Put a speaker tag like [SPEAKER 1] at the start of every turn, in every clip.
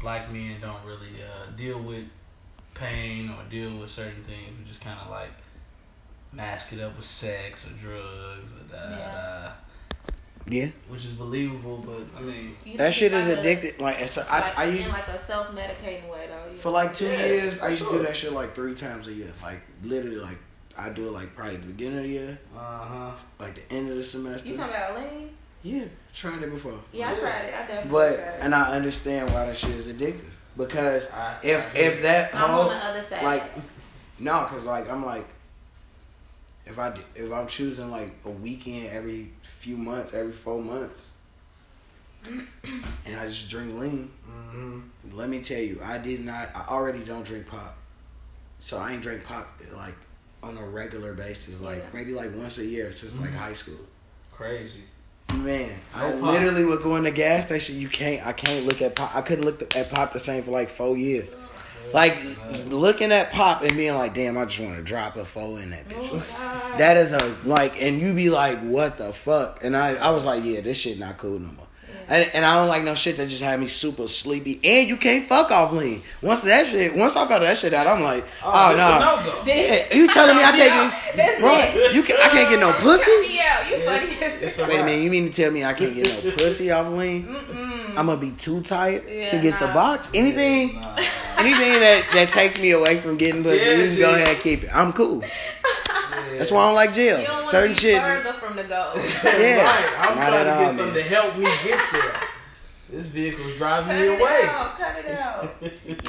[SPEAKER 1] black men don't really uh, deal with pain or deal with certain things. We just kind of like mask it up with sex or drugs or da da da,
[SPEAKER 2] Yeah,
[SPEAKER 1] which is believable. But I mean,
[SPEAKER 3] You
[SPEAKER 2] that
[SPEAKER 3] think
[SPEAKER 2] shit
[SPEAKER 3] it's
[SPEAKER 2] is
[SPEAKER 3] like a-
[SPEAKER 2] addicted. Like, it's a, I,
[SPEAKER 3] like,
[SPEAKER 2] I
[SPEAKER 3] in
[SPEAKER 2] used
[SPEAKER 3] like a self medicating way though. you
[SPEAKER 2] for
[SPEAKER 3] know?
[SPEAKER 2] like two
[SPEAKER 1] Yeah,
[SPEAKER 2] years. I used to do
[SPEAKER 1] sure.
[SPEAKER 2] that shit like three times a year. Like literally, like I do it like probably the beginning of the year,
[SPEAKER 1] uh huh.
[SPEAKER 2] like the end of the semester.
[SPEAKER 3] you talking about lean?
[SPEAKER 2] yeah, tried it before,
[SPEAKER 3] Yeah, I tried it. I definitely
[SPEAKER 2] but
[SPEAKER 3] tried it.
[SPEAKER 2] and I understand why that shit is addictive because
[SPEAKER 1] I-
[SPEAKER 2] if
[SPEAKER 1] I-
[SPEAKER 2] if that
[SPEAKER 3] I'm
[SPEAKER 2] whole
[SPEAKER 3] on the other side.
[SPEAKER 2] like No, cause like I'm like, if I d- if I'm choosing like a weekend every few months, every four months, and I just drink lean.
[SPEAKER 1] hmm
[SPEAKER 2] Let me tell you, I did not. I already don't drink pop, so I ain't drink pop like on a regular basis, like
[SPEAKER 3] Yeah.
[SPEAKER 2] maybe like once a year since like
[SPEAKER 1] Mhm.
[SPEAKER 2] high school.
[SPEAKER 1] crazy.
[SPEAKER 2] Man, Mm-hmm. I
[SPEAKER 1] No pop.
[SPEAKER 2] literally would go in the gas station. You can't. I can't look at pop. I couldn't look th- at pop the same for like four years. Like looking at pop and being like, damn, I just want to drop a four in that bitch.
[SPEAKER 3] Oh, God.
[SPEAKER 2] That is a like, and you be like, what the fuck? And I, I was like, yeah, this shit not cool no more. And, and I don't like no shit that just had me super sleepy. And you can't fuck off lean. Once that shit, once I found that shit out, I'm like, oh,
[SPEAKER 1] this
[SPEAKER 2] no.
[SPEAKER 1] a no-go.
[SPEAKER 2] Yeah, you telling me I can't
[SPEAKER 3] That's
[SPEAKER 2] get, bro?
[SPEAKER 1] it.
[SPEAKER 2] You can, I can't get no pussy.
[SPEAKER 3] me out. You
[SPEAKER 1] It's-
[SPEAKER 3] funny.
[SPEAKER 1] it's a
[SPEAKER 2] Wait a
[SPEAKER 1] wrap.
[SPEAKER 2] minute, you mean to tell me I can't get no pussy off lean?
[SPEAKER 3] Mm-mm.
[SPEAKER 2] I'm gonna be too tired to
[SPEAKER 3] Yeah,
[SPEAKER 2] get the
[SPEAKER 3] nah.
[SPEAKER 2] box. Anything,
[SPEAKER 1] Nah.
[SPEAKER 2] anything that that takes me away from getting pussy,
[SPEAKER 1] Yeah,
[SPEAKER 2] you can go
[SPEAKER 1] shit.
[SPEAKER 2] ahead and keep it. I'm cool.
[SPEAKER 1] Yeah.
[SPEAKER 2] That's why I don't like jail.
[SPEAKER 3] You don't want to
[SPEAKER 2] Certain
[SPEAKER 3] be
[SPEAKER 2] shit.
[SPEAKER 3] further from the goal.
[SPEAKER 2] Yeah.
[SPEAKER 1] right. I'm trying
[SPEAKER 2] Not
[SPEAKER 1] to
[SPEAKER 2] at
[SPEAKER 1] get
[SPEAKER 2] all,
[SPEAKER 1] something
[SPEAKER 2] man.
[SPEAKER 1] to help me get there. this vehicle's
[SPEAKER 3] Cut
[SPEAKER 1] driving me
[SPEAKER 3] it
[SPEAKER 1] away.
[SPEAKER 3] out. Cut it out.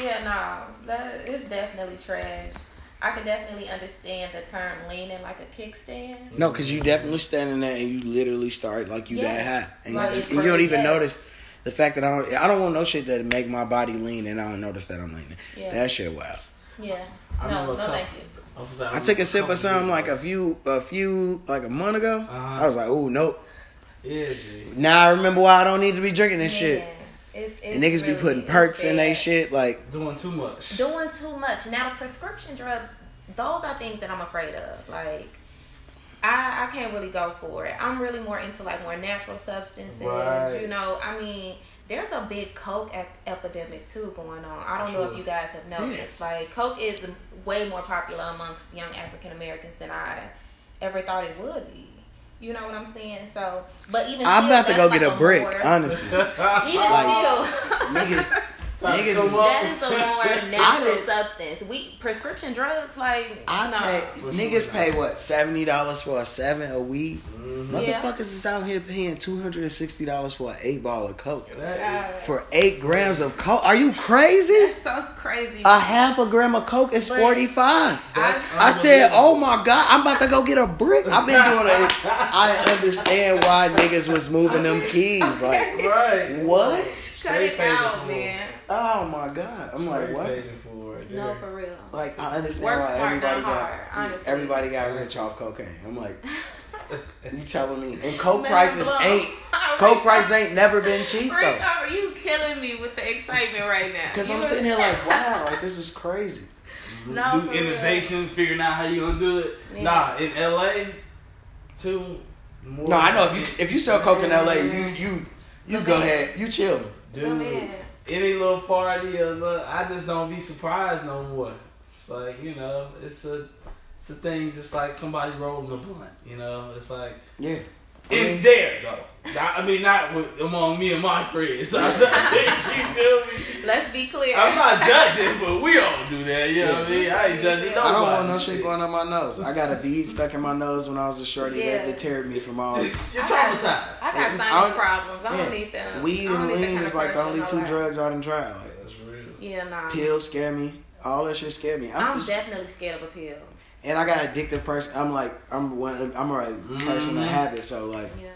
[SPEAKER 3] Yeah, no, that it's definitely trash. I can definitely understand the term leaning like a kickstand.
[SPEAKER 2] No, because you definitely standing there and you literally start like you
[SPEAKER 3] Yeah.
[SPEAKER 2] that high, and,
[SPEAKER 3] Like,
[SPEAKER 2] you,
[SPEAKER 3] it's
[SPEAKER 2] and you don't even
[SPEAKER 3] crazy.
[SPEAKER 2] notice the fact that I don't. I don't want no shit that make my body lean, and I don't notice that I'm leaning.
[SPEAKER 3] Yeah.
[SPEAKER 2] That shit wild.
[SPEAKER 3] Yeah.
[SPEAKER 1] I
[SPEAKER 3] No,
[SPEAKER 1] remember
[SPEAKER 3] no,
[SPEAKER 1] a couple-
[SPEAKER 3] thank you.
[SPEAKER 1] was like,
[SPEAKER 2] I took a sip
[SPEAKER 1] couple
[SPEAKER 2] of something
[SPEAKER 1] years
[SPEAKER 2] like
[SPEAKER 1] ago.
[SPEAKER 2] a few, a few, like a month ago.
[SPEAKER 1] Uh-huh.
[SPEAKER 2] I was like, "Ooh, nope."
[SPEAKER 1] Yeah, G.
[SPEAKER 2] Now I remember why I don't need to be drinking this shit.
[SPEAKER 3] Man, It's, it's
[SPEAKER 2] And niggas
[SPEAKER 3] really-
[SPEAKER 2] be putting
[SPEAKER 3] it's
[SPEAKER 2] perks in they
[SPEAKER 3] bad.
[SPEAKER 2] shit. Like,
[SPEAKER 1] Doing too much.
[SPEAKER 3] Doing too much. Now, the prescription drug, those are things that I'm afraid of. Like, I, I can't really go for it. I'm really more into like more natural substances.
[SPEAKER 1] Right.
[SPEAKER 3] You know, I mean, there's a big coke ep- epidemic too going on. I don't know
[SPEAKER 1] Sure.
[SPEAKER 3] if you guys have noticed. Like, coke is way more popular amongst young African Americans than I ever thought it would be. You know what I'm saying? So, but even
[SPEAKER 2] I'm
[SPEAKER 3] still,
[SPEAKER 2] about to
[SPEAKER 3] that's
[SPEAKER 2] go get
[SPEAKER 3] like
[SPEAKER 2] a brick.
[SPEAKER 3] more-
[SPEAKER 2] Honestly,
[SPEAKER 3] even
[SPEAKER 2] Like-
[SPEAKER 3] still,
[SPEAKER 2] niggas,
[SPEAKER 1] Time to
[SPEAKER 2] niggas
[SPEAKER 1] come
[SPEAKER 2] is-
[SPEAKER 1] up.
[SPEAKER 3] that is a more natural
[SPEAKER 2] did-
[SPEAKER 3] substance. We prescription drugs like
[SPEAKER 2] I
[SPEAKER 3] no.
[SPEAKER 2] pay,
[SPEAKER 1] For
[SPEAKER 2] niggas
[SPEAKER 1] sure.
[SPEAKER 2] pay what seventy dollars for a seven a weed.
[SPEAKER 1] Mhm.
[SPEAKER 3] Yeah.
[SPEAKER 2] Motherfuckers is out here paying two hundred and sixty dollars for an eight ball of coke.
[SPEAKER 1] That is-
[SPEAKER 2] For eight grams of coke? Are you crazy?
[SPEAKER 3] That's so crazy.
[SPEAKER 2] A half a gram of coke is
[SPEAKER 3] But-
[SPEAKER 2] forty five.
[SPEAKER 1] that's
[SPEAKER 2] I said, "Oh
[SPEAKER 1] unbelievable.
[SPEAKER 2] my god, I'm about to go get a brick." I've been doing it. I understand why niggas was moving them keys. Like
[SPEAKER 1] Right.
[SPEAKER 2] what?
[SPEAKER 3] Cut
[SPEAKER 1] Straight
[SPEAKER 3] it
[SPEAKER 1] paying
[SPEAKER 3] out,
[SPEAKER 1] for
[SPEAKER 3] man.
[SPEAKER 2] Oh my god! I'm like
[SPEAKER 1] Straight
[SPEAKER 2] what?
[SPEAKER 1] paying for it
[SPEAKER 3] No,
[SPEAKER 1] there.
[SPEAKER 3] for real.
[SPEAKER 2] Like I understand
[SPEAKER 3] Work
[SPEAKER 2] why
[SPEAKER 3] smart,
[SPEAKER 2] everybody
[SPEAKER 3] not hard,
[SPEAKER 2] got
[SPEAKER 3] honestly.
[SPEAKER 2] everybody got rich off cocaine. I'm like, you telling me? And coke
[SPEAKER 3] Man,
[SPEAKER 2] prices
[SPEAKER 3] blow.
[SPEAKER 2] ain't
[SPEAKER 3] All
[SPEAKER 2] coke
[SPEAKER 3] right.
[SPEAKER 2] prices ain't never been cheap
[SPEAKER 3] Rick,
[SPEAKER 2] though.
[SPEAKER 3] all right, you killing me with the excitement right now.
[SPEAKER 2] Cause
[SPEAKER 3] You
[SPEAKER 2] I'm
[SPEAKER 3] know-
[SPEAKER 2] sitting here like, wow, like this is crazy.
[SPEAKER 3] No,
[SPEAKER 1] do
[SPEAKER 3] for real.
[SPEAKER 1] innovation, figuring out how you gonna do it.
[SPEAKER 3] Yeah.
[SPEAKER 1] Nah, in LA, two more.
[SPEAKER 2] No, I know if you if you sell coke in LA, you you you go ahead, you chill.
[SPEAKER 3] My
[SPEAKER 1] dude,
[SPEAKER 3] man.
[SPEAKER 1] any little party or look, I just don't be surprised no more. It's like you know, it's a it's a thing just like somebody rolling a blunt. You know, it's like
[SPEAKER 2] Yeah.
[SPEAKER 1] in
[SPEAKER 2] Okay.
[SPEAKER 1] there though. Not- I mean, not with, among me and my friends. I'm not, you feel me?
[SPEAKER 3] Let's be clear.
[SPEAKER 1] I'm not judging, but we don't do that. You know what I mean? I ain't judging nobody.
[SPEAKER 2] I don't want no shit going up my nose. I got a bead stuck in my nose when I was a shorty
[SPEAKER 3] Yeah.
[SPEAKER 2] that deterred me from all.
[SPEAKER 1] You're
[SPEAKER 3] I got-
[SPEAKER 1] traumatized.
[SPEAKER 3] I
[SPEAKER 2] Yeah,
[SPEAKER 3] got
[SPEAKER 2] I
[SPEAKER 3] sinus
[SPEAKER 2] don't-
[SPEAKER 3] problems. I
[SPEAKER 2] yeah.
[SPEAKER 3] don't need them.
[SPEAKER 2] Weed
[SPEAKER 3] I don't
[SPEAKER 2] and
[SPEAKER 3] need that
[SPEAKER 2] lean
[SPEAKER 3] kind
[SPEAKER 2] is
[SPEAKER 3] of
[SPEAKER 2] like the
[SPEAKER 3] pressure
[SPEAKER 2] only
[SPEAKER 3] in my
[SPEAKER 2] two
[SPEAKER 3] life.
[SPEAKER 2] drugs I done tried. Like,
[SPEAKER 1] That's real.
[SPEAKER 3] Yeah, nah.
[SPEAKER 2] pills scare me. All that shit scared me. I'm,
[SPEAKER 3] I'm
[SPEAKER 2] just,
[SPEAKER 3] definitely scared of a pill.
[SPEAKER 2] and I got an addictive person. I'm like, I'm one. I'm a person of
[SPEAKER 1] Mhm.
[SPEAKER 2] habit. So like,
[SPEAKER 3] Yeah.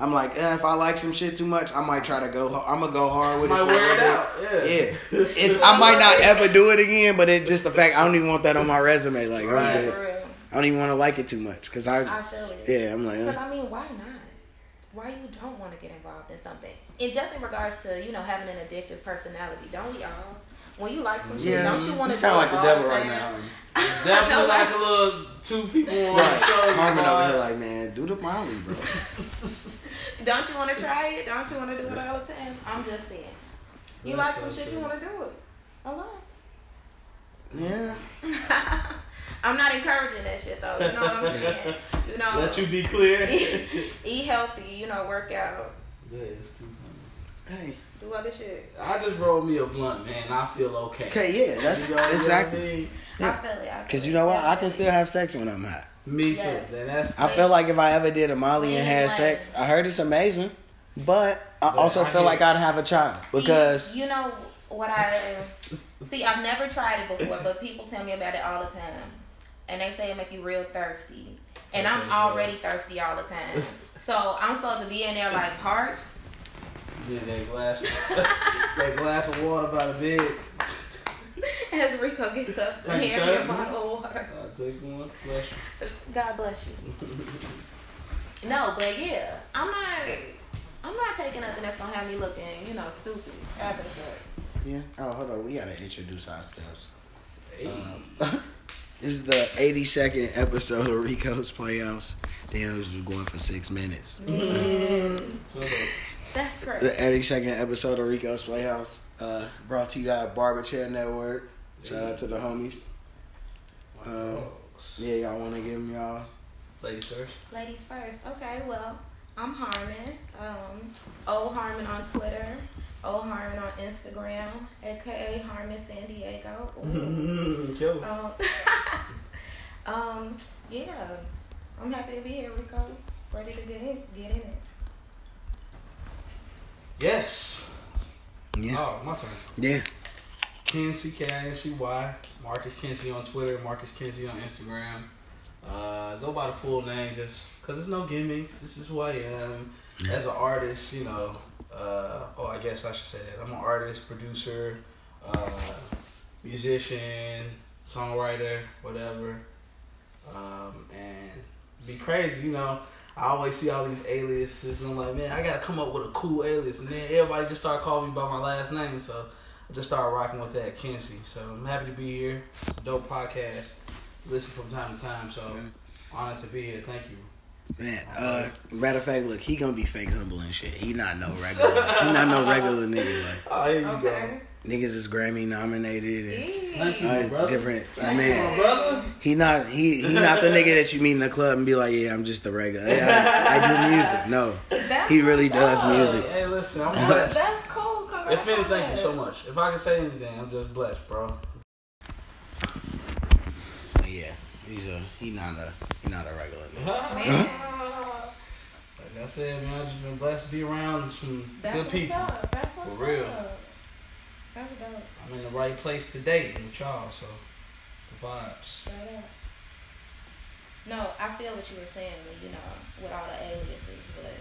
[SPEAKER 2] I'm like, eh, if I like some shit too much, I might try to go. I'm gonna go hard with it.
[SPEAKER 1] Might
[SPEAKER 2] for a
[SPEAKER 1] wear it
[SPEAKER 2] little bit.
[SPEAKER 1] out. Yeah.
[SPEAKER 2] Yeah, it's, I might not ever do it again, but it's just the fact I don't even want that on my resume. Like, I
[SPEAKER 3] Yeah,
[SPEAKER 2] don't,
[SPEAKER 3] for
[SPEAKER 2] even-
[SPEAKER 3] real.
[SPEAKER 2] I don't even want to like it too much because
[SPEAKER 3] I
[SPEAKER 2] I,
[SPEAKER 3] feel it.
[SPEAKER 2] yeah, I'm like,
[SPEAKER 3] Because
[SPEAKER 2] uh,
[SPEAKER 3] I mean, why not? Why you don't want to get involved in something? And just in regards to you know having an addictive personality, don't we all? When you like some shit,
[SPEAKER 2] yeah.
[SPEAKER 3] don't you want to
[SPEAKER 2] sound
[SPEAKER 3] do
[SPEAKER 2] like
[SPEAKER 3] it
[SPEAKER 2] the
[SPEAKER 3] all
[SPEAKER 2] devil
[SPEAKER 3] the
[SPEAKER 2] right
[SPEAKER 3] time?
[SPEAKER 2] now.
[SPEAKER 1] Definitely like a little two people on the show.
[SPEAKER 2] Right, Marvin over here like, man, do the Molly, bro.
[SPEAKER 3] Don't you want to try it? Don't you want to do it all the time? I'm just saying. You
[SPEAKER 1] That's
[SPEAKER 3] like some
[SPEAKER 1] what I
[SPEAKER 3] shit, you
[SPEAKER 1] said.
[SPEAKER 3] want to do it. I love.
[SPEAKER 2] Yeah.
[SPEAKER 3] I'm not encouraging that shit though. You know what I'm saying? You know,
[SPEAKER 1] Let you be clear.
[SPEAKER 3] eat healthy. You know, work out,
[SPEAKER 1] That is too funny.
[SPEAKER 2] Hey.
[SPEAKER 3] do other shit.
[SPEAKER 1] I just rolled me a blunt, man. and I feel okay.
[SPEAKER 2] Okay. Yeah. That's
[SPEAKER 1] You know what I
[SPEAKER 2] exactly.
[SPEAKER 1] mean?
[SPEAKER 2] Yeah.
[SPEAKER 3] I feel it. I feel
[SPEAKER 2] Cause you
[SPEAKER 3] it.
[SPEAKER 2] know what? I can
[SPEAKER 3] Definitely.
[SPEAKER 2] still have sex when I'm high.
[SPEAKER 1] Me too.
[SPEAKER 3] Yes.
[SPEAKER 1] And that's
[SPEAKER 2] I feel like if I ever did a Molly
[SPEAKER 3] Wait,
[SPEAKER 2] and had
[SPEAKER 3] what?
[SPEAKER 2] sex, I heard it's amazing, but I
[SPEAKER 1] But
[SPEAKER 2] also
[SPEAKER 1] I
[SPEAKER 2] feel
[SPEAKER 1] get-
[SPEAKER 2] like I'd have a child
[SPEAKER 3] See,
[SPEAKER 2] because
[SPEAKER 3] you know what I see. I've never tried it before, but people tell me about it all the time, and they say it make you real thirsty. And I'm
[SPEAKER 1] Okay,
[SPEAKER 3] already thirsty all the time, so I'm supposed to be in there like parched.
[SPEAKER 1] yeah, that glass, that glass of water by the bed.
[SPEAKER 3] As Rico gets up to
[SPEAKER 1] Thank you,
[SPEAKER 3] hand me
[SPEAKER 1] sir.
[SPEAKER 3] a bottle of water.
[SPEAKER 1] I take one. Bless you.
[SPEAKER 3] God bless you. No, but yeah, I'm not. I'm not taking nothing that's gonna have me looking, you know, stupid. after the fact.
[SPEAKER 2] yeah. Oh, hold on, we gotta introduce ourselves.
[SPEAKER 1] Hey.
[SPEAKER 2] Um, this is the 82nd episode of Rico's Playhouse. Damn, this was going for six minutes.
[SPEAKER 1] So, hey,
[SPEAKER 3] That's
[SPEAKER 2] The
[SPEAKER 3] great.
[SPEAKER 2] 82nd episode of Rico's Playhouse, uh, brought to you by Barber Chair Network. Shout out to the homies. Um, yeah, y'all want to give them y'all.
[SPEAKER 1] ladies first.
[SPEAKER 3] Ladies first. Okay, well, I'm Harmon. Um, O Harmon on Twitter, O Harmon on Instagram, aka Harmon San Diego.
[SPEAKER 2] Mm-hmm.
[SPEAKER 3] Ooh.
[SPEAKER 1] Kill him.
[SPEAKER 3] um, um, yeah, I'm happy to be here, Rico. Ready to get in, get in it.
[SPEAKER 1] Yes.
[SPEAKER 2] Yeah.
[SPEAKER 1] Oh, my turn.
[SPEAKER 2] Yeah.
[SPEAKER 1] Kinsey, K I N C Y. Marcus Kinsey on Twitter, Marcus Kinsey on Instagram. Uh, go by the full name just because there's no gimmicks. This is who I am. As an artist, you know, uh, oh, I guess I should say that. I'm an artist, producer, uh, musician, songwriter, whatever. Um, and be crazy, you know. I always see all these aliases and I'm like, man, I gotta come up with a cool alias. And then everybody just start calling me by my last name, so I just started rocking with that, Kinsey. So I'm happy to be here. It's a dope podcast. Listen from time to time, so honored to be here. Thank you.
[SPEAKER 2] Man, uh, matter of fact, look, he gonna be fake humble and shit. He not no regular. he not no regular nigga. Like
[SPEAKER 1] Oh, here you
[SPEAKER 3] Okay.
[SPEAKER 2] niggas is Grammy nominated
[SPEAKER 1] Thank
[SPEAKER 2] and
[SPEAKER 1] you.
[SPEAKER 3] Yeah.
[SPEAKER 2] uh,
[SPEAKER 1] brother.
[SPEAKER 2] different
[SPEAKER 1] go.
[SPEAKER 2] man.
[SPEAKER 1] My brother.
[SPEAKER 2] He not he he not the nigga that you meet in the club and be like, yeah, I'm just a regular. Yeah, I, I do music. No,
[SPEAKER 3] That's
[SPEAKER 2] he really
[SPEAKER 3] what's
[SPEAKER 2] does
[SPEAKER 3] up.
[SPEAKER 2] music.
[SPEAKER 1] Hey, listen, I'm
[SPEAKER 3] That's,
[SPEAKER 1] blessed.
[SPEAKER 3] that's cool. Come
[SPEAKER 1] if anything, thank you so much. If I can say anything, I'm just blessed, bro.
[SPEAKER 2] But yeah, he's a he not a he not a regular. Nigga.
[SPEAKER 3] Man,
[SPEAKER 1] Like I said, man, I've just been blessed to be around some
[SPEAKER 3] that's
[SPEAKER 1] good
[SPEAKER 3] what's
[SPEAKER 1] people.
[SPEAKER 3] up. That's what's
[SPEAKER 1] For real.
[SPEAKER 3] up. That's dope.
[SPEAKER 1] I'm in the right place today with y'all, so it's the vibes.
[SPEAKER 3] Straight up. No, I feel what you were saying, with, you know, with all the aliases, but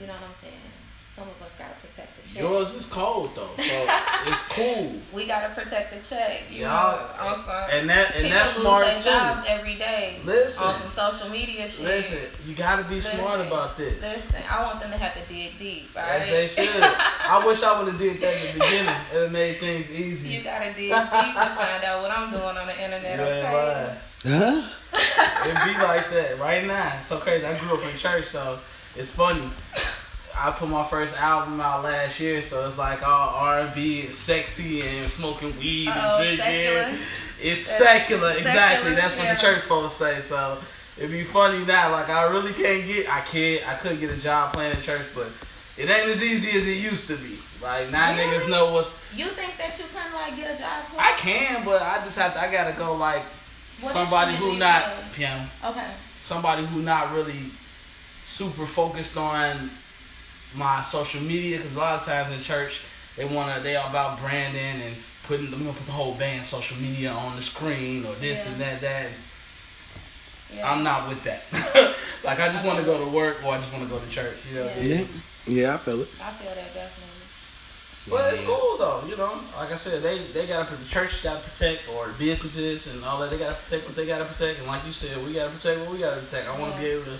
[SPEAKER 3] you know what I'm saying? Some of us gotta protect the check.
[SPEAKER 1] Yours is cold though, so it's cool.
[SPEAKER 3] We gotta protect the check. You
[SPEAKER 1] Y'all-
[SPEAKER 3] know, also.
[SPEAKER 1] And that and
[SPEAKER 3] People
[SPEAKER 1] that's
[SPEAKER 3] lose
[SPEAKER 1] smart
[SPEAKER 3] their
[SPEAKER 1] too.
[SPEAKER 3] jobs every day
[SPEAKER 1] Listen.
[SPEAKER 3] on some social media shit.
[SPEAKER 1] Listen, you gotta be smart
[SPEAKER 3] Listen.
[SPEAKER 1] about this.
[SPEAKER 3] Listen, I want them to have to dig deep, right?
[SPEAKER 1] As they should. I wish I would have did that in the beginning. It would've made things
[SPEAKER 3] You
[SPEAKER 1] easy.
[SPEAKER 3] gotta dig deep to find out what I'm doing on the internet,
[SPEAKER 1] You ain't
[SPEAKER 3] okay?
[SPEAKER 1] lying.
[SPEAKER 2] Huh?
[SPEAKER 1] It be like that right now. It's so crazy. I grew up in church, so it's funny. I put my first album out last year, so it's like all R and B and sexy and smoking weed
[SPEAKER 3] Uh-oh,
[SPEAKER 1] and drinking.
[SPEAKER 3] Oh, secular.
[SPEAKER 1] It's
[SPEAKER 3] Yeah.
[SPEAKER 1] secular, exactly.
[SPEAKER 3] Secular,
[SPEAKER 1] That's what
[SPEAKER 3] yeah.
[SPEAKER 1] the church folks say. So it'd be funny now. Like I really can't get. I can't. I couldn't get a job playing in church, but it ain't as easy as it used to be. Like now,
[SPEAKER 3] Really?
[SPEAKER 1] niggas know what's.
[SPEAKER 3] You think that you couldn't like get a job?
[SPEAKER 1] I can, but I just have to. I gotta go like
[SPEAKER 3] What
[SPEAKER 1] somebody who
[SPEAKER 3] instrument
[SPEAKER 1] not
[SPEAKER 3] do you play?
[SPEAKER 1] piano
[SPEAKER 3] Okay.
[SPEAKER 1] somebody who not really super focused on my social media because a lot of times in church they want to they all about branding and putting we gonna put the whole band social media on the screen or this
[SPEAKER 3] Yeah.
[SPEAKER 1] and that that
[SPEAKER 3] Yeah.
[SPEAKER 1] I'm not with that like I just want to go to work or I just want to go to church you know what I mean?
[SPEAKER 2] Yeah, yeah, I feel it.
[SPEAKER 3] I feel that definitely.
[SPEAKER 1] Well, it's cool though, you know. Like I said, they they gotta put the church gotta protect or businesses and all that. They gotta protect what they gotta protect, and like you said, we gotta protect what we gotta protect. I want to
[SPEAKER 3] Yeah.
[SPEAKER 1] be able to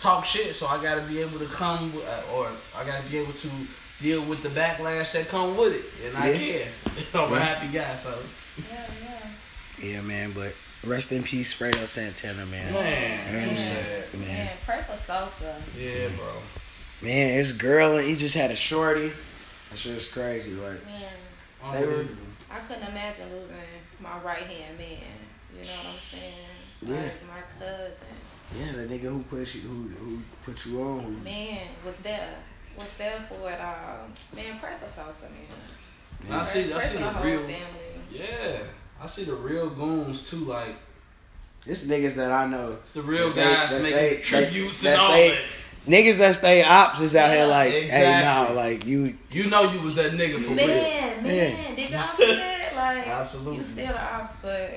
[SPEAKER 1] talk shit, so I gotta be able to come with- uh, or I gotta be able to deal with the backlash that come with it, and I
[SPEAKER 2] Yeah.
[SPEAKER 1] care. I'm a
[SPEAKER 2] Yeah.
[SPEAKER 1] happy guy, so
[SPEAKER 3] Yeah, yeah.
[SPEAKER 2] Yeah, man. But rest in peace, Fredo Santana, man.
[SPEAKER 1] man,
[SPEAKER 2] Amen.
[SPEAKER 1] you said-
[SPEAKER 2] Man,
[SPEAKER 3] Man, pray for Sosa.
[SPEAKER 1] yeah, bro.
[SPEAKER 2] man, this girl and he just had a shorty. That shit's crazy. Like
[SPEAKER 3] Man,
[SPEAKER 2] They were-
[SPEAKER 3] I couldn't imagine losing my right hand man. You know what I'm saying?
[SPEAKER 2] Yeah.
[SPEAKER 3] Like my cousin,
[SPEAKER 2] yeah, the nigga who put you who who put you on. Who,
[SPEAKER 3] man, was there, was there for it all. Man, Precious also, man.
[SPEAKER 1] I
[SPEAKER 3] Pres-
[SPEAKER 1] see- I
[SPEAKER 3] Pres
[SPEAKER 1] see
[SPEAKER 3] and
[SPEAKER 1] the
[SPEAKER 3] her whole
[SPEAKER 1] real-
[SPEAKER 3] family.
[SPEAKER 1] Yeah, I see the real goons too. Like
[SPEAKER 2] It's niggas that I know.
[SPEAKER 1] it's the real
[SPEAKER 2] That's they-
[SPEAKER 1] guys
[SPEAKER 2] that's
[SPEAKER 1] making
[SPEAKER 2] they-
[SPEAKER 1] tributes
[SPEAKER 2] that's
[SPEAKER 1] and all
[SPEAKER 2] they-
[SPEAKER 1] that.
[SPEAKER 2] Niggas that stay ops is out here like, hey,
[SPEAKER 1] Exactly.
[SPEAKER 2] no, like you.
[SPEAKER 1] You know you was that nigga for real.
[SPEAKER 3] Man, man, did y'all see that? Like,
[SPEAKER 1] Absolutely.
[SPEAKER 3] you still the ops, but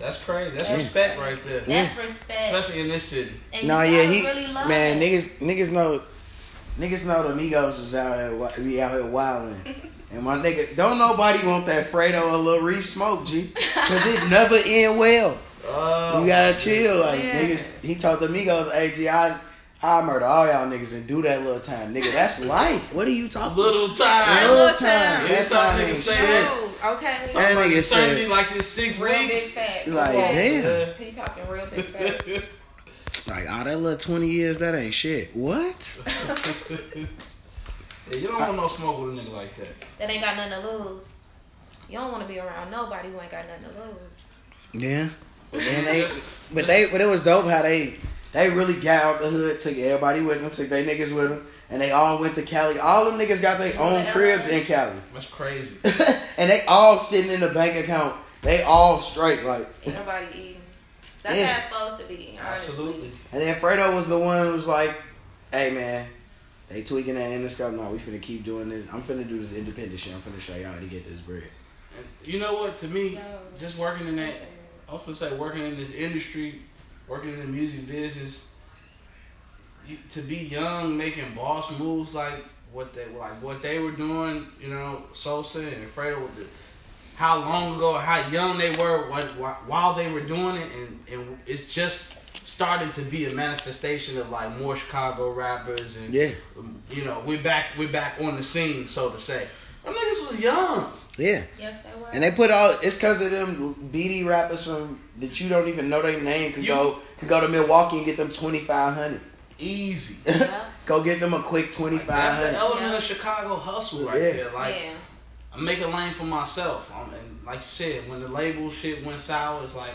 [SPEAKER 1] That's crazy. That's
[SPEAKER 3] Yeah.
[SPEAKER 1] respect right there,
[SPEAKER 3] that's respect.
[SPEAKER 1] especially in this city.
[SPEAKER 3] And
[SPEAKER 2] No,
[SPEAKER 3] you
[SPEAKER 2] yeah,
[SPEAKER 3] gotta
[SPEAKER 2] he
[SPEAKER 3] really love
[SPEAKER 2] man,
[SPEAKER 3] it.
[SPEAKER 2] niggas niggas know, niggas know the Migos was out here wi- be out here wilding. And my nigga, don't nobody want that Fredo and Lil Reese smoke, G. Cause it never end well.
[SPEAKER 1] Oh,
[SPEAKER 2] You gotta chill. Like
[SPEAKER 3] Yeah.
[SPEAKER 2] niggas he told the Migos, hey G, I I murder all y'all niggas and do that little time. Nigga, that's life. What are you talking about?
[SPEAKER 1] little time.
[SPEAKER 3] Little
[SPEAKER 2] Little
[SPEAKER 3] time.
[SPEAKER 2] time. That
[SPEAKER 1] Little
[SPEAKER 2] time
[SPEAKER 1] time
[SPEAKER 2] ain't
[SPEAKER 1] niggas say
[SPEAKER 2] shit.
[SPEAKER 1] that.
[SPEAKER 3] No, okay.
[SPEAKER 2] That
[SPEAKER 1] Like,
[SPEAKER 2] nigga
[SPEAKER 1] it's certainly
[SPEAKER 2] said-
[SPEAKER 1] like in six
[SPEAKER 3] Real big
[SPEAKER 1] weeks.
[SPEAKER 3] facts.
[SPEAKER 2] Like,
[SPEAKER 3] Okay.
[SPEAKER 2] damn.
[SPEAKER 3] He talking real big facts.
[SPEAKER 2] Like, all that little twenty years, that ain't shit. What?
[SPEAKER 1] Yeah, you don't want no smoke with a nigga like that.
[SPEAKER 3] that ain't got nothing to lose. You don't want to be around nobody who ain't got nothing to lose.
[SPEAKER 2] Yeah. But then they But they, but it was dope how they, they really got out the hood, took everybody with them, took they niggas with them, and they all went to Cali. All them niggas got their own
[SPEAKER 3] Yeah.
[SPEAKER 2] cribs in Cali,
[SPEAKER 1] That's crazy.
[SPEAKER 2] and they all sitting in the bank account. They all straight like.
[SPEAKER 3] Ain't nobody eating. That's
[SPEAKER 2] Yeah.
[SPEAKER 3] how it's supposed to be, honestly.
[SPEAKER 1] Absolutely.
[SPEAKER 2] And then Fredo was the one who was like, "Hey man, they tweaking that endoscope. No, we finna keep doing this. I'm finna do this independent shit. I'm finna show y'all how to get this bread."
[SPEAKER 1] And you know what? To me,
[SPEAKER 3] No.
[SPEAKER 1] just working in that, I was gonna say working in this industry, working in the music business. You, to be young, making boss moves like what they like what they were doing. You know, Sosa and Fredo with the how long ago, how young they were, what wh- while they were doing it, and and it's just started to be a manifestation of like more Chicago rappers and um,
[SPEAKER 2] Yeah,
[SPEAKER 1] you know we're back we're back on the scene so to say. Them niggas was young.
[SPEAKER 2] yeah.
[SPEAKER 3] Yes, they were.
[SPEAKER 2] And they put all it's because of them BD rappers from that you don't even know their name can
[SPEAKER 1] You-
[SPEAKER 2] go can go to Milwaukee and get them twenty five hundred.
[SPEAKER 1] Easy.
[SPEAKER 3] Yeah.
[SPEAKER 2] Go get them a quick twenty five
[SPEAKER 1] That's the
[SPEAKER 2] hundred.
[SPEAKER 1] element
[SPEAKER 3] Yeah.
[SPEAKER 1] of Chicago hustle right
[SPEAKER 2] Yeah.
[SPEAKER 1] there. Like
[SPEAKER 3] yeah.
[SPEAKER 1] I make a lane for myself. Um and like you said, when the label shit went sour, it's like,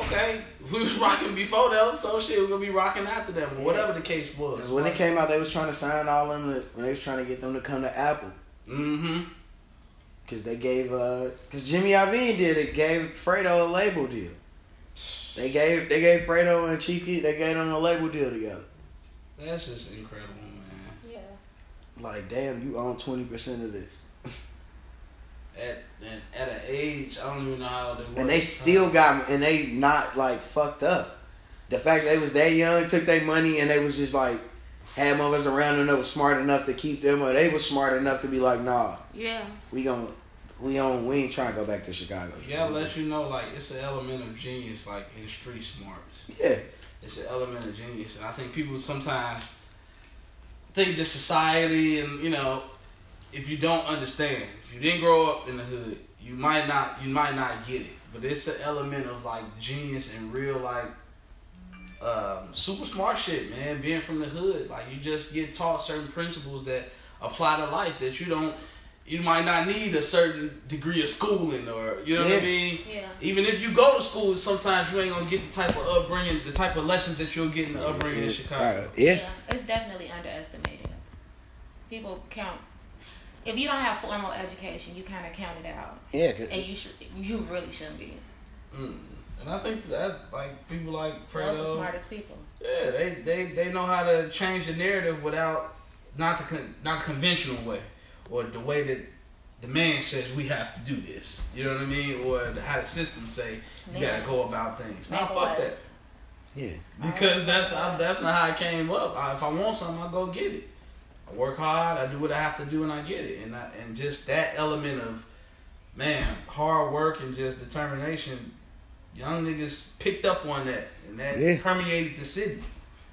[SPEAKER 1] okay, we was rocking before them, so shit, we're gonna be rocking after them, or whatever the case was.
[SPEAKER 2] Because when it came out, they was trying to sign all them. to- When they was trying to get them to come to Apple,
[SPEAKER 1] mm-hmm.
[SPEAKER 2] because they gave uh, because Jimmy Iovine did it, gave Fredo a label deal. They gave they gave Fredo and Cheeky they gave them a label deal together.
[SPEAKER 1] That's just incredible, man.
[SPEAKER 3] Yeah.
[SPEAKER 2] Like damn, you own twenty percent of this,
[SPEAKER 1] At at, at an age, I don't even know how they.
[SPEAKER 2] and they still got and they not like fucked up. The fact they was that young took their money and they was just like had mothers around them that was smart enough to keep them or they was smart enough to be like nah
[SPEAKER 3] Yeah.
[SPEAKER 2] we gon' we on we ain't trying to go back to Chicago.
[SPEAKER 1] You gotta let you know, like it's an element of genius, like in street smarts.
[SPEAKER 2] yeah.
[SPEAKER 1] it's an element of genius. And I think people sometimes think just society and you know, if you don't understand, if you didn't grow up in the hood, you might not you might not get it. But it's an element of like genius and real like um, super smart shit, man. Being from the hood, like you just get taught certain principles that apply to life that you don't. You might not need a certain degree of schooling, or you know
[SPEAKER 2] Yeah.
[SPEAKER 1] what I mean.
[SPEAKER 3] Yeah.
[SPEAKER 1] Even if you go to school, sometimes you ain't gonna get the type of upbringing, the type of lessons that you'll get in the upbringing in Chicago.
[SPEAKER 2] Alright, yeah.
[SPEAKER 3] It's definitely underestimated. People count. If you don't have formal education, you kind of count it out,
[SPEAKER 2] Yeah. 'cause-
[SPEAKER 3] and you should. You really shouldn't be.
[SPEAKER 1] Mm. And I think that like people like
[SPEAKER 3] Those are the
[SPEAKER 1] Fredo,
[SPEAKER 3] smartest people.
[SPEAKER 1] yeah, they, they they know how to change the narrative without not the con- not the conventional way or the way that the man says we have to do this. You know what I mean? Or the, how the system say you
[SPEAKER 3] Man.
[SPEAKER 1] gotta go about things. Now
[SPEAKER 3] Make a
[SPEAKER 1] fuck
[SPEAKER 3] way.
[SPEAKER 1] that
[SPEAKER 2] yeah.
[SPEAKER 1] because that's I, that's not how I came up. I, if I want something, I go get it. I work hard. I do what I have to do, and I get it. And I, and just that element of man, hard work and just determination. Young niggas picked up on that, and that
[SPEAKER 2] Yeah.
[SPEAKER 1] permeated the city.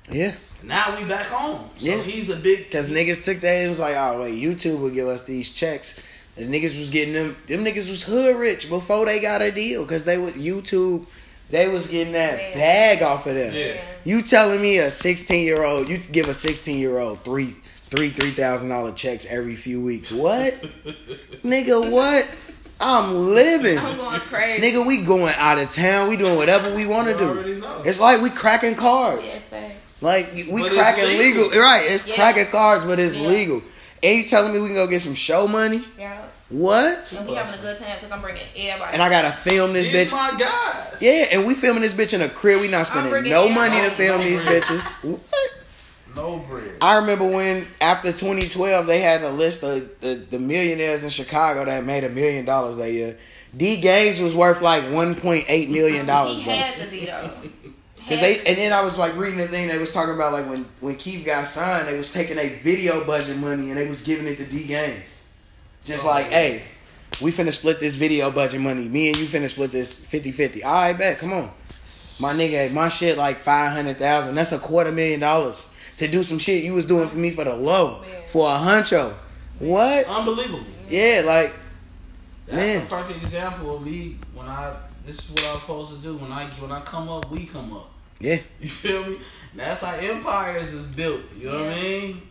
[SPEAKER 2] Yeah.
[SPEAKER 1] Now we back home. So
[SPEAKER 2] Yeah.
[SPEAKER 1] he's a big
[SPEAKER 2] Cause niggas took that and was like, oh wait, YouTube will give us these checks. And niggas was getting them them niggas was hood rich before they got a deal. Cause they was YouTube they was getting that
[SPEAKER 3] Man.
[SPEAKER 2] bag off of them.
[SPEAKER 1] Yeah.
[SPEAKER 2] You telling me a sixteen year old you give a sixteen year old three three three thousand dollar checks every few weeks. What, nigga? What? I'm living.
[SPEAKER 3] I'm going crazy.
[SPEAKER 2] Nigga, we going out of town. We doing whatever we want to
[SPEAKER 1] You
[SPEAKER 2] do.
[SPEAKER 1] already know.
[SPEAKER 2] It's like we cracking cards.
[SPEAKER 3] Yes, thanks.
[SPEAKER 2] Like we
[SPEAKER 1] But it's
[SPEAKER 2] cracking legal.
[SPEAKER 1] legal.
[SPEAKER 2] right? It's
[SPEAKER 3] Yeah.
[SPEAKER 2] cracking cards, but it's
[SPEAKER 3] Yeah.
[SPEAKER 2] legal. And you telling me we can go get some show money?
[SPEAKER 3] Yeah.
[SPEAKER 2] What?
[SPEAKER 3] And we having a good time because I'm bringing everybody.
[SPEAKER 2] And I gotta film this
[SPEAKER 1] He's
[SPEAKER 2] bitch.
[SPEAKER 1] my guy.
[SPEAKER 2] yeah, and we filming this bitch in a crib. We not spending
[SPEAKER 3] bringing
[SPEAKER 2] no
[SPEAKER 3] in
[SPEAKER 2] money to
[SPEAKER 3] all
[SPEAKER 2] film
[SPEAKER 1] my
[SPEAKER 2] these
[SPEAKER 1] bread.
[SPEAKER 2] bitches. What?
[SPEAKER 1] No bread.
[SPEAKER 2] I remember when after 2012 they had a list of the, the millionaires in Chicago that made a million dollars that year. D Gaines was worth like 1.8 million dollars.
[SPEAKER 3] he
[SPEAKER 2] bro.
[SPEAKER 3] had to be though.
[SPEAKER 2] Cause they and then I was like reading the thing they was talking about like when when Keith got signed they was taking a video budget money and they was giving it to D Gaines, just
[SPEAKER 1] Oh,
[SPEAKER 2] like
[SPEAKER 1] yeah.
[SPEAKER 2] hey, we finna split this video budget money. Me and you finna split this 50-50. All right, bet. Come on, my nigga, my shit like five hundred thousand. That's a quarter million dollars to do some shit you was doing for me for the low
[SPEAKER 3] Man.
[SPEAKER 2] for a huncho.
[SPEAKER 1] Oh,
[SPEAKER 2] What?
[SPEAKER 1] Unbelievable.
[SPEAKER 2] Yeah, like
[SPEAKER 1] That's
[SPEAKER 2] Man.
[SPEAKER 1] a perfect example of me when I. This is what I'm supposed to do when I when I come up, we come up.
[SPEAKER 2] yeah,
[SPEAKER 1] You feel me? And that's how empires is built. You know what I
[SPEAKER 3] Yeah.
[SPEAKER 1] mean?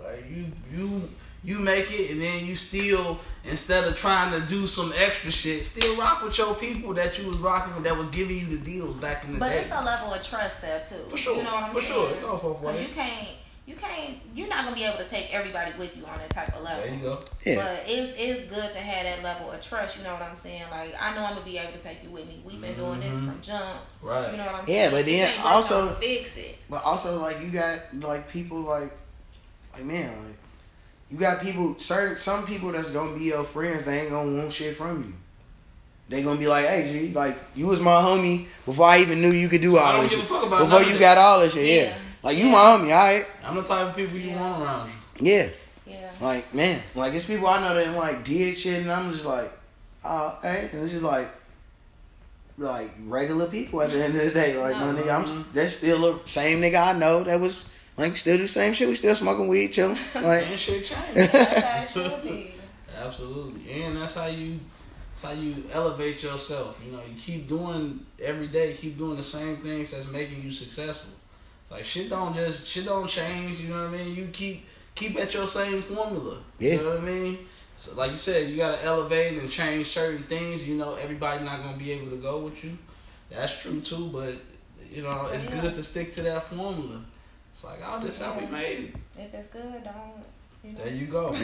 [SPEAKER 1] Like you you you make it and then you still instead of trying to do some extra shit, still rock with your people that you was rocking with that was giving you the deals back in the
[SPEAKER 3] But
[SPEAKER 1] day.
[SPEAKER 3] it's a level of trust there too.
[SPEAKER 1] For sure,
[SPEAKER 3] You know what I'm
[SPEAKER 1] for
[SPEAKER 3] saying?
[SPEAKER 1] sure. Oh, It goes both
[SPEAKER 3] 'Cause
[SPEAKER 1] ways.
[SPEAKER 3] you can't, you can't, you're not gonna be able to take everybody with you on that type of level.
[SPEAKER 1] There you go.
[SPEAKER 2] yeah,
[SPEAKER 3] But it's it's good to have that level of trust. You know what I'm saying? Like I know I'm gonna be able to take you with me. We've been doing
[SPEAKER 1] Mm-hmm.
[SPEAKER 3] this from jump.
[SPEAKER 1] Right.
[SPEAKER 3] You know what I'm
[SPEAKER 2] Yeah,
[SPEAKER 3] saying?
[SPEAKER 2] but
[SPEAKER 3] You
[SPEAKER 2] then
[SPEAKER 3] can't just
[SPEAKER 2] also-
[SPEAKER 3] come fix it.
[SPEAKER 2] but also like you got like people like like man like. You got people, certain some people that's gonna be your friends. They ain't gonna want shit from you. They gonna be like, "Hey, G, like you was my homie before I even knew you could do
[SPEAKER 1] I
[SPEAKER 2] all
[SPEAKER 1] don't
[SPEAKER 2] this
[SPEAKER 1] give a
[SPEAKER 2] shit.
[SPEAKER 1] fuck about
[SPEAKER 2] Before
[SPEAKER 1] none
[SPEAKER 2] you
[SPEAKER 1] of
[SPEAKER 2] got all this shit, yeah.
[SPEAKER 3] Yeah.
[SPEAKER 2] Like you
[SPEAKER 3] Yeah.
[SPEAKER 2] my homie, all right,
[SPEAKER 1] this. I'm the type of people you
[SPEAKER 3] Yeah.
[SPEAKER 1] want around you.
[SPEAKER 2] yeah.
[SPEAKER 3] Yeah.
[SPEAKER 2] Like man, like it's people I know that like did shit, and I'm just like, oh, hey, and it's just like, like regular people at the end of the day. Like my nigga, I'm
[SPEAKER 1] Mm-hmm.
[SPEAKER 2] s- that's still the same nigga I know that was like still do the same shit. We still smoking weed, chilling, like.
[SPEAKER 1] And shit changed.
[SPEAKER 3] That's how it should be.
[SPEAKER 1] Absolutely. And that's how you that's how you elevate yourself. You know, you keep doing every day, keep doing the same things that's making you successful. It's like shit don't just shit don't change, you know what I mean? You keep keep at your same formula.
[SPEAKER 2] Yeah.
[SPEAKER 1] You know what I mean? So like you said, you gotta elevate and change certain things, you know, everybody not gonna be able to go with you. That's true too, but you know, it's
[SPEAKER 3] Yeah.
[SPEAKER 1] good to stick to that formula. It's like, oh, this how we made it.
[SPEAKER 3] If it's good, don't you know?
[SPEAKER 1] There you go.
[SPEAKER 3] don't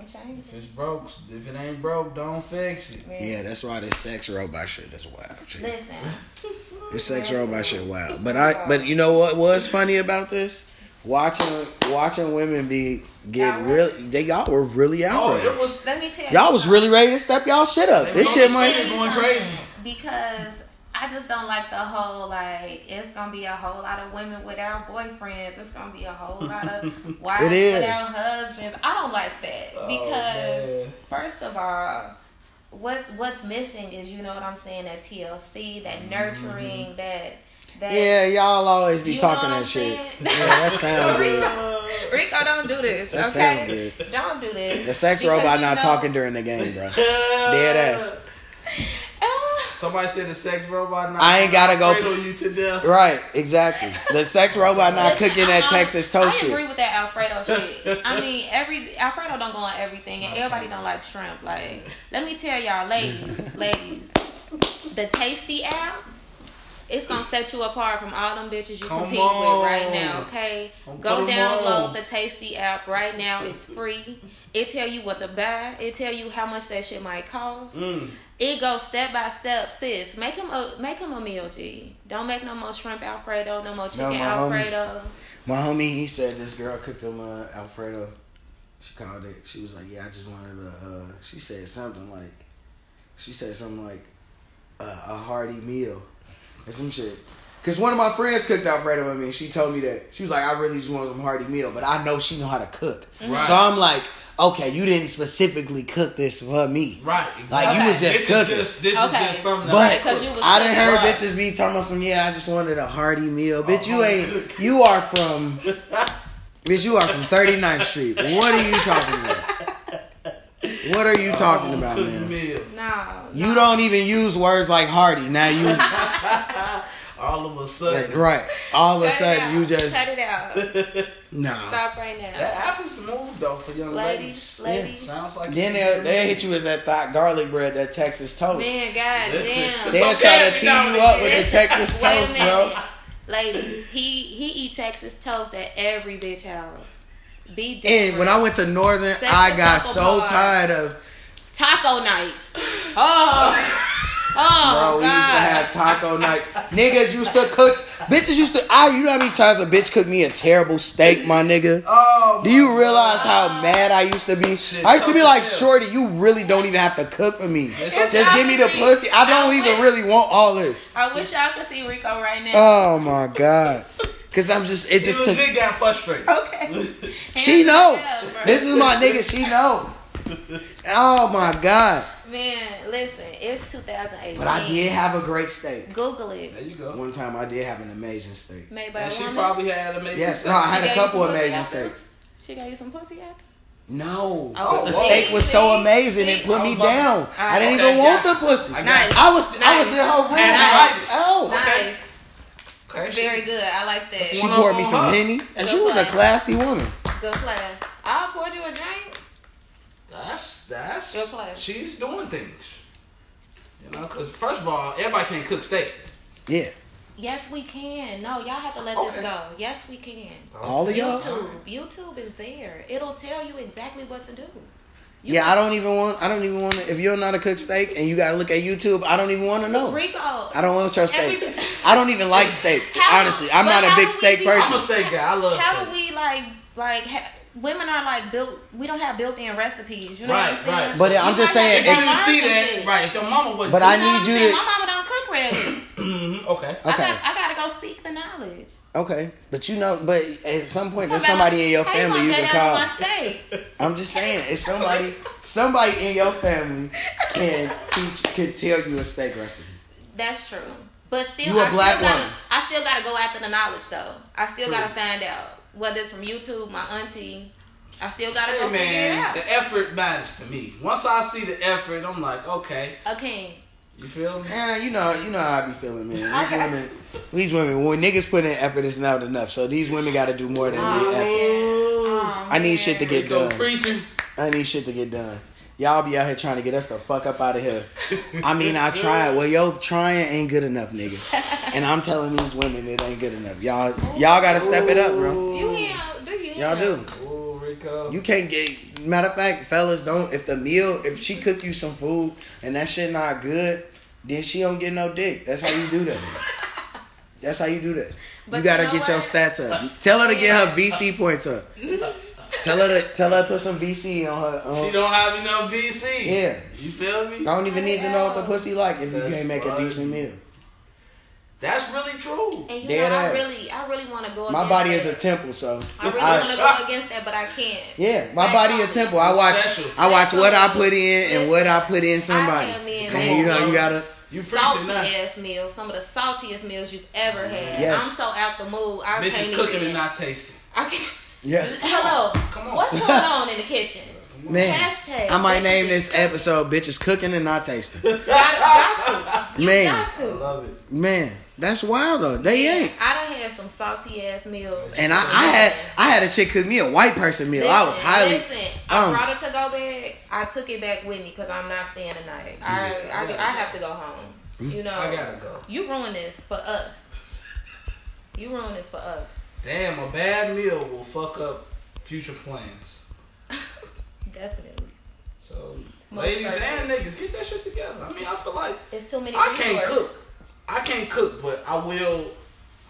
[SPEAKER 3] change
[SPEAKER 1] If
[SPEAKER 3] it.
[SPEAKER 1] it's broke, if it ain't broke, don't fix it.
[SPEAKER 3] Man,
[SPEAKER 2] Yeah, that's why this sex robot shit is wild. shit.
[SPEAKER 3] Listen.
[SPEAKER 2] This sex robot shit wild. But I but you know what was funny about this? Watching watching women be get
[SPEAKER 3] Y'all
[SPEAKER 2] really they y'all were really
[SPEAKER 1] Oh,
[SPEAKER 2] out.
[SPEAKER 1] it was
[SPEAKER 3] Let me tell you.
[SPEAKER 2] y'all was really ready to step y'all shit up. This shit might
[SPEAKER 1] They going crazy.
[SPEAKER 3] because I just don't like the whole like it's gonna be a whole lot of women without boyfriends. It's gonna be a whole lot of wives
[SPEAKER 2] It is.
[SPEAKER 3] without husbands. I don't like that
[SPEAKER 1] Oh,
[SPEAKER 3] because
[SPEAKER 1] man.
[SPEAKER 3] first of all, what what's missing is you know what I'm saying that TLC, that nurturing, that that
[SPEAKER 2] Mm-hmm. Yeah, y'all always be
[SPEAKER 3] You know
[SPEAKER 2] talking
[SPEAKER 3] what I'm
[SPEAKER 2] that shit.
[SPEAKER 3] saying?
[SPEAKER 2] Yeah, that sound good.
[SPEAKER 1] Uh,
[SPEAKER 3] Rico, don't do this.
[SPEAKER 2] That sound
[SPEAKER 3] okay, don't do this.
[SPEAKER 2] The sex
[SPEAKER 3] Because
[SPEAKER 2] robot
[SPEAKER 3] you
[SPEAKER 2] not
[SPEAKER 3] know-
[SPEAKER 2] talking during the game, bro. Dead ass.
[SPEAKER 3] Ah,
[SPEAKER 1] Somebody said the sex robot. Not
[SPEAKER 2] I ain't gotta go
[SPEAKER 1] Cradle you to death.
[SPEAKER 2] Right, exactly. The sex robot not
[SPEAKER 3] Listen,
[SPEAKER 2] cooking that
[SPEAKER 3] I-
[SPEAKER 2] Texas
[SPEAKER 3] I
[SPEAKER 2] toast
[SPEAKER 3] agree
[SPEAKER 2] shit.
[SPEAKER 3] with that Alfredo shit. I mean, every Alfredo don't go on everything, and
[SPEAKER 1] Okay.
[SPEAKER 3] everybody don't like shrimp. Like, let me tell y'all, ladies, ladies, the Tasty app, it's gonna set you apart from all them bitches you
[SPEAKER 1] Come
[SPEAKER 3] compete with right now.
[SPEAKER 1] on.
[SPEAKER 3] Okay,
[SPEAKER 1] Don't
[SPEAKER 3] go
[SPEAKER 1] put 'em
[SPEAKER 3] download
[SPEAKER 1] on.
[SPEAKER 3] the Tasty app right now. It's free. It tell you what to buy. It tell you how much that shit might cost.
[SPEAKER 1] Mm.
[SPEAKER 3] It goes step by step, sis. Make him a make him a meal, G. Don't make no more shrimp Alfredo, no more chicken
[SPEAKER 2] my homie.
[SPEAKER 3] Alfredo.
[SPEAKER 2] My homie, he said this girl cooked him uh, Alfredo. She called it. She was like, "Yeah, I just wanted a." Uh, she said something like, she said something like, uh, "A hearty meal," and some shit. Cause one of my friends cooked Alfredo with me, and she told me that she was like, "I really just want some hearty meal," but I know she know how to cook,
[SPEAKER 1] Right.
[SPEAKER 2] so I'm like, "Okay, you didn't specifically cook this for me,
[SPEAKER 1] Right. Exactly.
[SPEAKER 2] Like
[SPEAKER 3] you was
[SPEAKER 2] just
[SPEAKER 1] this
[SPEAKER 2] cooking.
[SPEAKER 1] Is just, this
[SPEAKER 3] Okay.
[SPEAKER 1] is just something.
[SPEAKER 2] But
[SPEAKER 1] that-
[SPEAKER 3] Because you was
[SPEAKER 2] I done heard
[SPEAKER 1] Right.
[SPEAKER 2] bitches be talking about some. Yeah, I just wanted a hearty meal. Bitch, you
[SPEAKER 1] hearty
[SPEAKER 2] ain't.
[SPEAKER 1] cook.
[SPEAKER 2] You are from. bitch, you are from 39th Street. What are you talking about? What are you talking about,
[SPEAKER 1] Cooked
[SPEAKER 2] man?
[SPEAKER 1] meal.
[SPEAKER 3] No.
[SPEAKER 2] You don't even use words like hearty. Now you
[SPEAKER 1] All of a sudden.
[SPEAKER 2] right. All of a
[SPEAKER 3] Cut it
[SPEAKER 2] sudden
[SPEAKER 3] out.
[SPEAKER 2] you
[SPEAKER 3] cut it
[SPEAKER 2] just
[SPEAKER 3] out.
[SPEAKER 2] Nah.
[SPEAKER 3] Stop right
[SPEAKER 1] That
[SPEAKER 3] now.
[SPEAKER 1] app is the move though for young
[SPEAKER 3] Ladies,
[SPEAKER 1] ladies.
[SPEAKER 3] ladies.
[SPEAKER 1] Sounds like
[SPEAKER 2] Then they they hit you with that thought garlic bread, that Texas toast.
[SPEAKER 3] Man, god
[SPEAKER 1] Listen.
[SPEAKER 3] damn.
[SPEAKER 2] They'll
[SPEAKER 1] It's
[SPEAKER 2] try
[SPEAKER 1] okay
[SPEAKER 2] to
[SPEAKER 1] if
[SPEAKER 2] tee
[SPEAKER 1] you don't
[SPEAKER 2] you up
[SPEAKER 1] eat
[SPEAKER 2] with
[SPEAKER 1] it.
[SPEAKER 2] the Texas
[SPEAKER 3] Wait
[SPEAKER 2] toast,
[SPEAKER 3] a minute.
[SPEAKER 2] bro.
[SPEAKER 3] Ladies, he he eat Texas toast at every bitch house. Be different.
[SPEAKER 2] And when I went to Northern,
[SPEAKER 3] Sex
[SPEAKER 2] I
[SPEAKER 3] and
[SPEAKER 2] got
[SPEAKER 3] taco
[SPEAKER 2] so
[SPEAKER 3] bar.
[SPEAKER 2] tired of
[SPEAKER 3] taco nights. Oh,
[SPEAKER 2] bro.
[SPEAKER 3] oh
[SPEAKER 2] We used to have taco nights. Niggas used to cook. Bitches used to. I. You know how many times a bitch cooked me a terrible steak, my nigga.
[SPEAKER 1] Oh,
[SPEAKER 2] Do you realize how mad I used to be?
[SPEAKER 1] Shit,
[SPEAKER 2] I used to be like,
[SPEAKER 1] yeah.
[SPEAKER 2] Shorty, you really don't even have to cook for me.
[SPEAKER 1] okay.
[SPEAKER 2] Just give me the pussy. I don't even really want all this.
[SPEAKER 3] I wish y'all could see Rico right now.
[SPEAKER 2] Oh my god. Cause I'm just
[SPEAKER 1] He
[SPEAKER 2] it just took
[SPEAKER 1] legit got frustrated.
[SPEAKER 3] okay.
[SPEAKER 2] She know.
[SPEAKER 3] Yeah, bro.
[SPEAKER 2] This is my nigga, she know. Oh my god.
[SPEAKER 3] Man, listen, it's 2018.
[SPEAKER 2] But I did have a great steak.
[SPEAKER 3] Google it.
[SPEAKER 1] there you go.
[SPEAKER 2] One time I did have an amazing steak.
[SPEAKER 3] Made by
[SPEAKER 1] And
[SPEAKER 3] a
[SPEAKER 1] she
[SPEAKER 3] woman.
[SPEAKER 1] probably had amazing.
[SPEAKER 2] Yes, no,
[SPEAKER 1] sex.
[SPEAKER 2] I
[SPEAKER 3] Yeah,
[SPEAKER 2] had a
[SPEAKER 3] you
[SPEAKER 2] couple
[SPEAKER 3] supposed to
[SPEAKER 2] amazing
[SPEAKER 3] have to.
[SPEAKER 2] steaks.
[SPEAKER 3] she gave you some pussy after?
[SPEAKER 2] No,
[SPEAKER 3] Oh,
[SPEAKER 2] but the
[SPEAKER 1] whoa.
[SPEAKER 2] steak was so
[SPEAKER 3] See,
[SPEAKER 2] amazing
[SPEAKER 3] see,
[SPEAKER 2] it put
[SPEAKER 1] I
[SPEAKER 2] me
[SPEAKER 1] was about to-
[SPEAKER 2] down. I didn't
[SPEAKER 1] okay,
[SPEAKER 2] even want
[SPEAKER 1] got
[SPEAKER 2] the pussy.
[SPEAKER 1] I got it.
[SPEAKER 2] I was I was
[SPEAKER 3] Nice.
[SPEAKER 2] in her room.
[SPEAKER 1] Nice.
[SPEAKER 2] like, Oh,
[SPEAKER 1] Okay.
[SPEAKER 3] Nice.
[SPEAKER 1] Okay, she-
[SPEAKER 3] Very good. I like that.
[SPEAKER 2] She
[SPEAKER 1] One
[SPEAKER 2] poured
[SPEAKER 1] up
[SPEAKER 2] me
[SPEAKER 1] on
[SPEAKER 2] some
[SPEAKER 1] her.
[SPEAKER 2] henny, and she
[SPEAKER 3] Good
[SPEAKER 2] was a
[SPEAKER 3] plan.
[SPEAKER 2] classy woman.
[SPEAKER 3] Good play. I poured you a drink.
[SPEAKER 1] That's that's.
[SPEAKER 3] Good play.
[SPEAKER 1] She's doing things. You know, because first of all, everybody can't cook steak.
[SPEAKER 2] Yeah,
[SPEAKER 3] Yes, we can. No, y'all have to let this
[SPEAKER 1] Okay.
[SPEAKER 3] go. Yes, we can.
[SPEAKER 2] all of y'all.
[SPEAKER 3] YouTube. YouTube is there. It'll tell you exactly what to do. You
[SPEAKER 2] Yeah, I don't even want. I don't even want. to If you're not a cook steak and you gotta look at YouTube, I don't even want to know.
[SPEAKER 3] Rico.
[SPEAKER 2] I don't want your steak.
[SPEAKER 3] Everybody-
[SPEAKER 2] I don't even like steak.
[SPEAKER 3] How-
[SPEAKER 2] Honestly, I'm
[SPEAKER 3] but
[SPEAKER 2] not a
[SPEAKER 3] how
[SPEAKER 2] big
[SPEAKER 3] do we
[SPEAKER 2] steak
[SPEAKER 3] be-
[SPEAKER 1] I'm a
[SPEAKER 2] person.
[SPEAKER 1] steak guy. I love.
[SPEAKER 3] How do
[SPEAKER 1] steak.
[SPEAKER 3] we like like ha- women are like built? We don't have built-in recipes. You know
[SPEAKER 1] Right,
[SPEAKER 3] what I'm saying?
[SPEAKER 1] right.
[SPEAKER 2] But I'm
[SPEAKER 3] You
[SPEAKER 2] just
[SPEAKER 3] might
[SPEAKER 2] saying,
[SPEAKER 1] If you
[SPEAKER 3] have to
[SPEAKER 1] didn't see
[SPEAKER 3] learn
[SPEAKER 1] that,
[SPEAKER 3] some shit.
[SPEAKER 1] right? If your mama was.
[SPEAKER 2] But
[SPEAKER 3] You
[SPEAKER 2] I
[SPEAKER 3] know what
[SPEAKER 2] need
[SPEAKER 3] I'm
[SPEAKER 2] you
[SPEAKER 3] saying?
[SPEAKER 2] to-
[SPEAKER 3] My mama don't cook really.
[SPEAKER 1] Mhm, okay.
[SPEAKER 3] I,
[SPEAKER 2] Okay,
[SPEAKER 3] got, I gotta go seek the knowledge.
[SPEAKER 2] okay, but you know, but at some point, there's somebody in your
[SPEAKER 3] How you
[SPEAKER 2] family you
[SPEAKER 3] gonna go
[SPEAKER 2] can
[SPEAKER 3] down on My
[SPEAKER 2] call.
[SPEAKER 3] steak?
[SPEAKER 2] I'm just saying, it's somebody. Somebody in your family can teach, can tell you a steak recipe.
[SPEAKER 3] That's true. But still,
[SPEAKER 2] You a
[SPEAKER 3] I
[SPEAKER 2] black
[SPEAKER 3] still gotta,
[SPEAKER 2] woman.
[SPEAKER 3] I still gotta go after the knowledge though. I still
[SPEAKER 1] True.
[SPEAKER 3] gotta find out whether it's from YouTube, my auntie. I still gotta
[SPEAKER 1] Hey
[SPEAKER 3] go
[SPEAKER 1] man,
[SPEAKER 3] figure it
[SPEAKER 1] the effort matters to me. Once I see the effort, I'm like, okay,
[SPEAKER 3] out. Okay.
[SPEAKER 1] you feel me?
[SPEAKER 2] Eh, you know, you know how I be feeling, man. These
[SPEAKER 3] Okay.
[SPEAKER 2] women, these women, when niggas put in effort, it's not enough. So these women got to do more than
[SPEAKER 3] Oh,
[SPEAKER 2] the effort.
[SPEAKER 1] Oh,
[SPEAKER 2] I need shit to get
[SPEAKER 1] Go
[SPEAKER 2] done.
[SPEAKER 1] preaching.
[SPEAKER 2] I need shit to get done. Y'all be out here trying to get us the fuck up out of here. I mean, I tried. Well, yo, trying ain't good enough, nigga. And I'm telling these women it ain't good enough. Y'all, y'all gotta step it up, bro.
[SPEAKER 3] You have, do you?
[SPEAKER 2] Y'all
[SPEAKER 3] have-
[SPEAKER 2] do.
[SPEAKER 1] Oh, Rico.
[SPEAKER 2] You can't get. Matter of fact, fellas, don't. If the meal, if she cook you some food and that shit not good, then she don't get no dick. That's how you do that. That's how you do that.
[SPEAKER 3] But
[SPEAKER 2] you gotta
[SPEAKER 3] you know
[SPEAKER 2] get your
[SPEAKER 3] what?
[SPEAKER 2] stats up. Tell her to get her VC points up. tell her to tell her to put some VC on her.
[SPEAKER 1] she
[SPEAKER 2] On,
[SPEAKER 1] don't have enough VC.
[SPEAKER 2] yeah.
[SPEAKER 1] You feel me?
[SPEAKER 2] I don't even need to know what the pussy like if you
[SPEAKER 1] That's
[SPEAKER 2] can't make a
[SPEAKER 1] funny.
[SPEAKER 2] decent meal.
[SPEAKER 1] That's really true.
[SPEAKER 3] And you
[SPEAKER 2] Dead
[SPEAKER 3] know,
[SPEAKER 2] ass.
[SPEAKER 3] I really, I really want to go.
[SPEAKER 2] My
[SPEAKER 3] against
[SPEAKER 2] body is a
[SPEAKER 3] that.
[SPEAKER 2] temple, so
[SPEAKER 3] I really
[SPEAKER 2] I-
[SPEAKER 3] want to
[SPEAKER 1] Ah.
[SPEAKER 3] go against that, but I can't.
[SPEAKER 2] yeah, my body a temple. I watch
[SPEAKER 1] Special.
[SPEAKER 2] I watch what I put in and what I put in somebody.
[SPEAKER 3] I am in.
[SPEAKER 2] And you know you gotta
[SPEAKER 1] You preaching
[SPEAKER 3] Salty
[SPEAKER 1] that.
[SPEAKER 3] ass meals, some of the saltiest meals you've ever had.
[SPEAKER 2] Yes.
[SPEAKER 3] I'm so out the mood. I
[SPEAKER 1] Bitch
[SPEAKER 3] can't
[SPEAKER 1] is cooking
[SPEAKER 3] even.
[SPEAKER 1] and not tasting.
[SPEAKER 3] I can't.
[SPEAKER 2] yeah.
[SPEAKER 3] Hello.
[SPEAKER 1] Come on.
[SPEAKER 3] What's going on in the kitchen?
[SPEAKER 2] Man,
[SPEAKER 3] Hashtag
[SPEAKER 2] I might
[SPEAKER 3] bitches
[SPEAKER 2] Uh, name
[SPEAKER 3] is
[SPEAKER 2] this episode "Bitches Cooking and Not Tasting."
[SPEAKER 3] Got, got to. You
[SPEAKER 2] Man.
[SPEAKER 3] got
[SPEAKER 1] I
[SPEAKER 3] to.
[SPEAKER 1] love it.
[SPEAKER 2] Man, that's wild though. They ain't.
[SPEAKER 3] I done had some salty ass meals.
[SPEAKER 2] And I, I had I had a chick cook me a white person meal. I was
[SPEAKER 3] Listen,
[SPEAKER 2] highly
[SPEAKER 3] Listen, I
[SPEAKER 2] um,
[SPEAKER 3] brought it to go bag. I took it back with me because I'm not staying tonight. I, I, I, have to go home.
[SPEAKER 2] Mm-hmm.
[SPEAKER 3] You know,
[SPEAKER 1] I gotta go.
[SPEAKER 3] You ruined this for us. You ruined this for us.
[SPEAKER 1] Damn, a bad meal will fuck up future plans.
[SPEAKER 3] Definitely.
[SPEAKER 1] So,
[SPEAKER 3] Most
[SPEAKER 1] ladies and
[SPEAKER 3] certainly.
[SPEAKER 1] niggas, get that shit together. I mean, I feel like
[SPEAKER 3] It's too many.
[SPEAKER 1] I can't
[SPEAKER 3] resources.
[SPEAKER 1] cook. I can't cook, but I will.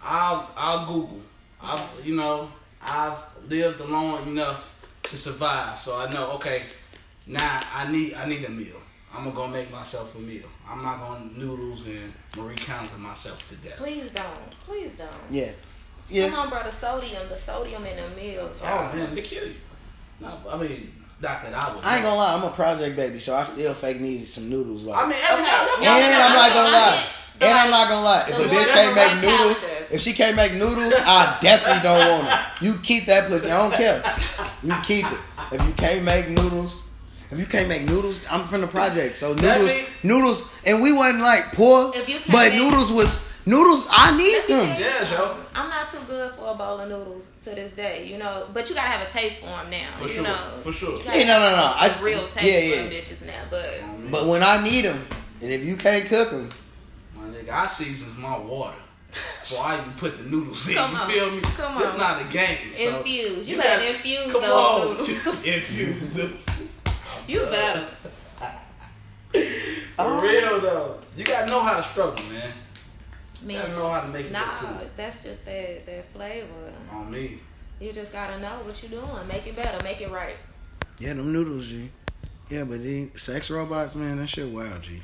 [SPEAKER 1] I'll I'll Google. I you know I've lived long enough to survive, so I know. Okay, now I need I need a meal. I'm gonna go make myself a meal. I'm not gonna noodles and Marie Kondo myself to death.
[SPEAKER 3] Please don't. Please don't.
[SPEAKER 2] yeah
[SPEAKER 3] Come
[SPEAKER 2] yeah.
[SPEAKER 3] on, brother. Sodium. The sodium in the meals.
[SPEAKER 1] Oh
[SPEAKER 3] y'all.
[SPEAKER 1] man, they kill you. No, I mean not that I would.
[SPEAKER 2] I ain't gonna lie, I'm a project baby, so I still fake needed some noodles. Like
[SPEAKER 1] I mean, every
[SPEAKER 3] Okay.
[SPEAKER 1] now and
[SPEAKER 3] Yeah,
[SPEAKER 1] then-
[SPEAKER 2] And
[SPEAKER 3] no, no,
[SPEAKER 2] I'm not
[SPEAKER 3] no,
[SPEAKER 2] gonna
[SPEAKER 3] I
[SPEAKER 2] lie.
[SPEAKER 3] mean, the
[SPEAKER 2] And I'm
[SPEAKER 3] like-
[SPEAKER 2] not gonna lie. If
[SPEAKER 3] the
[SPEAKER 2] a
[SPEAKER 3] more
[SPEAKER 2] bitch can't
[SPEAKER 3] different
[SPEAKER 2] make noodles,
[SPEAKER 3] palaces.
[SPEAKER 2] if she can't make noodles, I definitely don't want her. You keep that pussy. I don't care. You keep it. If you can't make noodles, if you can't make noodles, I'm from the project. So noodles,
[SPEAKER 1] mean-
[SPEAKER 2] noodles, and we wasn't like poor,
[SPEAKER 3] If you can't
[SPEAKER 2] but
[SPEAKER 3] make-
[SPEAKER 2] noodles was noodles. I need them.
[SPEAKER 1] Yeah, yo.
[SPEAKER 3] I'm not too good for a bowl of noodles to this day, you know. But you gotta have a taste for them now,
[SPEAKER 1] For
[SPEAKER 3] you
[SPEAKER 1] sure.
[SPEAKER 3] know.
[SPEAKER 1] For sure.
[SPEAKER 3] You gotta
[SPEAKER 2] Yeah, no, no, no.
[SPEAKER 3] have
[SPEAKER 2] I-
[SPEAKER 3] A real taste
[SPEAKER 2] yeah,
[SPEAKER 3] for
[SPEAKER 2] yeah.
[SPEAKER 3] them bitches now, but
[SPEAKER 2] But when I need them, and if you can't cook them,
[SPEAKER 1] My nigga, I seasons my water. So I even put the noodles in.
[SPEAKER 3] Come
[SPEAKER 1] you
[SPEAKER 3] on,
[SPEAKER 1] feel me?
[SPEAKER 3] come
[SPEAKER 1] It's
[SPEAKER 3] on.
[SPEAKER 1] not a game. So
[SPEAKER 3] infuse. You,
[SPEAKER 1] you
[SPEAKER 3] better
[SPEAKER 1] gotta-
[SPEAKER 3] infuse
[SPEAKER 1] come
[SPEAKER 3] those
[SPEAKER 1] on.
[SPEAKER 3] noodles.
[SPEAKER 1] Infuse them.
[SPEAKER 3] you better.
[SPEAKER 1] For real though. You gotta know how to struggle, man. You gotta
[SPEAKER 3] Man,
[SPEAKER 1] know how to make it
[SPEAKER 3] nah,
[SPEAKER 1] look cool.
[SPEAKER 3] that's just that that flavor.
[SPEAKER 1] On me.
[SPEAKER 3] You just gotta know what you're doing. Make it better. Make it right.
[SPEAKER 2] yeah, them noodles, G. Yeah, but then sex robots, man, that shit wild, G.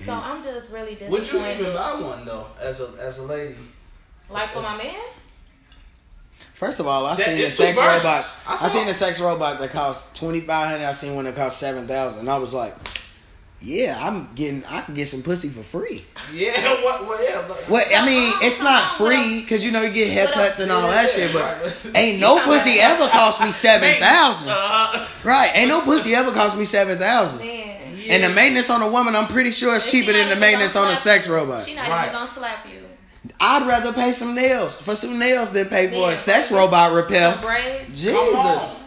[SPEAKER 3] So
[SPEAKER 2] Yeah.
[SPEAKER 3] I'm just really disappointed.
[SPEAKER 1] Would Mm-hmm. you even buy one though, as a as a lady?
[SPEAKER 3] Like for my man?
[SPEAKER 2] First of all, I
[SPEAKER 1] That-
[SPEAKER 2] seen the
[SPEAKER 1] it's two
[SPEAKER 2] sex
[SPEAKER 1] versions.
[SPEAKER 2] robots.
[SPEAKER 1] I
[SPEAKER 2] I,
[SPEAKER 1] saw
[SPEAKER 2] seen
[SPEAKER 1] it.
[SPEAKER 2] the sex robot that cost twenty five hundred. I seen one that cost seven thousand. I was like, yeah, I'm getting. I can get some pussy for free.
[SPEAKER 1] Yeah, what? Well, yeah, but
[SPEAKER 2] What I
[SPEAKER 3] Come
[SPEAKER 2] mean,
[SPEAKER 3] on,
[SPEAKER 2] it's
[SPEAKER 3] come
[SPEAKER 2] not
[SPEAKER 3] on, what
[SPEAKER 2] free because you know you get
[SPEAKER 3] what
[SPEAKER 2] haircuts
[SPEAKER 3] else?
[SPEAKER 2] and all that shit, but ain't
[SPEAKER 3] You
[SPEAKER 2] no
[SPEAKER 3] talking
[SPEAKER 2] pussy
[SPEAKER 3] about-
[SPEAKER 2] ever cost me seven thousand.
[SPEAKER 1] Uh,
[SPEAKER 2] Right? Ain't no pussy ever cost me seven thousand.
[SPEAKER 3] Man.
[SPEAKER 1] yeah.
[SPEAKER 2] And the maintenance on a woman, I'm pretty sure
[SPEAKER 3] And
[SPEAKER 2] it's
[SPEAKER 3] she
[SPEAKER 2] cheaper
[SPEAKER 3] not
[SPEAKER 2] than the
[SPEAKER 3] even gonna
[SPEAKER 2] maintenance on a
[SPEAKER 3] slap
[SPEAKER 2] sex robot.
[SPEAKER 3] She not
[SPEAKER 1] Right.
[SPEAKER 3] even gonna slap you.
[SPEAKER 2] I'd rather pay some nails for some nails than pay for
[SPEAKER 3] Yeah.
[SPEAKER 2] a sex robot
[SPEAKER 3] Some
[SPEAKER 2] repair.
[SPEAKER 3] braids.
[SPEAKER 1] Come on.
[SPEAKER 2] Jesus.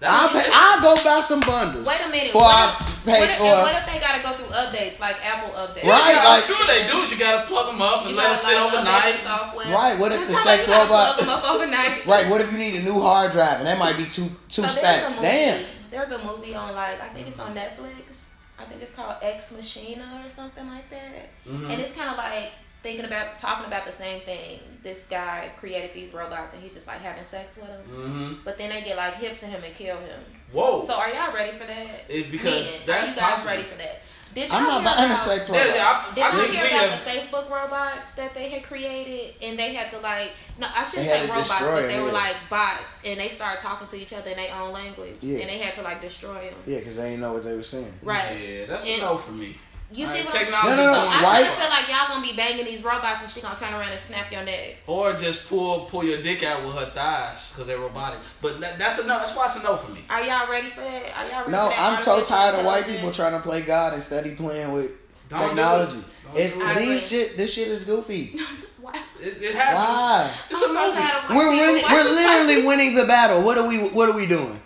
[SPEAKER 1] That's-
[SPEAKER 2] I'll, pay, I'll go buy some bundles.
[SPEAKER 3] Wait a minute.
[SPEAKER 2] Before
[SPEAKER 3] what,
[SPEAKER 2] I
[SPEAKER 3] if,
[SPEAKER 2] pay
[SPEAKER 3] what, if,
[SPEAKER 2] for
[SPEAKER 3] and what if they gotta go through updates like Apple updates?
[SPEAKER 2] Right,
[SPEAKER 1] Yeah,
[SPEAKER 2] like-
[SPEAKER 1] I'm sure they do. You gotta plug them up and
[SPEAKER 3] You
[SPEAKER 1] let
[SPEAKER 3] gotta
[SPEAKER 1] them sit
[SPEAKER 3] like update
[SPEAKER 1] overnight.
[SPEAKER 3] the software.
[SPEAKER 2] Right, what if
[SPEAKER 3] I'm
[SPEAKER 2] the
[SPEAKER 3] talking about
[SPEAKER 2] sex
[SPEAKER 3] you gotta
[SPEAKER 2] robot-
[SPEAKER 3] plug them up overnight.
[SPEAKER 2] Right, what if you need a new hard drive and that might be two
[SPEAKER 3] So
[SPEAKER 2] two
[SPEAKER 3] there's Oh, a
[SPEAKER 2] stacks?
[SPEAKER 3] movie-
[SPEAKER 2] Damn.
[SPEAKER 3] There's a movie on like I think it's on Netflix. I think it's called Ex Machina or something like that.
[SPEAKER 1] Mm-hmm.
[SPEAKER 3] And it's kind of like thinking about talking about the same thing. This guy created these robots and he just like having sex with them.
[SPEAKER 1] Mm-hmm.
[SPEAKER 3] But then they get like hip to him and kill him.
[SPEAKER 1] Whoa.
[SPEAKER 3] So are y'all ready for that?
[SPEAKER 1] It- because
[SPEAKER 3] Men,
[SPEAKER 1] that's
[SPEAKER 3] are you guys
[SPEAKER 1] possible.
[SPEAKER 3] ready for that? Did y'all
[SPEAKER 2] I'm not
[SPEAKER 3] hear
[SPEAKER 2] buying a
[SPEAKER 3] about-
[SPEAKER 2] sex
[SPEAKER 1] yeah,
[SPEAKER 2] robot.
[SPEAKER 1] yeah, I,
[SPEAKER 3] Did
[SPEAKER 1] I
[SPEAKER 3] y'all
[SPEAKER 1] think we
[SPEAKER 3] hear about
[SPEAKER 1] have.
[SPEAKER 3] the Facebook robots that they had created and they had to like no I shouldn't
[SPEAKER 2] They had
[SPEAKER 3] say
[SPEAKER 2] to
[SPEAKER 3] robots
[SPEAKER 2] destroy
[SPEAKER 3] but they
[SPEAKER 2] them,
[SPEAKER 3] were
[SPEAKER 2] yeah.
[SPEAKER 3] like bots and they started talking to each other in their own language
[SPEAKER 2] Yeah.
[SPEAKER 3] and they had to like destroy them
[SPEAKER 2] Yeah, because they ain't know what they were saying.
[SPEAKER 3] right
[SPEAKER 1] Yeah, that's
[SPEAKER 3] And-
[SPEAKER 1] a no for me.
[SPEAKER 3] you
[SPEAKER 1] Like,
[SPEAKER 3] see what I'm-
[SPEAKER 1] technology.
[SPEAKER 2] No, no, no,
[SPEAKER 1] going
[SPEAKER 2] why-
[SPEAKER 1] wrong.
[SPEAKER 3] I kinda feel like y'all gonna be banging these robots and she gonna turn around and snap your neck
[SPEAKER 1] Or just pull pull your dick out with her thighs because they're robotic. But that, that's a no. That's why it's a no for me.
[SPEAKER 3] are y'all ready for that are y'all ready
[SPEAKER 2] No,
[SPEAKER 3] for that
[SPEAKER 2] I'm so
[SPEAKER 3] artificial
[SPEAKER 2] tired of white
[SPEAKER 3] intelligence?
[SPEAKER 2] people trying to play God and study playing with
[SPEAKER 1] Don't do it.
[SPEAKER 2] technology.
[SPEAKER 1] Don't
[SPEAKER 2] It's
[SPEAKER 1] do it.
[SPEAKER 3] I agree.
[SPEAKER 2] these shit. This shit is goofy.
[SPEAKER 3] Why-
[SPEAKER 1] It, it has.
[SPEAKER 2] Why?
[SPEAKER 1] To, it's a
[SPEAKER 3] I'm
[SPEAKER 1] no.
[SPEAKER 3] so
[SPEAKER 1] for me.
[SPEAKER 3] tired of white
[SPEAKER 2] We're
[SPEAKER 3] people.
[SPEAKER 2] really,
[SPEAKER 3] Why
[SPEAKER 2] we're
[SPEAKER 3] should
[SPEAKER 2] literally winning the battle. What are we? What are we doing?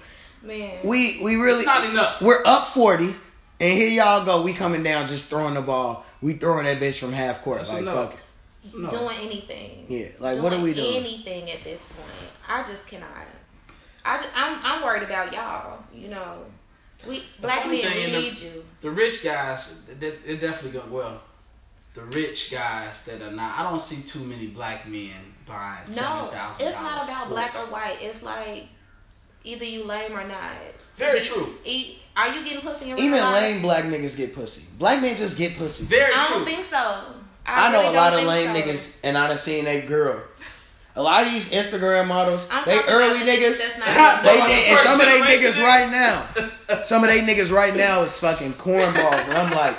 [SPEAKER 3] black- man
[SPEAKER 2] We we really
[SPEAKER 1] It's not enough.
[SPEAKER 2] we're up forty, and here y'all go. We coming down, just throwing the ball. We throwing that bitch from half court.
[SPEAKER 1] That's
[SPEAKER 2] like
[SPEAKER 1] enough.
[SPEAKER 2] fuck it.
[SPEAKER 1] No.
[SPEAKER 3] doing anything.
[SPEAKER 2] Yeah, like, what are we doing?
[SPEAKER 3] Anything at this point? I just cannot. I just, I'm I'm worried about y'all. You know, we black
[SPEAKER 1] funny
[SPEAKER 3] men
[SPEAKER 1] thing
[SPEAKER 3] we
[SPEAKER 1] in the-
[SPEAKER 3] need you.
[SPEAKER 1] the rich guys, they- they're definitely going well. The rich guys that are not, I don't see too many black men buying.
[SPEAKER 3] No,
[SPEAKER 1] $7,000
[SPEAKER 3] it's not about black or
[SPEAKER 1] books.
[SPEAKER 3] white. It's like either you lame or not.
[SPEAKER 1] Very
[SPEAKER 3] Do you-
[SPEAKER 1] true.
[SPEAKER 3] e- Are you getting pussy in real
[SPEAKER 2] Even
[SPEAKER 3] life?
[SPEAKER 2] lame black niggas get pussy. Black men just get pussy.
[SPEAKER 1] Very
[SPEAKER 3] I
[SPEAKER 1] true.
[SPEAKER 3] don't think so. I,
[SPEAKER 2] I know
[SPEAKER 3] really
[SPEAKER 2] a lot
[SPEAKER 3] don't
[SPEAKER 2] of lame
[SPEAKER 3] think so.
[SPEAKER 2] niggas, and I done seen that girl. A lot of these Instagram models,
[SPEAKER 3] I'm
[SPEAKER 2] they
[SPEAKER 3] talking
[SPEAKER 2] early
[SPEAKER 3] about the
[SPEAKER 2] niggas.
[SPEAKER 3] that's not
[SPEAKER 2] They
[SPEAKER 1] Talking about
[SPEAKER 2] did,
[SPEAKER 1] the
[SPEAKER 2] and
[SPEAKER 1] first
[SPEAKER 2] some of they
[SPEAKER 1] generation
[SPEAKER 2] niggas right now, some of they niggas right now is fucking cornballs, and I'm like,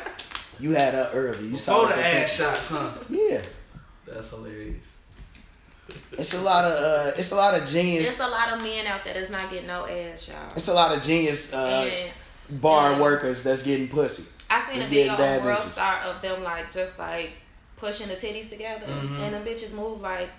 [SPEAKER 2] you had her early, you saw
[SPEAKER 1] Throw
[SPEAKER 2] the
[SPEAKER 1] the ass
[SPEAKER 2] potential.
[SPEAKER 1] shots, huh?
[SPEAKER 2] Yeah,
[SPEAKER 1] That's hilarious.
[SPEAKER 2] it's a lot of uh, it's a lot of
[SPEAKER 3] There's
[SPEAKER 2] genius,
[SPEAKER 3] a lot of men out there that's not getting no ass, y'all.
[SPEAKER 2] it's a lot of genius uh,
[SPEAKER 3] And-
[SPEAKER 2] barn workers that's getting pussy.
[SPEAKER 3] I seen a
[SPEAKER 2] Just
[SPEAKER 3] video
[SPEAKER 2] getting
[SPEAKER 3] on
[SPEAKER 2] bad
[SPEAKER 3] World
[SPEAKER 2] bitches.
[SPEAKER 3] Star of them like just like pushing the titties together,
[SPEAKER 1] Mhm.
[SPEAKER 3] and the bitches move like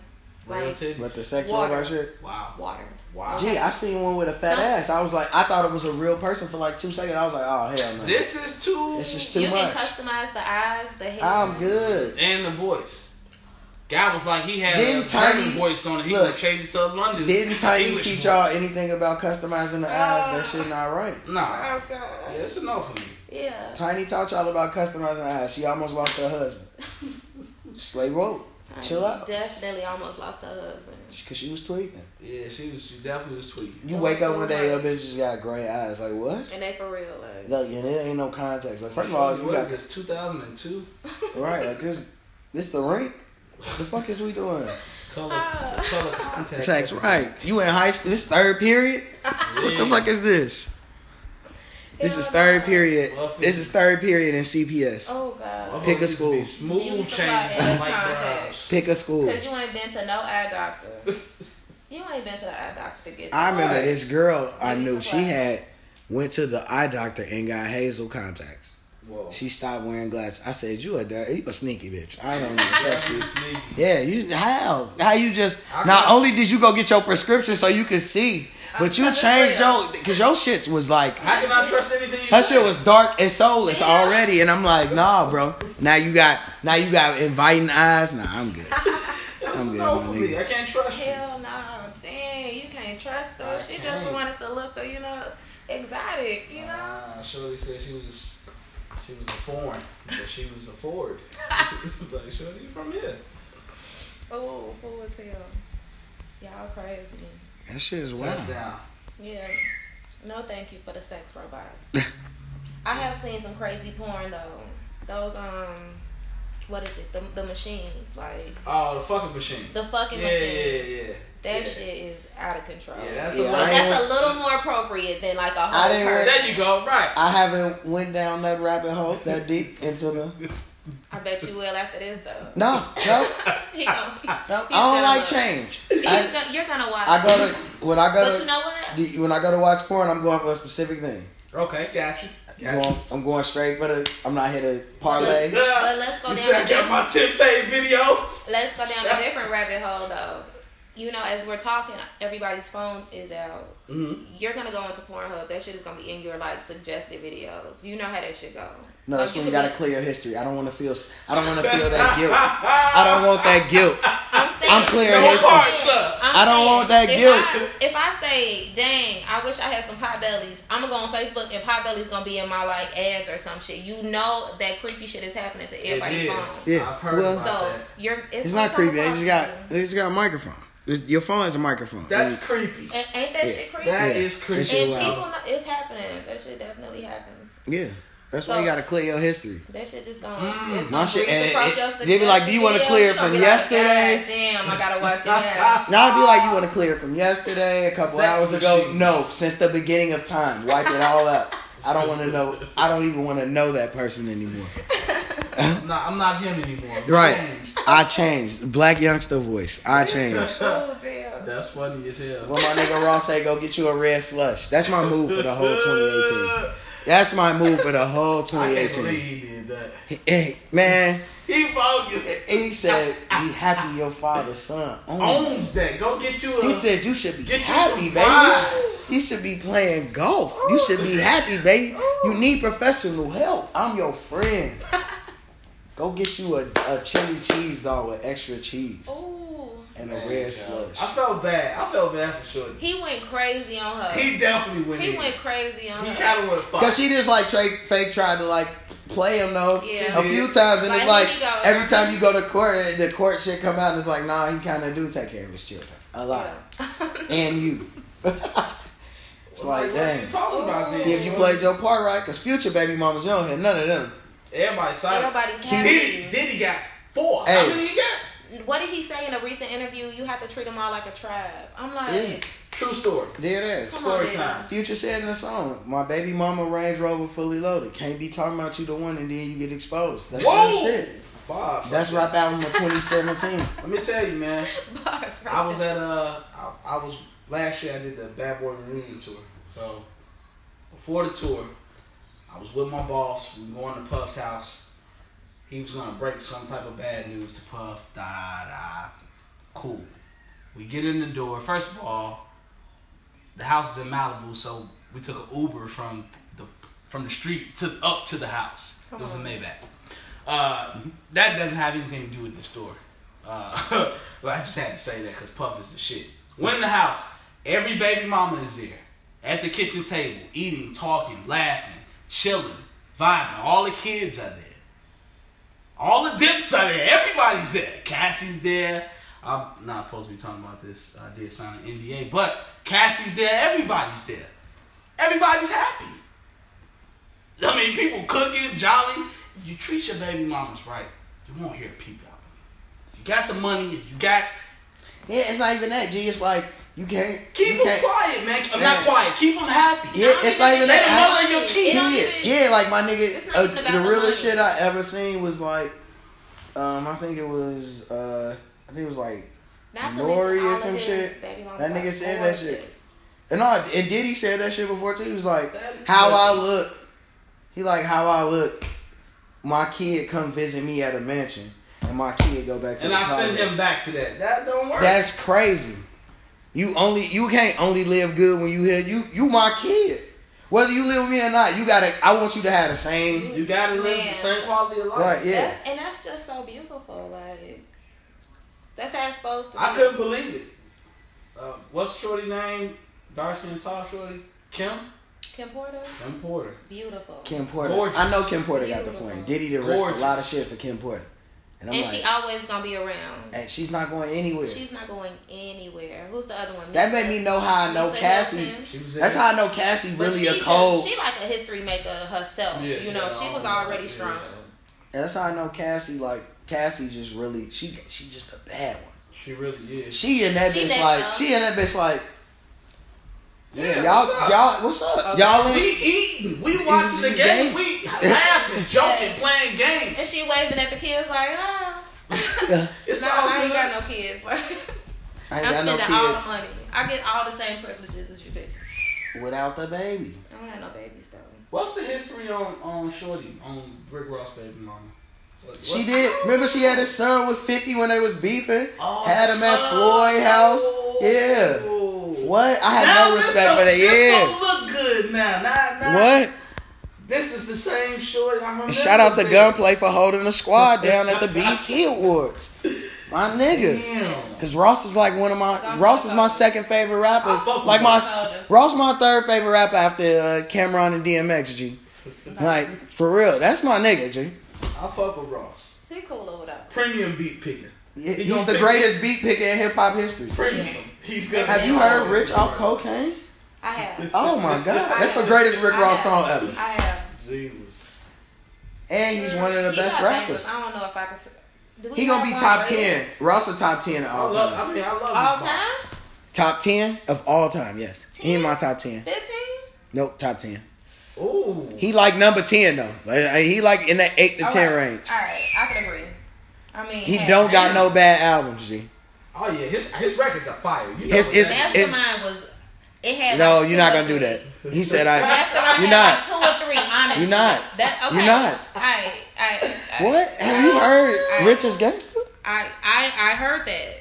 [SPEAKER 1] Real
[SPEAKER 3] like
[SPEAKER 1] titty.
[SPEAKER 2] But the sex
[SPEAKER 3] Water.
[SPEAKER 2] robot shit.
[SPEAKER 1] Wow.
[SPEAKER 3] water.
[SPEAKER 1] Wow.
[SPEAKER 2] Gee, I seen one with a fat
[SPEAKER 3] Some-
[SPEAKER 2] ass. I was like, I thought it was a real person for like two seconds. I was like, oh hell no.
[SPEAKER 1] This is too.
[SPEAKER 2] This is too
[SPEAKER 3] you can
[SPEAKER 2] much.
[SPEAKER 3] customize the eyes, the hair.
[SPEAKER 2] I'm good.
[SPEAKER 1] and the voice. Guy was like he had
[SPEAKER 2] Didn't
[SPEAKER 1] a
[SPEAKER 2] Tiny-
[SPEAKER 1] tiny voice on it. He
[SPEAKER 2] look,
[SPEAKER 1] would change it to London.
[SPEAKER 2] Didn't Tiny
[SPEAKER 1] English
[SPEAKER 2] teach
[SPEAKER 1] voice.
[SPEAKER 2] y'all anything about customizing the eyes? That shit not right.
[SPEAKER 1] Nah.
[SPEAKER 3] Oh god.
[SPEAKER 1] Yeah, it's a no for me.
[SPEAKER 3] Yeah.
[SPEAKER 2] Tiny taught y'all about customizing the eyes. She almost lost her husband. Slay rope.
[SPEAKER 3] Tiny
[SPEAKER 2] Chill out.
[SPEAKER 3] Definitely almost lost her husband.
[SPEAKER 2] Because she was tweaking.
[SPEAKER 1] Yeah, she was. She definitely was tweaking.
[SPEAKER 2] You wake up one day, your bitch just got gray eyes. Like, what?
[SPEAKER 3] And they for real, like
[SPEAKER 2] Look, and it ain't no context. Like, first of all, you
[SPEAKER 1] what
[SPEAKER 2] got
[SPEAKER 1] is this? Two thousand and two.
[SPEAKER 2] right. Like, this, this the rink. The fuck is we doing?
[SPEAKER 1] Color,
[SPEAKER 3] Ah.
[SPEAKER 1] color contact.
[SPEAKER 2] Tax right. You in high school? This third period? What the fuck is this? This is third period. This is third period in CPS.
[SPEAKER 3] Oh god.
[SPEAKER 2] Pick a school.
[SPEAKER 1] Smooth
[SPEAKER 3] You need
[SPEAKER 1] changes.
[SPEAKER 3] some black
[SPEAKER 1] like
[SPEAKER 3] contact.
[SPEAKER 1] brows.
[SPEAKER 2] Pick a school.
[SPEAKER 3] Cause you ain't been to no eye doctor. You ain't been to the eye doctor to get.
[SPEAKER 2] I remember
[SPEAKER 1] Right.
[SPEAKER 2] this girl I
[SPEAKER 3] Maybe
[SPEAKER 2] knew.
[SPEAKER 3] some
[SPEAKER 2] She
[SPEAKER 3] black.
[SPEAKER 2] had went to the eye doctor and got hazel contacts.
[SPEAKER 1] Whoa.
[SPEAKER 2] She stopped wearing glasses. I said, "You a dirty, you a sneaky bitch. I don't even trust you."
[SPEAKER 1] Sneaky.
[SPEAKER 2] Yeah, you how how you just
[SPEAKER 1] I
[SPEAKER 2] not
[SPEAKER 1] can-
[SPEAKER 2] only did you go get your prescription so you could see, but you
[SPEAKER 3] I'm
[SPEAKER 2] changed your
[SPEAKER 3] telling
[SPEAKER 2] because your shits was like
[SPEAKER 1] How can I trust anything? you
[SPEAKER 2] her
[SPEAKER 1] say?
[SPEAKER 2] shit was dark and soulless
[SPEAKER 3] Yeah.
[SPEAKER 2] already, and I'm like, nah, bro. Now you got now you got inviting eyes. Nah, I'm good.
[SPEAKER 1] That's
[SPEAKER 2] I'm
[SPEAKER 1] a
[SPEAKER 2] good,
[SPEAKER 1] no
[SPEAKER 2] my
[SPEAKER 1] for
[SPEAKER 2] nigga.
[SPEAKER 1] me. I can't trust you.
[SPEAKER 3] Hell no, dang, you can't trust her.
[SPEAKER 1] I
[SPEAKER 3] she
[SPEAKER 1] can't.
[SPEAKER 3] just wanted to look, uh, you know, exotic, you know.
[SPEAKER 1] Ah, Shirley said she was she was a foreign, but she was a Ford. It's like Shirley, you from here?
[SPEAKER 3] Oh, fool as hell. Y'all crazy.
[SPEAKER 2] That shit is wild.
[SPEAKER 1] Touchdown.
[SPEAKER 3] Yeah. No, thank you for the sex robots. I have seen some crazy porn though. Those um, what is it? The the machines like.
[SPEAKER 1] Oh, the fucking machines.
[SPEAKER 3] The fucking
[SPEAKER 1] yeah,
[SPEAKER 3] machines.
[SPEAKER 1] Yeah, yeah,
[SPEAKER 3] That
[SPEAKER 1] Yeah.
[SPEAKER 3] shit is out of control.
[SPEAKER 1] yeah. That's a
[SPEAKER 2] Yeah,
[SPEAKER 1] lot.
[SPEAKER 2] I
[SPEAKER 3] But
[SPEAKER 2] ain't-
[SPEAKER 3] that's a little more appropriate than like a
[SPEAKER 2] I
[SPEAKER 3] whole
[SPEAKER 2] didn't
[SPEAKER 3] person.
[SPEAKER 2] really-
[SPEAKER 1] There you go. Right.
[SPEAKER 2] I haven't went down that rabbit hole that deep into the
[SPEAKER 3] I bet you will after this though.
[SPEAKER 2] no no
[SPEAKER 3] He gonna,
[SPEAKER 2] no.
[SPEAKER 3] He's
[SPEAKER 2] I don't
[SPEAKER 3] gonna
[SPEAKER 2] like
[SPEAKER 3] look.
[SPEAKER 2] change.
[SPEAKER 3] he's
[SPEAKER 2] I,
[SPEAKER 3] gonna, you're gonna watch.
[SPEAKER 2] I
[SPEAKER 3] it.
[SPEAKER 2] go to when I go
[SPEAKER 3] but
[SPEAKER 2] to
[SPEAKER 3] you know what?
[SPEAKER 2] the- when I go to watch porn, I'm going for a specific thing.
[SPEAKER 1] Okay, gotcha.
[SPEAKER 2] I'm
[SPEAKER 1] gotcha.
[SPEAKER 2] going, I'm going straight for the. I'm not here to parlay.
[SPEAKER 3] But let's go
[SPEAKER 1] you
[SPEAKER 3] down
[SPEAKER 1] said I
[SPEAKER 3] the
[SPEAKER 1] got my ten paid videos.
[SPEAKER 3] Let's go down a different rabbit hole though. You know, as we're talking, everybody's phone is out.
[SPEAKER 1] Mm-hmm.
[SPEAKER 3] You're gonna go into Pornhub. That shit is gonna be in your like suggested videos. You know how that shit go.
[SPEAKER 2] No,
[SPEAKER 3] So
[SPEAKER 2] that's when you
[SPEAKER 3] could
[SPEAKER 2] gotta
[SPEAKER 3] be-
[SPEAKER 2] clear your history. I don't want to feel. s- I don't want to feel that guilt. I don't want that guilt.
[SPEAKER 3] I'm, saying,
[SPEAKER 2] I'm clearing
[SPEAKER 1] No
[SPEAKER 2] history.
[SPEAKER 1] parts up.
[SPEAKER 3] I'm
[SPEAKER 2] I don't want that
[SPEAKER 3] if
[SPEAKER 2] guilt.
[SPEAKER 3] I, if I say, dang, I wish I had some pot bellies, I'm gonna go on Facebook and pot bellies gonna be in my like ads or some shit. You know that creepy shit is happening to everybody's phone.
[SPEAKER 2] Yeah,
[SPEAKER 1] I've heard
[SPEAKER 2] well-
[SPEAKER 1] about
[SPEAKER 3] So
[SPEAKER 1] that.
[SPEAKER 3] you're it's,
[SPEAKER 2] It's not
[SPEAKER 3] gonna come
[SPEAKER 2] creepy. They
[SPEAKER 3] across
[SPEAKER 2] just got.
[SPEAKER 3] to
[SPEAKER 2] They just got a microphone. Your phone is a microphone.
[SPEAKER 1] That's creepy.
[SPEAKER 3] you. A- ain't that shit creepy?
[SPEAKER 1] That
[SPEAKER 2] Yeah.
[SPEAKER 1] is creepy.
[SPEAKER 2] That shit
[SPEAKER 3] and
[SPEAKER 2] wild.
[SPEAKER 3] people, know, it's happening. That shit definitely happens.
[SPEAKER 2] yeah. That's why
[SPEAKER 3] So-
[SPEAKER 2] you gotta clear your history.
[SPEAKER 3] That shit just gonna,
[SPEAKER 1] Mm.
[SPEAKER 3] it's
[SPEAKER 2] My
[SPEAKER 3] gonna
[SPEAKER 2] shit-
[SPEAKER 3] breeze
[SPEAKER 2] and
[SPEAKER 3] across
[SPEAKER 2] it-
[SPEAKER 3] your
[SPEAKER 2] they be like, do you wanna
[SPEAKER 3] videos.
[SPEAKER 2] clear
[SPEAKER 3] You gonna
[SPEAKER 2] from
[SPEAKER 3] be like,
[SPEAKER 2] yesterday?
[SPEAKER 3] "God damn, I gotta watch it now.
[SPEAKER 2] Now I'd be like, you want to clear it from yesterday, a couple
[SPEAKER 1] Sex
[SPEAKER 2] hours ago.
[SPEAKER 1] machines.
[SPEAKER 2] No, since the beginning of time, wipe it all up. I don't want to know. I don't even want to know that person anymore.
[SPEAKER 1] I'm not, I'm not him anymore. I'm
[SPEAKER 2] Right.
[SPEAKER 1] changed.
[SPEAKER 2] I changed. Black youngster voice. I changed.
[SPEAKER 3] oh damn.
[SPEAKER 1] That's funny as hell.
[SPEAKER 2] Well, my nigga Ross say, go get you a red slush. That's my move for the whole 2018. That's my move for the whole
[SPEAKER 1] I can't
[SPEAKER 2] 2018.
[SPEAKER 1] believe he did that.
[SPEAKER 2] Hey, man,
[SPEAKER 1] He bogus.
[SPEAKER 2] he said, be happy your father's son owns.
[SPEAKER 1] Owns that. Go get you a.
[SPEAKER 2] He said, you should be
[SPEAKER 1] Get you
[SPEAKER 2] happy,
[SPEAKER 1] some
[SPEAKER 2] baby.
[SPEAKER 1] fries.
[SPEAKER 2] You should be playing golf. You should be happy, baby. You need professional help. I'm your friend. Go get you a, a chili cheese dog with extra cheese
[SPEAKER 3] Oh Ooh.
[SPEAKER 2] and a
[SPEAKER 1] Man,
[SPEAKER 2] red
[SPEAKER 1] God.
[SPEAKER 2] slush.
[SPEAKER 1] I felt bad. I felt bad for sure.
[SPEAKER 3] He went crazy on her.
[SPEAKER 1] He definitely went.
[SPEAKER 3] He
[SPEAKER 1] in.
[SPEAKER 3] went crazy on
[SPEAKER 1] He
[SPEAKER 3] her.
[SPEAKER 1] kind of went
[SPEAKER 2] Cause
[SPEAKER 1] fucked.
[SPEAKER 2] she just like tra- fake tried to like play him though
[SPEAKER 3] Yeah.
[SPEAKER 2] a few times, and it's
[SPEAKER 3] Like,
[SPEAKER 2] like
[SPEAKER 3] here you go.
[SPEAKER 2] every time you go to court, the court shit come out, and it's like nah, he kind of do take care of his children a lot, and you. it's like
[SPEAKER 1] what are
[SPEAKER 2] dang.
[SPEAKER 1] you talking about?
[SPEAKER 2] See if you
[SPEAKER 1] nigga?
[SPEAKER 2] played your part right, cause future baby mamas, you don't hear none of them.
[SPEAKER 1] Everybody silent.
[SPEAKER 3] Everybody's
[SPEAKER 1] Diddy,
[SPEAKER 3] happy.
[SPEAKER 1] Diddy got four.
[SPEAKER 2] Hey.
[SPEAKER 1] How many he got?
[SPEAKER 3] What did he say in a recent interview? You have to treat them all like a tribe. I'm like,
[SPEAKER 2] Yeah.
[SPEAKER 1] True story.
[SPEAKER 2] There it is.
[SPEAKER 3] come on,
[SPEAKER 1] Story
[SPEAKER 3] baby.
[SPEAKER 1] time.
[SPEAKER 2] Future said in the song, "My baby mama Range Rover fully loaded. Can't be talking about you the one, and then you get exposed. That's
[SPEAKER 1] Whoa.
[SPEAKER 2] real shit.
[SPEAKER 1] Bob.
[SPEAKER 2] That's rap album of 2017.
[SPEAKER 1] Let me tell you, man.
[SPEAKER 3] Bars, right
[SPEAKER 1] I was at uh, I, I was last year. I did the Bad Boy reunion tour. So before the tour, I was with my boss. We were going to Puff's house. He was gonna break some type of bad news to Puff. Da da da. Cool. We get in the door. First of all, the house is in Malibu, so we took an Uber from the from the street to up to the house.
[SPEAKER 3] Come
[SPEAKER 1] it was a
[SPEAKER 3] on.
[SPEAKER 1] Maybach. Uh, that doesn't have anything to do with the store. Uh, but I just had to say that because Puff is the shit. When in the house, every baby mama is there at the kitchen table, eating, talking, laughing, chilling, vibing. All the kids are there. All the dips are there. Everybody's there. Cassie's there. I'm not supposed to be talking about this. uh, I did sign an NDA, but Cassie's there. Everybody's there. Everybody's happy. I mean, people cooking, jolly. If you treat your baby mamas right, you won't hear a peep out. If you got the money, if you got
[SPEAKER 2] Yeah, it's not even that. G, it's like you can't
[SPEAKER 1] keep
[SPEAKER 2] you
[SPEAKER 1] them
[SPEAKER 2] can't-
[SPEAKER 1] quiet, man. I'm
[SPEAKER 2] Yeah.
[SPEAKER 1] not quiet. Keep them happy.
[SPEAKER 2] Yeah, it's not even
[SPEAKER 1] Let
[SPEAKER 2] that.
[SPEAKER 1] them
[SPEAKER 2] I-
[SPEAKER 1] mother your
[SPEAKER 3] It
[SPEAKER 1] kids.
[SPEAKER 3] don't
[SPEAKER 2] Kids,
[SPEAKER 3] even-
[SPEAKER 2] yeah, like my
[SPEAKER 3] It's
[SPEAKER 2] nigga,
[SPEAKER 3] not
[SPEAKER 2] uh,
[SPEAKER 3] even about
[SPEAKER 2] the
[SPEAKER 3] the
[SPEAKER 2] realest
[SPEAKER 3] money.
[SPEAKER 2] shit I ever seen was like, um, I think it was, uh, I think it was like,
[SPEAKER 3] Not to
[SPEAKER 2] Lori
[SPEAKER 3] mention
[SPEAKER 2] or
[SPEAKER 3] all
[SPEAKER 2] some
[SPEAKER 3] of his
[SPEAKER 2] shit.
[SPEAKER 3] baby mamas
[SPEAKER 2] That nigga
[SPEAKER 3] are
[SPEAKER 2] said that shit.
[SPEAKER 3] gorgeous.
[SPEAKER 2] and no, and Diddy said that shit before too. He was like,
[SPEAKER 1] That is
[SPEAKER 2] how I
[SPEAKER 1] crazy.
[SPEAKER 2] look. He like how I look my kid come visit me at a mansion, and my kid go back to.
[SPEAKER 1] And
[SPEAKER 2] the
[SPEAKER 1] I send
[SPEAKER 2] projects.
[SPEAKER 1] him back to that. That don't work.
[SPEAKER 2] That's crazy. You only you can't only live good when you here. You you my kid. Whether you live with me or not, you gotta. I want you to have the same.
[SPEAKER 1] you gotta live
[SPEAKER 3] Man.
[SPEAKER 1] the same quality of life.
[SPEAKER 2] Right? Yeah.
[SPEAKER 3] That- and that's just so beautiful. Like that's how it's supposed to be.
[SPEAKER 1] I couldn't believe it. Uh, what's Shorty name? Darcy and Tall Shorty? Kim?
[SPEAKER 3] Kim Porter,
[SPEAKER 1] Kim Porter.
[SPEAKER 3] beautiful.
[SPEAKER 2] Kim Porter.
[SPEAKER 1] Gorgeous.
[SPEAKER 2] I know Kim Porter got the flame. Diddy done risked a
[SPEAKER 1] Gorgeous.
[SPEAKER 2] lot of shit for Kim Porter, and I'm
[SPEAKER 3] and
[SPEAKER 2] like,
[SPEAKER 3] she always gonna be around.
[SPEAKER 2] and she's not going anywhere.
[SPEAKER 3] She's not going anywhere. Who's the other one?
[SPEAKER 2] That made me know how I know
[SPEAKER 3] Lisa
[SPEAKER 2] Cassie.
[SPEAKER 3] Hilton.
[SPEAKER 1] She was in
[SPEAKER 2] That's how I know Cassie
[SPEAKER 3] But
[SPEAKER 2] really
[SPEAKER 3] she
[SPEAKER 2] a
[SPEAKER 3] just-
[SPEAKER 2] cold.
[SPEAKER 3] She like a history maker herself.
[SPEAKER 1] Yeah,
[SPEAKER 3] you know,
[SPEAKER 1] yeah,
[SPEAKER 3] she was
[SPEAKER 1] I don't
[SPEAKER 3] already
[SPEAKER 1] know.
[SPEAKER 3] strong.
[SPEAKER 2] That's how I know Cassie. Like Cassie, just really she she just a bad one.
[SPEAKER 1] She really is.
[SPEAKER 2] She and that
[SPEAKER 3] She
[SPEAKER 2] bitch
[SPEAKER 3] next
[SPEAKER 2] like
[SPEAKER 3] up.
[SPEAKER 2] she and that bitch like.
[SPEAKER 1] Yeah,
[SPEAKER 2] Yeah, y'all,
[SPEAKER 1] what's up?
[SPEAKER 2] y'all, what's up?
[SPEAKER 3] Okay.
[SPEAKER 2] Y'all, in-
[SPEAKER 1] We eating, we watching the game, we laughing, joking, playing
[SPEAKER 3] And
[SPEAKER 1] games.
[SPEAKER 3] she waving at the kids like, ah.
[SPEAKER 2] Yeah.
[SPEAKER 1] It's
[SPEAKER 3] no,
[SPEAKER 1] all
[SPEAKER 3] I ain't
[SPEAKER 1] good.
[SPEAKER 3] got no kids.
[SPEAKER 2] I ain't
[SPEAKER 3] I'm
[SPEAKER 2] got
[SPEAKER 3] spending
[SPEAKER 2] no
[SPEAKER 3] all the
[SPEAKER 2] kids
[SPEAKER 3] money. I get all the same privileges as you bitch.
[SPEAKER 2] without the baby.
[SPEAKER 3] I don't have no babies though.
[SPEAKER 1] What's the history on on Shorty on Rick Ross' baby mama? What- what-
[SPEAKER 2] She did. Remember, she had a son with Fifty when they was beefing.
[SPEAKER 1] Oh,
[SPEAKER 2] had him at
[SPEAKER 1] son.
[SPEAKER 2] Floyd House. Yeah. What? I had
[SPEAKER 1] Now
[SPEAKER 2] no
[SPEAKER 1] this
[SPEAKER 2] respect
[SPEAKER 1] don't-
[SPEAKER 2] for that.
[SPEAKER 1] This
[SPEAKER 2] Yeah.
[SPEAKER 1] don't look good now. Nah, nah.
[SPEAKER 2] What?
[SPEAKER 1] This is the same Shorty. I remember
[SPEAKER 2] Shout out to
[SPEAKER 1] this.
[SPEAKER 2] Gunplay for holding the squad down at the BT Awards. My nigga.
[SPEAKER 1] Damn.
[SPEAKER 2] Cause Ross is like one of my Ross is my second favorite rapper.
[SPEAKER 1] I fuck with
[SPEAKER 2] Like my
[SPEAKER 3] Ross.
[SPEAKER 2] Ross my third favorite rapper after uh, Cameron and DMX G. Like for real, that's my nigga G.
[SPEAKER 1] I fuck with Ross.
[SPEAKER 3] He cool over though.
[SPEAKER 1] Premium beat picker.
[SPEAKER 2] Yeah,
[SPEAKER 1] He
[SPEAKER 2] He's
[SPEAKER 1] gonna
[SPEAKER 2] the
[SPEAKER 1] pick-
[SPEAKER 2] greatest beat picker in hip hop history.
[SPEAKER 1] Premium.
[SPEAKER 3] Yeah.
[SPEAKER 1] He's gonna
[SPEAKER 2] Have
[SPEAKER 1] be
[SPEAKER 2] you
[SPEAKER 1] all
[SPEAKER 2] heard
[SPEAKER 1] over
[SPEAKER 2] Rich
[SPEAKER 1] the
[SPEAKER 2] off
[SPEAKER 1] world.
[SPEAKER 2] cocaine?
[SPEAKER 3] I have.
[SPEAKER 2] Oh my god, that's the greatest Rick Ross song ever.
[SPEAKER 3] I have.
[SPEAKER 1] Jesus.
[SPEAKER 2] And he's one of the
[SPEAKER 3] He
[SPEAKER 2] best
[SPEAKER 3] got bangers.
[SPEAKER 2] rappers.
[SPEAKER 3] I don't know if I can. s- Do we
[SPEAKER 2] He gonna
[SPEAKER 3] have
[SPEAKER 2] be
[SPEAKER 3] one
[SPEAKER 2] top
[SPEAKER 3] for you?
[SPEAKER 2] ten. Ross a top ten of
[SPEAKER 1] I
[SPEAKER 2] all
[SPEAKER 1] love.
[SPEAKER 2] time.
[SPEAKER 1] I mean, I love this
[SPEAKER 3] All
[SPEAKER 1] box.
[SPEAKER 3] time?
[SPEAKER 2] Top ten of all time, yes. He in my top ten.
[SPEAKER 3] 15?
[SPEAKER 2] Nope, top ten.
[SPEAKER 1] Ooh.
[SPEAKER 2] He like number ten though. Like, I- he like in that eight to
[SPEAKER 3] All
[SPEAKER 2] ten
[SPEAKER 3] right.
[SPEAKER 2] range.
[SPEAKER 3] All right, I can agree. I mean,
[SPEAKER 2] He
[SPEAKER 3] hey,
[SPEAKER 2] don't got no bad albums, G.
[SPEAKER 1] Oh yeah, his his records are fire. You know
[SPEAKER 2] His-
[SPEAKER 1] what
[SPEAKER 2] his-
[SPEAKER 1] that is.
[SPEAKER 3] Mastermind was. It had. like
[SPEAKER 2] No, you're
[SPEAKER 3] two
[SPEAKER 2] not
[SPEAKER 3] or
[SPEAKER 2] gonna do
[SPEAKER 3] three.
[SPEAKER 2] that. He said I
[SPEAKER 3] Mastermind
[SPEAKER 2] You're
[SPEAKER 3] had like two or three. Honestly,
[SPEAKER 2] You're not.
[SPEAKER 3] That okay?
[SPEAKER 2] You're not.
[SPEAKER 3] All right, all right. all right.
[SPEAKER 2] What? Have you heard
[SPEAKER 3] I-
[SPEAKER 2] Richest Gangster?
[SPEAKER 3] I I I heard that.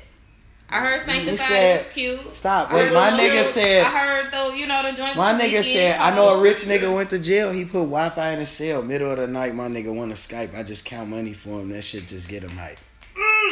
[SPEAKER 3] I heard sanctified
[SPEAKER 2] said-
[SPEAKER 3] is cute.
[SPEAKER 2] Stop.
[SPEAKER 3] I
[SPEAKER 2] Wait,
[SPEAKER 3] heard
[SPEAKER 2] my
[SPEAKER 3] it was
[SPEAKER 2] nigga
[SPEAKER 3] cute.
[SPEAKER 2] said-
[SPEAKER 3] I heard though. You know the joint.
[SPEAKER 2] My
[SPEAKER 3] with the
[SPEAKER 2] nigga
[SPEAKER 3] Biggie.
[SPEAKER 2] said, I know a rich nigga went to jail. He put Wi Fi in his cell. Middle of the night, my nigga want to Skype. I just count money for him. That shit just get him hype.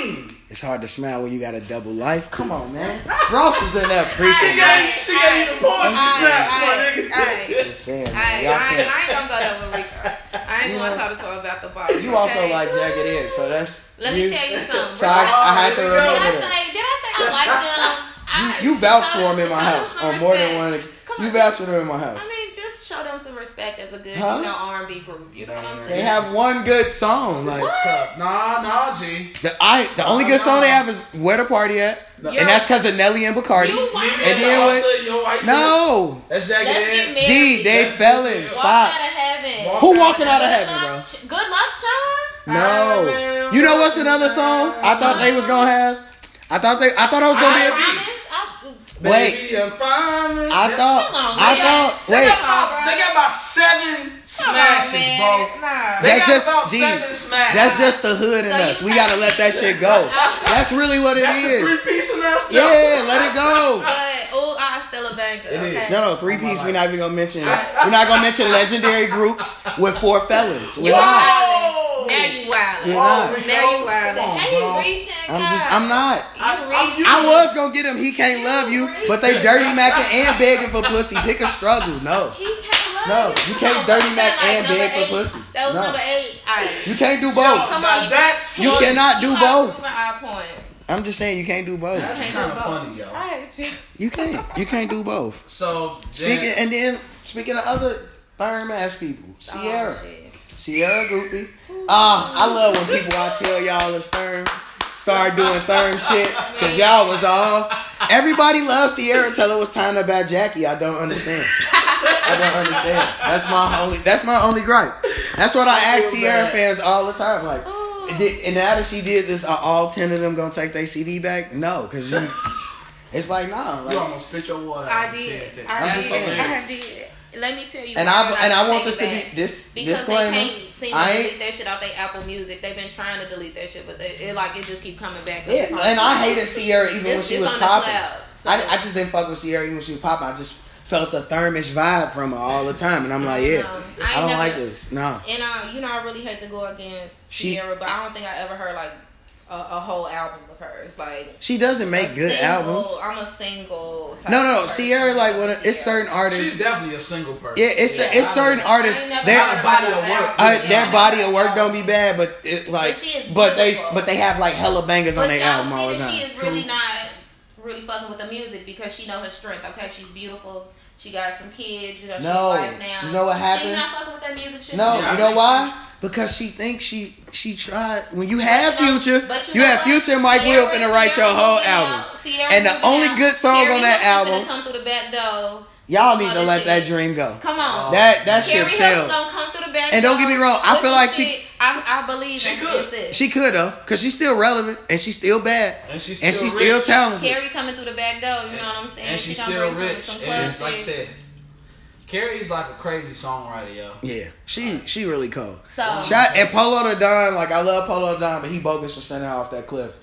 [SPEAKER 3] Mm.
[SPEAKER 2] It's hard to smile when you got a double life. Come on, man. Ross is in there
[SPEAKER 1] She
[SPEAKER 2] preaching. man.
[SPEAKER 1] gave, she gave you the porn
[SPEAKER 3] Aight, aight,
[SPEAKER 1] snaps, my nigga.
[SPEAKER 3] aight.
[SPEAKER 2] Just saying,
[SPEAKER 3] I, I,
[SPEAKER 2] man. Y'all
[SPEAKER 3] ain't-
[SPEAKER 2] can't.
[SPEAKER 3] I ain't gonna go there with Rico. I ain't
[SPEAKER 2] You
[SPEAKER 3] gonna
[SPEAKER 2] know-
[SPEAKER 3] talk to her about the bar.
[SPEAKER 2] You also
[SPEAKER 3] okay?
[SPEAKER 2] like Jagged Edge, so that's.
[SPEAKER 3] Let me tell you something.
[SPEAKER 2] So I,
[SPEAKER 3] bro.
[SPEAKER 2] I had to
[SPEAKER 1] Oh,
[SPEAKER 2] remember
[SPEAKER 1] here
[SPEAKER 3] did I
[SPEAKER 2] that.
[SPEAKER 3] say? Did I say I like them? I,
[SPEAKER 2] You, you
[SPEAKER 3] show
[SPEAKER 2] vouched for him
[SPEAKER 3] them-
[SPEAKER 2] in my
[SPEAKER 3] show them
[SPEAKER 2] house
[SPEAKER 3] some
[SPEAKER 2] on more than
[SPEAKER 3] respect.
[SPEAKER 2] one.
[SPEAKER 3] Come
[SPEAKER 2] You
[SPEAKER 3] on.
[SPEAKER 2] vouched for them in my house.
[SPEAKER 3] I mean, just show them some respect as a good,
[SPEAKER 2] Huh?
[SPEAKER 3] you know, R and B group. You know what I'm saying?
[SPEAKER 2] They have one good song. Like
[SPEAKER 1] What? Nah, nah, G.
[SPEAKER 2] the I, the only good song they have is "Where the Party At,"
[SPEAKER 3] Yo.
[SPEAKER 2] and that's because of Nelly and Bacardi.
[SPEAKER 3] You
[SPEAKER 1] Leave
[SPEAKER 3] wild.
[SPEAKER 1] it
[SPEAKER 2] And then
[SPEAKER 1] alone.
[SPEAKER 2] what-
[SPEAKER 1] I'll tell you, white
[SPEAKER 2] No.
[SPEAKER 1] dude. That's Jagged
[SPEAKER 3] Let's get
[SPEAKER 1] Edge.
[SPEAKER 3] married.
[SPEAKER 2] Gee, they
[SPEAKER 1] That's-
[SPEAKER 2] felon.
[SPEAKER 3] Walk
[SPEAKER 2] Stop.
[SPEAKER 3] out of heaven.
[SPEAKER 1] Walk
[SPEAKER 2] Who walking out of
[SPEAKER 3] Good
[SPEAKER 2] heaven,
[SPEAKER 3] luck,
[SPEAKER 2] bro?
[SPEAKER 3] Ch- Good luck, Sean.
[SPEAKER 2] No. You know what's another song I thought they was gonna have? I thought they. I thought I was gonna
[SPEAKER 3] I
[SPEAKER 2] be. A,
[SPEAKER 3] promise. I,
[SPEAKER 2] Wait.
[SPEAKER 1] Baby, I'm fine.
[SPEAKER 2] I thought.
[SPEAKER 3] Come on,
[SPEAKER 2] Oh, I
[SPEAKER 3] man.
[SPEAKER 2] thought.
[SPEAKER 1] They
[SPEAKER 2] Wait.
[SPEAKER 1] got about, they got about seven
[SPEAKER 3] come on,
[SPEAKER 1] smashes,
[SPEAKER 3] man.
[SPEAKER 1] bro.
[SPEAKER 3] Nah.
[SPEAKER 1] They
[SPEAKER 2] That's
[SPEAKER 1] got
[SPEAKER 2] just-
[SPEAKER 1] about
[SPEAKER 2] G,
[SPEAKER 1] seven smashes.
[SPEAKER 2] That's just the hood in
[SPEAKER 3] So you
[SPEAKER 2] us. We
[SPEAKER 3] tell-
[SPEAKER 2] gotta let that shit go. That's really what it
[SPEAKER 1] That's the
[SPEAKER 2] is.
[SPEAKER 1] three piece in us.
[SPEAKER 2] Yeah, let it go.
[SPEAKER 3] But oh, I still a banger.
[SPEAKER 1] It is.
[SPEAKER 3] Okay.
[SPEAKER 2] No, no, three piece. We're not even gonna mention. We're not gonna mention legendary groups with four felons.
[SPEAKER 3] You
[SPEAKER 2] We're not.
[SPEAKER 1] Whoa.
[SPEAKER 3] wildin'. Now you wildin'.
[SPEAKER 2] You're not.
[SPEAKER 3] Now you
[SPEAKER 1] Come on,
[SPEAKER 3] wildin'. Now you
[SPEAKER 1] bro.
[SPEAKER 3] reaching.
[SPEAKER 2] I'm
[SPEAKER 3] God.
[SPEAKER 2] just. I'm not.
[SPEAKER 3] You
[SPEAKER 1] I-
[SPEAKER 3] reaching.
[SPEAKER 2] I was gonna get him. He can't love you, but they dirty macking and begging for pussy. Pick a struggle. No.
[SPEAKER 3] He can't
[SPEAKER 2] No,
[SPEAKER 3] love
[SPEAKER 2] you can't dirty mac
[SPEAKER 3] That was
[SPEAKER 2] and beg
[SPEAKER 3] number
[SPEAKER 2] for
[SPEAKER 3] eight.
[SPEAKER 2] pussy.
[SPEAKER 3] That was
[SPEAKER 2] No.
[SPEAKER 3] number eight. All right.
[SPEAKER 2] You can't do
[SPEAKER 1] Yo,
[SPEAKER 2] both.
[SPEAKER 3] Come on,
[SPEAKER 1] now
[SPEAKER 3] you-
[SPEAKER 1] that's
[SPEAKER 2] You
[SPEAKER 1] funny.
[SPEAKER 2] cannot do
[SPEAKER 3] You are
[SPEAKER 2] both.
[SPEAKER 3] proving our point.
[SPEAKER 2] I'm just saying you can't do both.
[SPEAKER 1] That's kind of funny, yo.
[SPEAKER 3] I hate you.
[SPEAKER 2] You can't. You can't do both.
[SPEAKER 1] So
[SPEAKER 2] Speaking
[SPEAKER 1] then-
[SPEAKER 2] and then speaking of other burn ass people, Sierra,
[SPEAKER 3] Oh, shit.
[SPEAKER 2] Sierra Goofy. Ah, I love when people I tell y'all it's therms start doing therm shit because y'all was all. Everybody loves Sierra till it was time to bat Jackie. I don't understand. I don't understand. That's my only. That's my only gripe. That's what I,
[SPEAKER 1] I
[SPEAKER 2] ask
[SPEAKER 1] feel
[SPEAKER 2] Sierra
[SPEAKER 1] bad.
[SPEAKER 2] fans all the time. Like,
[SPEAKER 3] Oh.
[SPEAKER 2] did, and now that she did this, are all ten of them gonna take their CD back? No, because you. It's like nah.
[SPEAKER 1] you
[SPEAKER 2] Like,
[SPEAKER 1] almost spit your water.
[SPEAKER 3] I
[SPEAKER 1] out when you said
[SPEAKER 3] did.
[SPEAKER 1] that.
[SPEAKER 3] I
[SPEAKER 2] I'm
[SPEAKER 1] That's
[SPEAKER 3] did.
[SPEAKER 2] just saying.
[SPEAKER 1] hilarious.
[SPEAKER 3] I did. let me tell you.
[SPEAKER 2] And
[SPEAKER 3] why
[SPEAKER 2] I've
[SPEAKER 3] I
[SPEAKER 2] and I
[SPEAKER 3] take
[SPEAKER 2] want
[SPEAKER 3] it
[SPEAKER 2] this to
[SPEAKER 3] back.
[SPEAKER 2] be this
[SPEAKER 3] because
[SPEAKER 2] disclaimer.
[SPEAKER 3] they can't seem
[SPEAKER 2] I
[SPEAKER 3] to
[SPEAKER 2] ain't-
[SPEAKER 3] delete their shit off their Apple Music. They've been trying to delete their shit, but they, it like it just keep coming back.
[SPEAKER 2] Yeah, and I hated Sierra even when
[SPEAKER 3] It's-
[SPEAKER 2] she
[SPEAKER 3] it's
[SPEAKER 2] was
[SPEAKER 3] on the
[SPEAKER 2] popping.
[SPEAKER 3] cloud, so-
[SPEAKER 2] I, I just didn't fuck with Sierra even when she was popping. I just felt the thermish vibe from her all the time, and I'm like, yeah,
[SPEAKER 3] No, Um, I
[SPEAKER 2] I, don't
[SPEAKER 3] never-
[SPEAKER 2] like this. No,
[SPEAKER 3] And I, you know, I really hate to go against
[SPEAKER 2] She-
[SPEAKER 3] Sierra, but I don't think I ever heard like a, a whole album of hers. Like
[SPEAKER 2] she doesn't make
[SPEAKER 3] a
[SPEAKER 2] good
[SPEAKER 3] single-
[SPEAKER 2] albums.
[SPEAKER 3] I'm a single. Type
[SPEAKER 2] No, no, no.
[SPEAKER 3] of person.
[SPEAKER 2] Sierra like when
[SPEAKER 3] Sierra.
[SPEAKER 2] it's certain
[SPEAKER 1] She's
[SPEAKER 2] artists.
[SPEAKER 1] definitely a single person.
[SPEAKER 2] Yeah, it's
[SPEAKER 3] Yeah,
[SPEAKER 2] it's
[SPEAKER 1] I
[SPEAKER 2] certain
[SPEAKER 1] don't-
[SPEAKER 2] artists.
[SPEAKER 3] I ain't never
[SPEAKER 2] Their
[SPEAKER 3] heard
[SPEAKER 1] Her body of
[SPEAKER 3] her
[SPEAKER 1] work.
[SPEAKER 3] album.
[SPEAKER 2] uh,
[SPEAKER 1] Yeah.
[SPEAKER 2] their body of work don't be bad, but it, like,
[SPEAKER 3] she is
[SPEAKER 2] but they
[SPEAKER 3] beautiful.
[SPEAKER 2] but they have like hella bangers on
[SPEAKER 3] But
[SPEAKER 2] their
[SPEAKER 3] y'all
[SPEAKER 2] album all
[SPEAKER 3] see
[SPEAKER 2] the
[SPEAKER 3] that she is
[SPEAKER 2] time.
[SPEAKER 3] really not really fucking with the music because she know her strength. Okay, she's beautiful. She got some kids. You know, she's a
[SPEAKER 2] No.
[SPEAKER 3] wife now.
[SPEAKER 2] You know what happened?
[SPEAKER 3] She's not fucking with that music. shit.
[SPEAKER 2] No,
[SPEAKER 1] Yeah, I
[SPEAKER 2] you know
[SPEAKER 1] think-
[SPEAKER 2] why? Because she thinks she she tried. When you have
[SPEAKER 3] But you know-
[SPEAKER 2] future,
[SPEAKER 3] but
[SPEAKER 2] you,
[SPEAKER 3] know
[SPEAKER 2] have
[SPEAKER 3] what?
[SPEAKER 2] future and Mike
[SPEAKER 3] Sierra-
[SPEAKER 2] Will finna write your
[SPEAKER 3] Sierra
[SPEAKER 2] whole
[SPEAKER 3] Wilson
[SPEAKER 2] album.
[SPEAKER 3] out. Sierra
[SPEAKER 2] And the
[SPEAKER 3] Wilson
[SPEAKER 2] only
[SPEAKER 3] out.
[SPEAKER 2] good song
[SPEAKER 3] Sierra
[SPEAKER 2] on that
[SPEAKER 3] Wilson finna
[SPEAKER 2] album-
[SPEAKER 3] Come through the back door.
[SPEAKER 2] Y'all
[SPEAKER 3] Some
[SPEAKER 2] need to
[SPEAKER 3] other
[SPEAKER 2] let
[SPEAKER 3] shit.
[SPEAKER 2] that dream go.
[SPEAKER 3] Come on.
[SPEAKER 2] That that
[SPEAKER 3] Sierra
[SPEAKER 2] shit
[SPEAKER 3] Wilson
[SPEAKER 2] sell.
[SPEAKER 3] gonna come through the back
[SPEAKER 2] And don't get me
[SPEAKER 3] door.
[SPEAKER 2] wrong, I feel
[SPEAKER 3] Listen
[SPEAKER 2] like
[SPEAKER 3] to
[SPEAKER 2] she-
[SPEAKER 3] it. I, I believe
[SPEAKER 1] She
[SPEAKER 3] in
[SPEAKER 1] could.
[SPEAKER 3] this it.
[SPEAKER 2] She could though, cause she's still relevant and she's still bad
[SPEAKER 1] And she's
[SPEAKER 2] and
[SPEAKER 1] still
[SPEAKER 2] she's
[SPEAKER 1] rich.
[SPEAKER 2] still talented.
[SPEAKER 3] Carrie coming through the back door. You know what I'm saying?
[SPEAKER 1] And
[SPEAKER 3] she
[SPEAKER 1] she's
[SPEAKER 3] gonna
[SPEAKER 1] still
[SPEAKER 3] bring
[SPEAKER 1] rich.
[SPEAKER 3] Some, some club
[SPEAKER 1] and like I
[SPEAKER 3] shit.
[SPEAKER 1] said, Carrie's like a crazy songwriter, yo.
[SPEAKER 2] Yeah, she she really cold.
[SPEAKER 3] So-
[SPEAKER 2] Shot and Polo the Don, like I love Polo the Don, but he bogus for sending her off that cliff.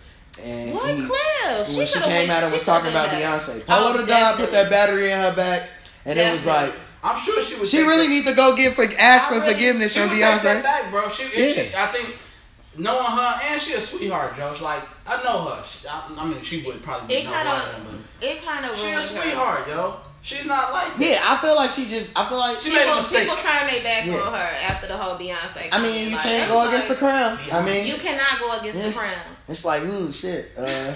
[SPEAKER 2] And
[SPEAKER 3] What
[SPEAKER 2] he-
[SPEAKER 3] Cliff?
[SPEAKER 2] when she
[SPEAKER 3] shoulda
[SPEAKER 2] came
[SPEAKER 3] went-
[SPEAKER 2] out and
[SPEAKER 3] she
[SPEAKER 2] was talking
[SPEAKER 3] shoulda
[SPEAKER 2] about
[SPEAKER 3] went back.
[SPEAKER 2] Beyonce. Polo
[SPEAKER 3] Oh,
[SPEAKER 2] the Don put
[SPEAKER 3] definitely.
[SPEAKER 2] that battery in her back, and it was like
[SPEAKER 3] Definitely.
[SPEAKER 1] I'm sure she was.
[SPEAKER 2] she really need to go get for ask for
[SPEAKER 3] I really-
[SPEAKER 2] forgiveness
[SPEAKER 1] she
[SPEAKER 2] from
[SPEAKER 1] would take that
[SPEAKER 2] Beyonce.
[SPEAKER 1] back, bro. She, if she,
[SPEAKER 2] Yeah.
[SPEAKER 1] I think knowing her, and she a sweetheart, Joe. It's Like I know her. She, I, I mean, she would probably.
[SPEAKER 3] It
[SPEAKER 1] know
[SPEAKER 3] kind
[SPEAKER 1] why,
[SPEAKER 3] of, it kind
[SPEAKER 1] but
[SPEAKER 3] of
[SPEAKER 1] She a
[SPEAKER 3] ruined her.
[SPEAKER 1] sweetheart, yo. She's not like. that.
[SPEAKER 2] Yeah, I feel like she just. I feel like.
[SPEAKER 1] She made a
[SPEAKER 3] People,
[SPEAKER 1] mistake.
[SPEAKER 3] people turn their back
[SPEAKER 2] Yeah.
[SPEAKER 3] on her after the whole Beyonce.
[SPEAKER 2] I mean,
[SPEAKER 3] comment.
[SPEAKER 2] you
[SPEAKER 3] Like,
[SPEAKER 2] can't
[SPEAKER 3] that's
[SPEAKER 2] go against the
[SPEAKER 3] like-
[SPEAKER 2] crown. I
[SPEAKER 3] You
[SPEAKER 2] mean,
[SPEAKER 3] cannot go against
[SPEAKER 2] Yeah.
[SPEAKER 3] the crown.
[SPEAKER 2] it's like ooh shit. Uh,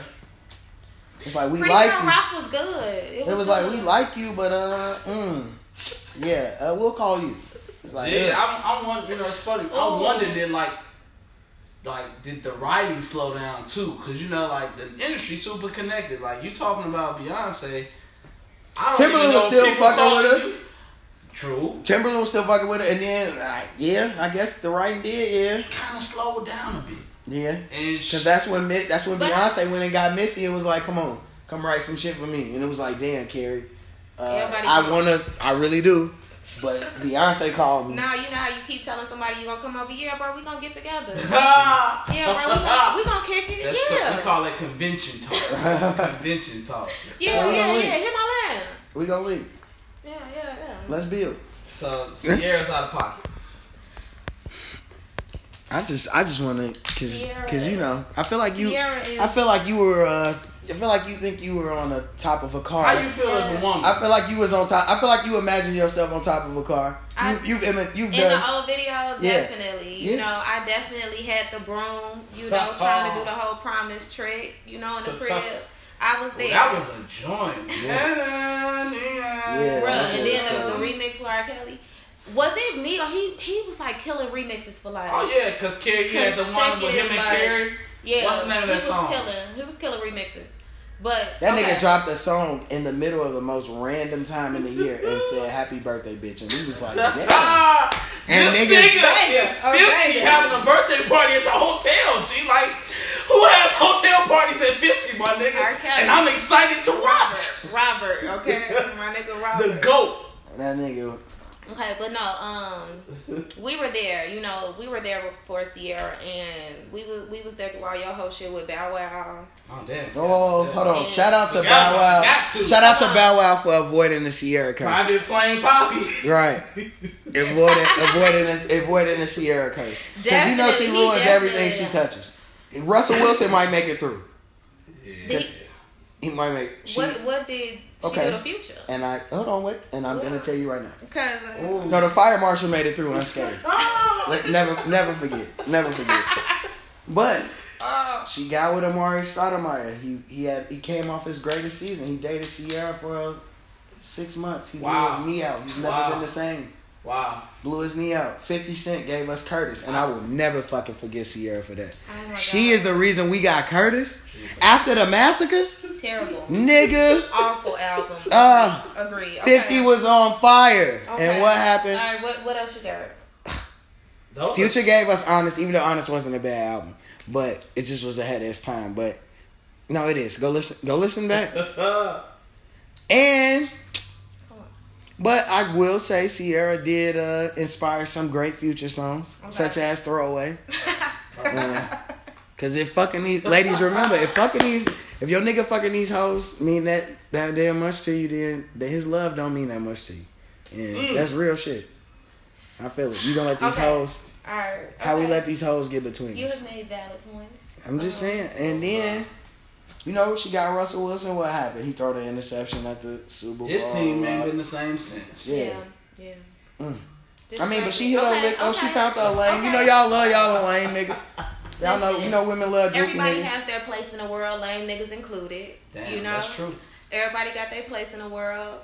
[SPEAKER 2] it's like we
[SPEAKER 3] Pretty
[SPEAKER 2] like
[SPEAKER 3] Brown
[SPEAKER 2] you.
[SPEAKER 3] Rock was good. It was,
[SPEAKER 2] It was like
[SPEAKER 3] good.
[SPEAKER 2] we like you, but uh, mm, yeah, uh, we'll call you. It's like
[SPEAKER 1] Yeah,
[SPEAKER 2] yeah,
[SPEAKER 1] I'm, I'm wondering. You know, it's funny.
[SPEAKER 3] Ooh.
[SPEAKER 1] I'm wondering, then, like, like did the writing slow down too? Because you know, like the industry super connected. Like you talking about Beyonce. I don't even
[SPEAKER 2] Timberland was
[SPEAKER 1] know if
[SPEAKER 2] still
[SPEAKER 1] people
[SPEAKER 2] fucking
[SPEAKER 1] calling
[SPEAKER 2] with her.
[SPEAKER 1] you- True.
[SPEAKER 2] Timberland was still fucking with it, and then uh, yeah, I guess the writing did,
[SPEAKER 1] Kind of slowed down a bit.
[SPEAKER 2] yeah, yeah,
[SPEAKER 1] And she,
[SPEAKER 2] because that's when Mi- that's when
[SPEAKER 3] But-
[SPEAKER 2] Beyonce went and got Missy. It was like, come on, come write some shit for me, and it was like, damn, Carrie, uh,
[SPEAKER 3] Everybody
[SPEAKER 2] I
[SPEAKER 3] called.
[SPEAKER 2] wanna, I really do, but Beyonce called me.
[SPEAKER 3] Now you know how you keep telling somebody you gonna come over. Yeah, bro, we gonna get together.
[SPEAKER 1] yeah,
[SPEAKER 3] Yeah, bro, we gonna we gonna kick it.
[SPEAKER 1] That's
[SPEAKER 3] yeah,
[SPEAKER 1] co- we call it convention talk. convention talk.
[SPEAKER 3] yeah,
[SPEAKER 2] Oh, we
[SPEAKER 3] yeah,
[SPEAKER 2] gonna
[SPEAKER 3] yeah,
[SPEAKER 2] leave.
[SPEAKER 3] Hit my land.
[SPEAKER 2] We gonna leave.
[SPEAKER 3] Yeah, yeah, yeah.
[SPEAKER 2] Let's build.
[SPEAKER 1] So Sierra's out of pocket.
[SPEAKER 2] I just, I just wanna, cause, cause you know, I feel like you.
[SPEAKER 3] Sierra is.
[SPEAKER 2] I feel like you were. Uh, I feel like you think you were on the top of a car.
[SPEAKER 1] How you feel as a woman?
[SPEAKER 2] I feel like you was on top. I feel like you imagine yourself on top of a car.
[SPEAKER 3] I-
[SPEAKER 2] you, you've imi- you've
[SPEAKER 3] in
[SPEAKER 2] done.
[SPEAKER 3] the old video,
[SPEAKER 2] Yeah.
[SPEAKER 3] definitely. You
[SPEAKER 2] Yeah.
[SPEAKER 3] know, I definitely had the broom, you know, trying to do the whole promise trick, you know, in the crib. I was
[SPEAKER 1] Well,
[SPEAKER 3] there.
[SPEAKER 1] that was a joint.
[SPEAKER 2] Yeah,
[SPEAKER 3] Bruh, and
[SPEAKER 2] that's what it's
[SPEAKER 3] then there was a
[SPEAKER 2] called.
[SPEAKER 3] remix with R. Kelly. Was it me or he? He was like killing remixes for like.
[SPEAKER 1] Oh yeah, cause Carrie you had the one with him
[SPEAKER 3] Consecutive,
[SPEAKER 1] and
[SPEAKER 3] like-
[SPEAKER 1] Carrie.
[SPEAKER 3] yeah.
[SPEAKER 1] what's the name of
[SPEAKER 3] he
[SPEAKER 1] that
[SPEAKER 3] was
[SPEAKER 1] song?
[SPEAKER 3] Killing, he was killing remixes. But
[SPEAKER 2] That
[SPEAKER 3] okay.
[SPEAKER 2] nigga dropped a song in the middle of the most random time in the year and said "Happy Birthday, bitch," and we was like, "Damn."
[SPEAKER 1] Ah,
[SPEAKER 2] And
[SPEAKER 1] this
[SPEAKER 2] niggas-
[SPEAKER 1] nigga is
[SPEAKER 3] Oh,
[SPEAKER 1] 50
[SPEAKER 3] baby.
[SPEAKER 1] having a birthday party at the hotel. G like, who has hotel parties at fifty, my
[SPEAKER 3] R.
[SPEAKER 1] nigga?
[SPEAKER 3] Kelly.
[SPEAKER 1] And I'm excited to watch
[SPEAKER 3] Robert, okay, my nigga Robert.
[SPEAKER 1] the goat.
[SPEAKER 2] That nigga.
[SPEAKER 3] Okay, but no, um, we were there. You know, we were there for Sierra, and we was we was there through all your whole shit with Bow Wow.
[SPEAKER 1] Oh damn.
[SPEAKER 2] Oh, hold on. Shout out to
[SPEAKER 1] Got
[SPEAKER 2] Bow
[SPEAKER 1] to-
[SPEAKER 2] Wow.
[SPEAKER 1] got to.
[SPEAKER 2] Shout out to Bow Wow for avoiding the Sierra curse.
[SPEAKER 1] Private plane poppy.
[SPEAKER 2] Right. Avoiding, avoiding, the, avoiding the Sierra curse. Because you know she
[SPEAKER 3] Definitely,
[SPEAKER 2] ruins everything she
[SPEAKER 3] definitely.
[SPEAKER 2] touches. Russell Wilson might make it through. He might make. She,
[SPEAKER 3] what what did
[SPEAKER 2] Okay.
[SPEAKER 3] she do to Future?
[SPEAKER 2] And I hold on, wait, and I'm gonna tell you right now.
[SPEAKER 3] Because
[SPEAKER 2] No, the fire marshal made it through unscathed.
[SPEAKER 1] Ah.
[SPEAKER 2] Let, never, never forget, never forget. But
[SPEAKER 3] oh,
[SPEAKER 2] she got with Amari Stoudemire. He he had he came off his greatest season. He dated Sierra for uh, six months. He
[SPEAKER 1] Wow.
[SPEAKER 2] blew his knee out. He's never
[SPEAKER 1] Wow.
[SPEAKER 2] been the same.
[SPEAKER 1] Wow.
[SPEAKER 2] Blew his knee out. Fifty Cent gave us Curtis, and I will never fucking forget Sierra for that.
[SPEAKER 3] Oh my
[SPEAKER 2] she
[SPEAKER 3] God.
[SPEAKER 2] is the reason we got Curtis after the massacre,
[SPEAKER 3] terrible,
[SPEAKER 2] nigga.
[SPEAKER 3] awful album.
[SPEAKER 2] Uh,
[SPEAKER 3] Agree. Okay.
[SPEAKER 2] Fifty was on fire,
[SPEAKER 3] Okay.
[SPEAKER 2] and what happened?
[SPEAKER 3] All right, what what else you got?
[SPEAKER 1] Those are-
[SPEAKER 2] Future gave us Honest, even though Honest wasn't a bad album, but it just was ahead of its time. But
[SPEAKER 1] uh,
[SPEAKER 2] no, it is. Go listen. Go listen back.
[SPEAKER 1] Ah.
[SPEAKER 2] And But I will say Sierra did uh, inspire some great future songs,
[SPEAKER 3] Okay.
[SPEAKER 2] such as Throwaway. Uh, Cause if fucking these ladies remember, if fucking these if your nigga fucking these hoes mean that that damn much to you, then, then his love don't mean that much to you. And that's real shit. I feel it. You gonna let these
[SPEAKER 3] Mm. Okay.
[SPEAKER 2] hoes
[SPEAKER 3] All right.
[SPEAKER 2] how we
[SPEAKER 3] okay.
[SPEAKER 2] let these hoes get between
[SPEAKER 3] You
[SPEAKER 2] us.
[SPEAKER 3] have made valid points.
[SPEAKER 2] I'm just
[SPEAKER 3] Um,
[SPEAKER 2] saying. And then you know she got Russell Wilson, what happened? He throw the interception at the Super Bowl.
[SPEAKER 1] This team ain't
[SPEAKER 2] uh,
[SPEAKER 1] been the same since.
[SPEAKER 2] Yeah.
[SPEAKER 3] Yeah.
[SPEAKER 2] Mm.
[SPEAKER 3] Just
[SPEAKER 2] I mean, but she
[SPEAKER 3] like-
[SPEAKER 2] hit her lick. Oh, she found the lane. You know,
[SPEAKER 3] okay.
[SPEAKER 2] y'all love y'all a lame nigga. Y'all know, you know, women love goofy
[SPEAKER 3] Everybody
[SPEAKER 2] niggas.
[SPEAKER 3] has their place in the world, lame niggas included.
[SPEAKER 1] Damn,
[SPEAKER 3] you know,
[SPEAKER 1] that's true.
[SPEAKER 3] everybody got their place in the world.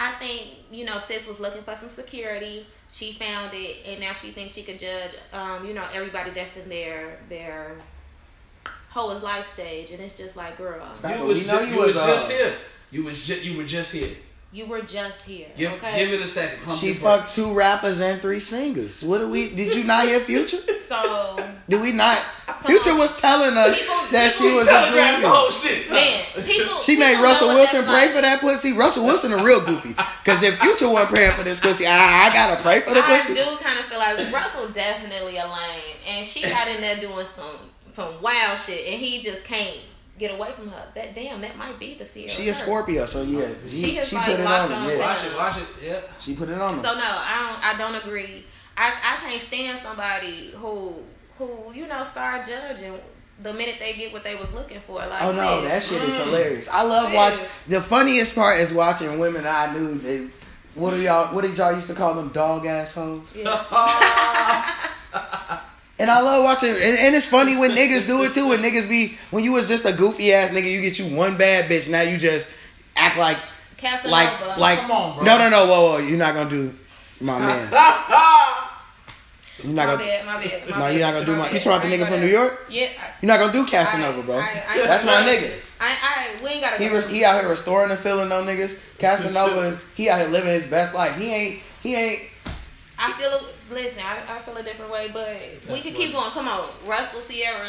[SPEAKER 3] I think you know, sis was looking for some security. She found it, and now she thinks she could judge. Um, you know, everybody that's in their their whole is life stage, and it's just like, girl,
[SPEAKER 2] Stop it.
[SPEAKER 1] You
[SPEAKER 2] We
[SPEAKER 1] was,
[SPEAKER 2] know
[SPEAKER 1] ju-
[SPEAKER 2] you
[SPEAKER 1] you was,
[SPEAKER 2] was, uh,
[SPEAKER 1] just here. You was ju- you were just here.
[SPEAKER 3] you were just here.
[SPEAKER 1] Give,
[SPEAKER 3] okay,
[SPEAKER 1] give it a second. Pump
[SPEAKER 2] She
[SPEAKER 1] your brakes.
[SPEAKER 2] fucked two rappers and three singers. What do we? Did you not hear Future?
[SPEAKER 3] so
[SPEAKER 2] Did we not? Future was telling us that she was a
[SPEAKER 1] Telegraph the whole
[SPEAKER 2] goofy.
[SPEAKER 1] shit.
[SPEAKER 3] man, oh, people.
[SPEAKER 2] She made
[SPEAKER 3] people know
[SPEAKER 2] Russell
[SPEAKER 3] what
[SPEAKER 2] Wilson
[SPEAKER 3] that's
[SPEAKER 2] pray
[SPEAKER 3] like.
[SPEAKER 2] for that pussy. Russell Wilson a real goofy. Cause if Future wasn't praying for this pussy, I, I gotta pray for the
[SPEAKER 3] I
[SPEAKER 2] pussy.
[SPEAKER 3] do kind of feel like Russell definitely a lame, and she got in there doing some some wild shit, and he just can't get away from her. That damn, that might be the Sierra.
[SPEAKER 2] She a
[SPEAKER 3] Curse.
[SPEAKER 2] Scorpio, so yeah, she,
[SPEAKER 3] She is
[SPEAKER 2] she
[SPEAKER 3] like
[SPEAKER 2] put it on
[SPEAKER 3] locked
[SPEAKER 2] him.
[SPEAKER 3] on
[SPEAKER 2] Yeah,
[SPEAKER 3] that.
[SPEAKER 1] Watch it, watch it. Yeah.
[SPEAKER 2] she put it on him.
[SPEAKER 3] So no, I don't. I don't agree. I I can't stand somebody who who you know start judging the minute they get what they was looking for. Like
[SPEAKER 2] Oh no,
[SPEAKER 3] sis,
[SPEAKER 2] that shit is hilarious. I love watching. The funniest part is watching women I knew. They, what do y'all? What did y'all used to call them? Dog assholes. And I love watching. And, and it's funny when niggas do it too. When niggas be when you was just a goofy ass nigga, you get you one bad bitch. Now you just act like
[SPEAKER 3] Casanova.
[SPEAKER 2] like like.
[SPEAKER 1] Come on, bro.
[SPEAKER 2] No no no whoa whoa. You're not gonna do my man. You're
[SPEAKER 3] my
[SPEAKER 2] not gonna.
[SPEAKER 3] bad, my bad. my
[SPEAKER 2] No,
[SPEAKER 3] bad,
[SPEAKER 2] you're not gonna do my.
[SPEAKER 3] bad.
[SPEAKER 2] You talking about
[SPEAKER 3] I
[SPEAKER 2] the
[SPEAKER 3] ain't
[SPEAKER 2] nigga from
[SPEAKER 3] gonna-
[SPEAKER 2] New York?
[SPEAKER 3] Yeah,
[SPEAKER 2] You're not gonna do Casanova,
[SPEAKER 3] I-
[SPEAKER 2] bro.
[SPEAKER 3] I- I-
[SPEAKER 2] That's my nigga.
[SPEAKER 3] I I we ain't gotta.
[SPEAKER 2] He
[SPEAKER 3] go.
[SPEAKER 2] was he out here restoring and filling on niggas. Casanova, he out here living his best life. He ain't he ain't
[SPEAKER 3] I feel a, listen. I, I feel a different way, but we could keep going. Come on, Russell Sierra.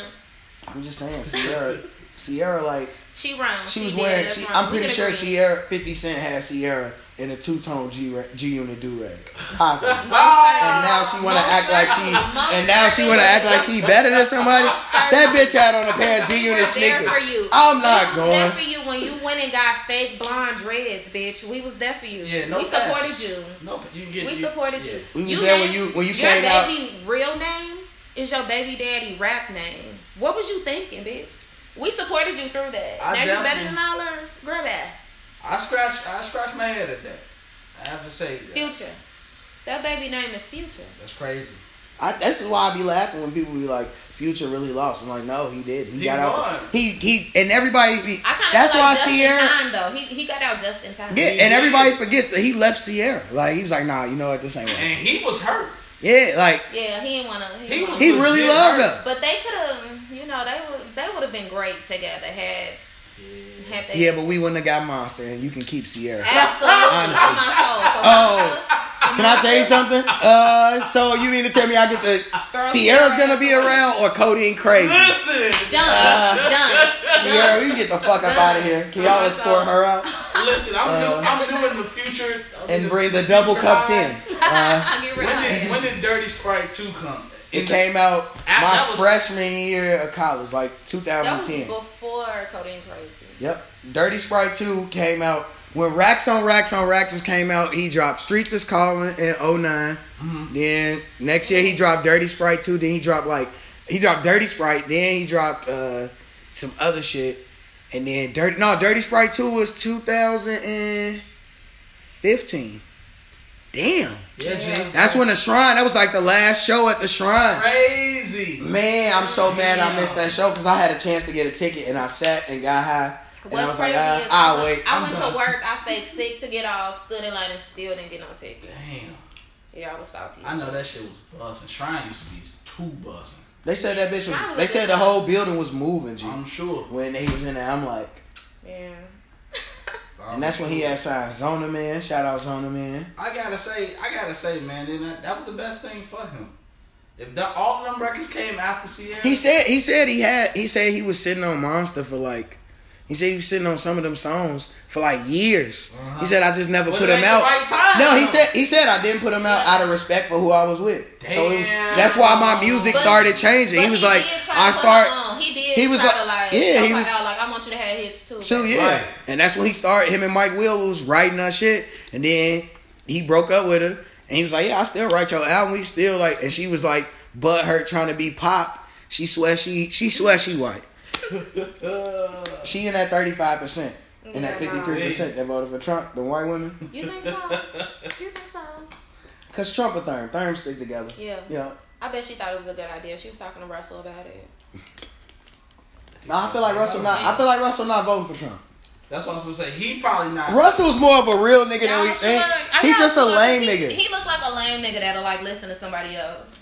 [SPEAKER 2] I'm just saying, Sierra Sierra like
[SPEAKER 3] She wrong.
[SPEAKER 2] she was
[SPEAKER 3] did,
[SPEAKER 2] wearing
[SPEAKER 3] that's
[SPEAKER 2] she
[SPEAKER 3] wrong.
[SPEAKER 2] I'm
[SPEAKER 3] We
[SPEAKER 2] pretty
[SPEAKER 3] can
[SPEAKER 2] sure
[SPEAKER 3] agree.
[SPEAKER 2] Sierra fifty cent had Sierra in a two tone G G unit do rag. Possibly. And
[SPEAKER 1] Oh.
[SPEAKER 3] Ah!
[SPEAKER 2] now she wanna
[SPEAKER 3] Most
[SPEAKER 2] act like
[SPEAKER 3] certainly.
[SPEAKER 2] she
[SPEAKER 3] Most
[SPEAKER 2] and now she wanna
[SPEAKER 3] certainly.
[SPEAKER 2] act like she better than somebody. That bitch out on a pair of G
[SPEAKER 3] We were
[SPEAKER 2] unit
[SPEAKER 3] there
[SPEAKER 2] sneakers.
[SPEAKER 3] for you.
[SPEAKER 2] I'm
[SPEAKER 3] we
[SPEAKER 2] not
[SPEAKER 3] was There
[SPEAKER 2] going.
[SPEAKER 3] for you when you went and got fake blonde dreads, bitch. We was there for you.
[SPEAKER 1] Yeah, no
[SPEAKER 3] we
[SPEAKER 1] passes.
[SPEAKER 3] supported you.
[SPEAKER 1] No, you get.
[SPEAKER 3] We
[SPEAKER 1] you,
[SPEAKER 3] supported
[SPEAKER 1] yeah.
[SPEAKER 3] you.
[SPEAKER 2] We was there when
[SPEAKER 3] named-
[SPEAKER 2] you- when you
[SPEAKER 3] your
[SPEAKER 2] came out.
[SPEAKER 3] baby real name is your baby daddy rap name. What was you thinking, bitch? We supported you through that.
[SPEAKER 1] I
[SPEAKER 3] now you better
[SPEAKER 1] definitely-
[SPEAKER 3] than all us. Grab ass.
[SPEAKER 1] I scratched. I scratched my head at that. I have to say that.
[SPEAKER 3] Future. That baby name is Future.
[SPEAKER 1] That's crazy.
[SPEAKER 2] I, that's why I be laughing when people be like, "Future really lost." I'm like, "No, he did. He,
[SPEAKER 1] He
[SPEAKER 2] got
[SPEAKER 1] won.
[SPEAKER 2] out. The, he he." And everybody be.
[SPEAKER 3] I kind of
[SPEAKER 2] That's
[SPEAKER 3] feel
[SPEAKER 2] why
[SPEAKER 3] like just
[SPEAKER 2] Sierra.
[SPEAKER 3] in time though. He he got out just in time.
[SPEAKER 2] Yeah,
[SPEAKER 1] He
[SPEAKER 2] and everybody
[SPEAKER 1] did.
[SPEAKER 2] forgets that he left Sierra. Like he was like, "Nah, you know what? This ain't right."
[SPEAKER 1] And he was hurt.
[SPEAKER 2] Yeah, like
[SPEAKER 3] Yeah, he didn't wanna. He,
[SPEAKER 1] He
[SPEAKER 3] didn't
[SPEAKER 1] was-
[SPEAKER 3] wanna-
[SPEAKER 2] he really
[SPEAKER 1] Legit
[SPEAKER 2] loved
[SPEAKER 1] hurt.
[SPEAKER 2] her.
[SPEAKER 3] But they could have, you know, they would they would have been great together had had they.
[SPEAKER 2] Yeah, but we wouldn't have got Monster, and you can keep Sierra.
[SPEAKER 3] absolutely.
[SPEAKER 2] Honestly.
[SPEAKER 3] On my soul. For
[SPEAKER 2] Oh.
[SPEAKER 3] Monster,
[SPEAKER 2] Can I tell you something? Uh, so you mean to tell me I get the
[SPEAKER 3] Throw
[SPEAKER 2] Sierra's
[SPEAKER 3] Sierra
[SPEAKER 2] gonna be
[SPEAKER 3] out.
[SPEAKER 2] around Uh. or Cody and Crazy?
[SPEAKER 1] Listen,
[SPEAKER 3] done, done,
[SPEAKER 2] Sierra, you get the fuck up out of here. Can y'all escort her out
[SPEAKER 1] listen. I'm,
[SPEAKER 2] Uh,
[SPEAKER 1] do, I'm doing the future I'm
[SPEAKER 2] and
[SPEAKER 1] doing
[SPEAKER 2] bring the double
[SPEAKER 1] future
[SPEAKER 2] cups
[SPEAKER 1] high.
[SPEAKER 2] in? Uh,
[SPEAKER 3] I'll get rid
[SPEAKER 1] When
[SPEAKER 3] of
[SPEAKER 1] did,
[SPEAKER 3] him.
[SPEAKER 1] when did Dirty Sprite two come? In
[SPEAKER 2] It
[SPEAKER 1] the-
[SPEAKER 2] came out
[SPEAKER 1] Ah,
[SPEAKER 2] my
[SPEAKER 1] that was-
[SPEAKER 2] freshman year of college, like
[SPEAKER 3] That was
[SPEAKER 2] 2010.
[SPEAKER 3] before Cody and Crazy.
[SPEAKER 2] Yep. Dirty Sprite 2 came out. When Racks on Racks on Racks was came out, he dropped Streets is Calling in 9
[SPEAKER 1] Mm-hmm.
[SPEAKER 2] Then next year he dropped Dirty Sprite 2. Then he dropped like he dropped Dirty Sprite. Then he dropped uh some other shit. And then Dirty No, Dirty Sprite 2 was 2015. Damn.
[SPEAKER 1] Yeah, G.
[SPEAKER 2] That's when the Shrine, that was like the last show at the Shrine.
[SPEAKER 1] Crazy.
[SPEAKER 2] Man, I'm so mad I missed that show because I had a chance to get a ticket and I sat and got high and I
[SPEAKER 3] What's
[SPEAKER 2] was like,
[SPEAKER 3] crazy
[SPEAKER 2] uh,
[SPEAKER 3] is I
[SPEAKER 2] I'll
[SPEAKER 3] went-
[SPEAKER 2] wait.
[SPEAKER 3] I
[SPEAKER 1] I'm
[SPEAKER 3] went
[SPEAKER 1] done.
[SPEAKER 3] to work. I faked sick to get off. Stood in line and still didn't get no ticket.
[SPEAKER 1] Damn.
[SPEAKER 3] Yeah, I was salty.
[SPEAKER 1] I know that shit was buzzing. Shrine used to be too buzzing.
[SPEAKER 2] They said that bitch
[SPEAKER 3] I
[SPEAKER 2] was.
[SPEAKER 3] was
[SPEAKER 2] They
[SPEAKER 3] like-
[SPEAKER 2] said the whole building was moving, G.
[SPEAKER 1] I'm sure.
[SPEAKER 2] When he was in there, I'm like,
[SPEAKER 3] Yeah.
[SPEAKER 2] and that's when he had signed Zona Man. Shout out Zona Man.
[SPEAKER 1] I gotta say, I gotta say, man, then that, that was the best thing for him. If the, all of them records came after Sierra,
[SPEAKER 2] He said he said he had he said he was sitting on Monster for like He said he was sitting on some of them songs for like years.
[SPEAKER 1] Uh-huh.
[SPEAKER 2] He said I just never
[SPEAKER 1] Well,
[SPEAKER 2] put
[SPEAKER 1] it
[SPEAKER 2] them
[SPEAKER 1] ain't the
[SPEAKER 2] out.
[SPEAKER 1] right time,
[SPEAKER 2] no, he
[SPEAKER 1] though.
[SPEAKER 2] said he said I didn't put them out out of respect for who I was with. So it was
[SPEAKER 1] Damn.
[SPEAKER 2] that's why my music
[SPEAKER 3] But-
[SPEAKER 2] started changing.
[SPEAKER 3] But
[SPEAKER 2] He was like
[SPEAKER 3] did try to
[SPEAKER 2] I
[SPEAKER 3] put
[SPEAKER 2] start
[SPEAKER 3] them on. He did.
[SPEAKER 2] he was
[SPEAKER 3] try
[SPEAKER 2] like-
[SPEAKER 3] to like
[SPEAKER 2] yeah,
[SPEAKER 3] Oh
[SPEAKER 2] he
[SPEAKER 3] my
[SPEAKER 2] was-
[SPEAKER 3] God, like I want you to have hits too.
[SPEAKER 2] Two,
[SPEAKER 3] baby.
[SPEAKER 2] yeah.
[SPEAKER 1] Right.
[SPEAKER 2] And that's when he started. Him and Mike Will was writing our shit, and then he broke up with her, and he was like, "Yeah, I still write your album. We still like." And she was like, "But her trying to be pop. She swear she she swear she white. She in that thirty five percent." And that
[SPEAKER 3] Yeah.
[SPEAKER 2] fifty three percent that voted for Trump, the white women,
[SPEAKER 3] You think so? You think so?
[SPEAKER 2] cause Trump a Thurm, Thurm stick together.
[SPEAKER 3] Yeah.
[SPEAKER 2] Yeah,
[SPEAKER 3] I bet she thought it was a good idea. She was talking to Russell about it.
[SPEAKER 2] no, I feel like Russell not. I feel like Russell not voting for Trump.
[SPEAKER 1] That's what I was supposed to say. He probably not.
[SPEAKER 2] Russell's more of a real nigga than
[SPEAKER 3] Y'all
[SPEAKER 2] we
[SPEAKER 3] sure?
[SPEAKER 2] think.
[SPEAKER 3] Are
[SPEAKER 2] He
[SPEAKER 3] y'all
[SPEAKER 2] just a
[SPEAKER 3] sure?
[SPEAKER 2] lame
[SPEAKER 3] He-
[SPEAKER 2] nigga.
[SPEAKER 3] He looked like a lame nigga that'll like listen to somebody else.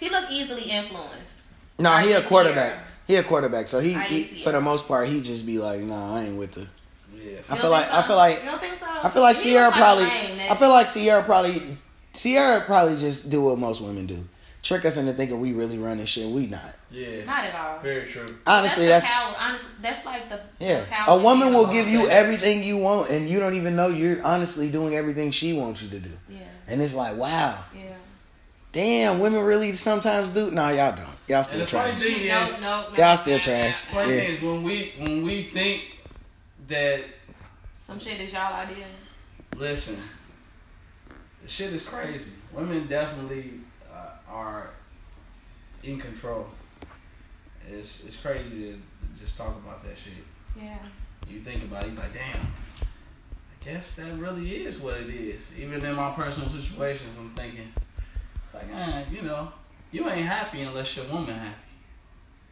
[SPEAKER 3] He looked easily influenced.
[SPEAKER 2] Nah, he
[SPEAKER 3] I
[SPEAKER 2] a
[SPEAKER 3] can
[SPEAKER 2] quarterback.
[SPEAKER 3] see her.
[SPEAKER 2] He a quarterback, so he,
[SPEAKER 3] I
[SPEAKER 2] he
[SPEAKER 3] can see
[SPEAKER 2] for
[SPEAKER 3] her.
[SPEAKER 2] the most part he just be like, nah, I ain't with the.
[SPEAKER 1] Yeah.
[SPEAKER 2] I
[SPEAKER 3] You
[SPEAKER 2] feel
[SPEAKER 3] don't
[SPEAKER 2] like
[SPEAKER 3] think
[SPEAKER 2] I
[SPEAKER 3] so?
[SPEAKER 2] feel like
[SPEAKER 3] You don't think so?
[SPEAKER 2] I feel like
[SPEAKER 3] He
[SPEAKER 2] Sierra
[SPEAKER 3] looks like a
[SPEAKER 2] probably.
[SPEAKER 3] lame nigga.
[SPEAKER 2] I feel like Sierra probably Sierra probably just do what most women do, trick us into thinking we really running shit. We not.
[SPEAKER 1] Yeah.
[SPEAKER 3] not at all.
[SPEAKER 1] Very true.
[SPEAKER 2] Honestly,
[SPEAKER 3] that's,
[SPEAKER 2] that's,
[SPEAKER 3] the power. Honest, that's like the
[SPEAKER 2] yeah.
[SPEAKER 3] the power
[SPEAKER 2] A
[SPEAKER 3] of
[SPEAKER 2] woman
[SPEAKER 3] being
[SPEAKER 2] will
[SPEAKER 3] boss.
[SPEAKER 2] give you everything you want, and you don't even know you're honestly doing everything she wants you to do.
[SPEAKER 3] Yeah,
[SPEAKER 2] And it's like, wow,
[SPEAKER 3] yeah.
[SPEAKER 2] damn, women really sometimes do. Nah, y'all don't. Y'all
[SPEAKER 1] And
[SPEAKER 2] still
[SPEAKER 1] the funny
[SPEAKER 2] trash.
[SPEAKER 1] thing is,
[SPEAKER 3] No, no, no.
[SPEAKER 2] Y'all still trash.
[SPEAKER 1] funny
[SPEAKER 2] Yeah.
[SPEAKER 1] thing is when we when we think that
[SPEAKER 3] Some shit is y'all idea.
[SPEAKER 1] listen, the shit is crazy. Women definitely uh, are in control. It's it's crazy to just talk about that shit.
[SPEAKER 3] Yeah.
[SPEAKER 1] you think about it, you're like, damn, I guess that really is what it is. Even in my personal situations, I'm thinking, it's like, eh, you know, you ain't happy unless your woman happy.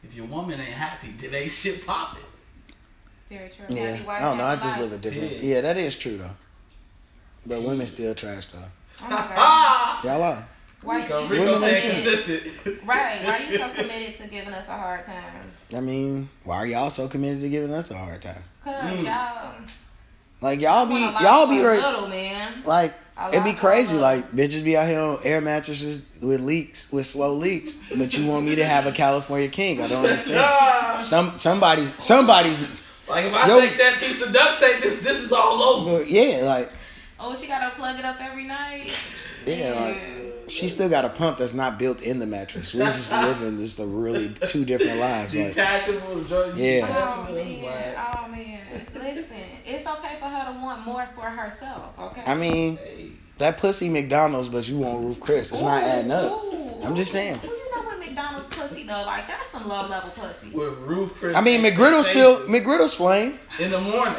[SPEAKER 1] If your woman ain't happy, then ain't shit popping.
[SPEAKER 3] Very true.
[SPEAKER 2] Yeah,
[SPEAKER 3] Happy wife,
[SPEAKER 2] I don't know. I
[SPEAKER 3] happy
[SPEAKER 2] just
[SPEAKER 3] life.
[SPEAKER 2] live it different.
[SPEAKER 1] Yeah.
[SPEAKER 2] Yeah. that is true though. But women still trash though.
[SPEAKER 3] Oh my God.
[SPEAKER 1] Ah!
[SPEAKER 2] Y'all are.
[SPEAKER 3] Why
[SPEAKER 1] Rico,
[SPEAKER 3] you
[SPEAKER 1] Rico
[SPEAKER 3] so
[SPEAKER 2] Women
[SPEAKER 1] stays
[SPEAKER 2] ain't
[SPEAKER 3] committed?
[SPEAKER 1] consistent.
[SPEAKER 3] Right. Why you so committed to giving us a hard time?
[SPEAKER 2] I mean, why are y'all so committed to giving us a hard time?
[SPEAKER 3] because
[SPEAKER 1] Mm.
[SPEAKER 3] y'all
[SPEAKER 2] Like y'all be
[SPEAKER 3] want a lot
[SPEAKER 2] y'all be
[SPEAKER 3] for
[SPEAKER 2] right.
[SPEAKER 3] little man.
[SPEAKER 2] Like
[SPEAKER 3] A lot
[SPEAKER 2] it'd be
[SPEAKER 3] for
[SPEAKER 2] crazy.
[SPEAKER 3] little.
[SPEAKER 2] Like bitches be out here on air mattresses with leaks, with slow leaks. But you want me to have a California king? I don't understand.
[SPEAKER 1] Ah!
[SPEAKER 2] Some somebody somebody's
[SPEAKER 1] like if I
[SPEAKER 2] Yo.
[SPEAKER 1] take that piece of duct tape, this this is all over.
[SPEAKER 2] but yeah like
[SPEAKER 3] Oh, she gotta plug it up every night.
[SPEAKER 2] yeah like
[SPEAKER 3] Yeah.
[SPEAKER 2] she still got a pump that's not built in the mattress. We're just living just a really two different lives. Like
[SPEAKER 1] Detachable, Jordan.
[SPEAKER 2] Yeah.
[SPEAKER 3] Oh
[SPEAKER 1] detachable, that's wild.
[SPEAKER 3] man, oh man. Listen, it's okay for her to want more for herself, okay?
[SPEAKER 2] I mean.
[SPEAKER 1] Hey.
[SPEAKER 2] That pussy McDonald's, but you want Ruth Chris. It's not adding up.
[SPEAKER 3] Ooh.
[SPEAKER 2] I'm just saying.
[SPEAKER 3] Well, you know what McDonald's pussy though, like that's some low level pussy.
[SPEAKER 1] With Ruth Chris.
[SPEAKER 2] I mean, McGriddle's still McGriddle's flame.
[SPEAKER 1] in the morning.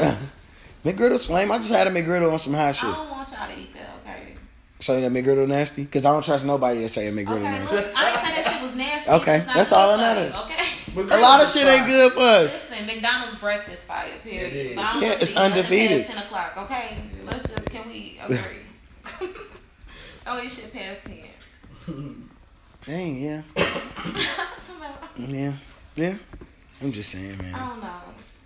[SPEAKER 2] McGriddle's flame. I just had a McGriddle on some hot
[SPEAKER 3] I
[SPEAKER 2] shit.
[SPEAKER 3] don't want y'all to eat that, okay?
[SPEAKER 2] So you know, McGriddle nasty? Cause I don't trust nobody to say a McGriddle
[SPEAKER 3] Okay,
[SPEAKER 2] nasty.
[SPEAKER 3] look, I didn't say that shit was nasty.
[SPEAKER 2] Okay,
[SPEAKER 3] It's not
[SPEAKER 2] that's all that
[SPEAKER 3] good
[SPEAKER 2] matters.
[SPEAKER 3] for you, Okay.
[SPEAKER 2] A lot of shit ain't good for us.
[SPEAKER 3] Listen, McDonald's breakfast fire, period.
[SPEAKER 1] It is.
[SPEAKER 3] But I don't
[SPEAKER 2] Yeah,
[SPEAKER 3] wanna
[SPEAKER 2] it's
[SPEAKER 3] see nothing past
[SPEAKER 2] undefeated.
[SPEAKER 3] Ten o'clock, okay?
[SPEAKER 1] Yeah.
[SPEAKER 3] Let's just can we agree? oh, you should pass ten.
[SPEAKER 2] Dang, yeah,
[SPEAKER 3] Tomorrow.
[SPEAKER 2] yeah, yeah. I'm just saying,
[SPEAKER 3] I
[SPEAKER 2] man.
[SPEAKER 3] don't know.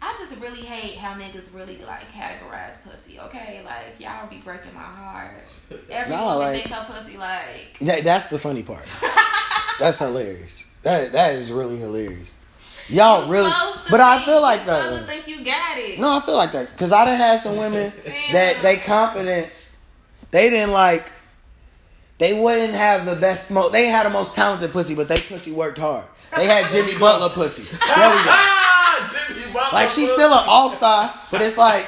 [SPEAKER 3] I just really hate how niggas really like categorize pussy. Okay, like y'all be breaking my heart. Every
[SPEAKER 2] Nah,
[SPEAKER 3] woman
[SPEAKER 2] like-
[SPEAKER 3] think her pussy like.
[SPEAKER 2] That, that's the funny part. That's hilarious. That that is really hilarious. Y'all
[SPEAKER 3] you
[SPEAKER 2] really,
[SPEAKER 3] supposed to
[SPEAKER 2] but I
[SPEAKER 3] think-
[SPEAKER 2] feel like
[SPEAKER 3] you
[SPEAKER 2] that.
[SPEAKER 3] supposed
[SPEAKER 2] though.
[SPEAKER 3] to think you got it.
[SPEAKER 2] No, I feel like that because I done had some women that they confidence, they didn't like, they wouldn't have the best, mo- they had the most talented pussy, but they pussy worked hard. They had Jimmy Butler pussy. There we go.
[SPEAKER 1] Ah, Jimmy Butler.
[SPEAKER 2] Like she's still an all star, but it's like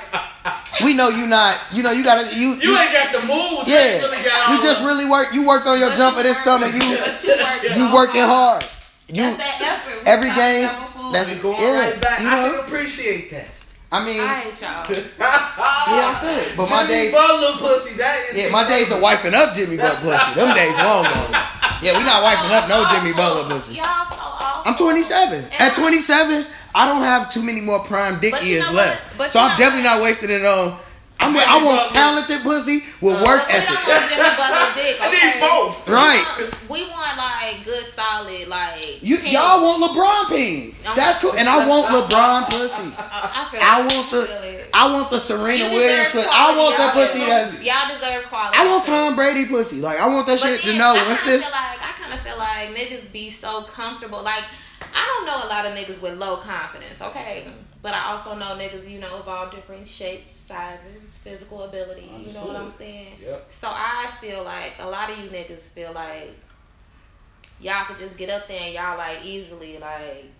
[SPEAKER 2] we know you not, you know you gotta you,
[SPEAKER 1] You ain't got the moves.
[SPEAKER 2] yeah,
[SPEAKER 1] You, really got all
[SPEAKER 2] you just
[SPEAKER 1] the-
[SPEAKER 2] really work. You worked on your
[SPEAKER 3] But
[SPEAKER 2] jumper
[SPEAKER 3] you
[SPEAKER 2] this summer.
[SPEAKER 3] work-
[SPEAKER 2] You
[SPEAKER 3] but you work
[SPEAKER 2] you
[SPEAKER 3] so
[SPEAKER 2] working hard. You
[SPEAKER 3] That's that effort. We
[SPEAKER 2] every
[SPEAKER 3] talked
[SPEAKER 2] game,
[SPEAKER 3] about before.
[SPEAKER 2] that's-
[SPEAKER 1] You're going
[SPEAKER 2] yeah,
[SPEAKER 1] right back.
[SPEAKER 2] you
[SPEAKER 1] I
[SPEAKER 2] know.
[SPEAKER 1] can appreciate that.
[SPEAKER 2] I mean,
[SPEAKER 3] I
[SPEAKER 2] yeah,
[SPEAKER 3] hate y'all.
[SPEAKER 2] I feel it. But my
[SPEAKER 1] Jimmy
[SPEAKER 2] days,
[SPEAKER 1] Butler pussy. That is.
[SPEAKER 2] Yeah, my days of wiping up Jimmy Butler pussy. Them days long gone. Yeah, we not wiping up no Jimmy Butler pussy.
[SPEAKER 3] Y'all so awful.
[SPEAKER 2] I'm 27. At 27, I don't have too many more prime dick
[SPEAKER 3] But you
[SPEAKER 2] years
[SPEAKER 3] know what?
[SPEAKER 2] left.
[SPEAKER 3] But
[SPEAKER 2] so
[SPEAKER 3] you
[SPEAKER 2] I'm
[SPEAKER 3] know
[SPEAKER 2] definitely
[SPEAKER 3] what?
[SPEAKER 2] not wasting it on. I'm, I
[SPEAKER 1] Jimmy
[SPEAKER 2] want
[SPEAKER 1] Butler.
[SPEAKER 2] talented pussy with work
[SPEAKER 3] Uh, But we don't
[SPEAKER 2] ethic.
[SPEAKER 3] want Jimmy Butler dick.
[SPEAKER 1] I
[SPEAKER 3] Okay?
[SPEAKER 1] need both.
[SPEAKER 3] We
[SPEAKER 2] Right.
[SPEAKER 3] want- We want like good, solid, like
[SPEAKER 2] You,
[SPEAKER 3] pink.
[SPEAKER 2] y'all want LeBron peen. That's cool. And I want LeBron pussy.
[SPEAKER 3] I, I feel
[SPEAKER 2] I
[SPEAKER 3] it.
[SPEAKER 2] want
[SPEAKER 3] feel
[SPEAKER 2] the
[SPEAKER 3] it.
[SPEAKER 2] I want the
[SPEAKER 3] You
[SPEAKER 2] Serena
[SPEAKER 3] deserve
[SPEAKER 2] Williams pussy. I
[SPEAKER 3] quality.
[SPEAKER 2] want that
[SPEAKER 3] Y'all
[SPEAKER 2] pussy
[SPEAKER 3] deserve-
[SPEAKER 2] that's
[SPEAKER 3] y'all deserve quality.
[SPEAKER 2] I want Tom Brady pussy. Like I want that
[SPEAKER 3] But
[SPEAKER 2] shit to
[SPEAKER 3] then,
[SPEAKER 2] know
[SPEAKER 3] I
[SPEAKER 2] what's
[SPEAKER 3] kinda
[SPEAKER 2] this
[SPEAKER 3] Feel like, I kind of feel like niggas be so comfortable. Like I don't know a lot of niggas with low confidence, okay? But I also know niggas, you know, of all different shapes, sizes, physical ability. You know what I'm saying?
[SPEAKER 1] Yep.
[SPEAKER 3] So I feel like a lot of you niggas feel like y'all could just get up there and y'all like easily like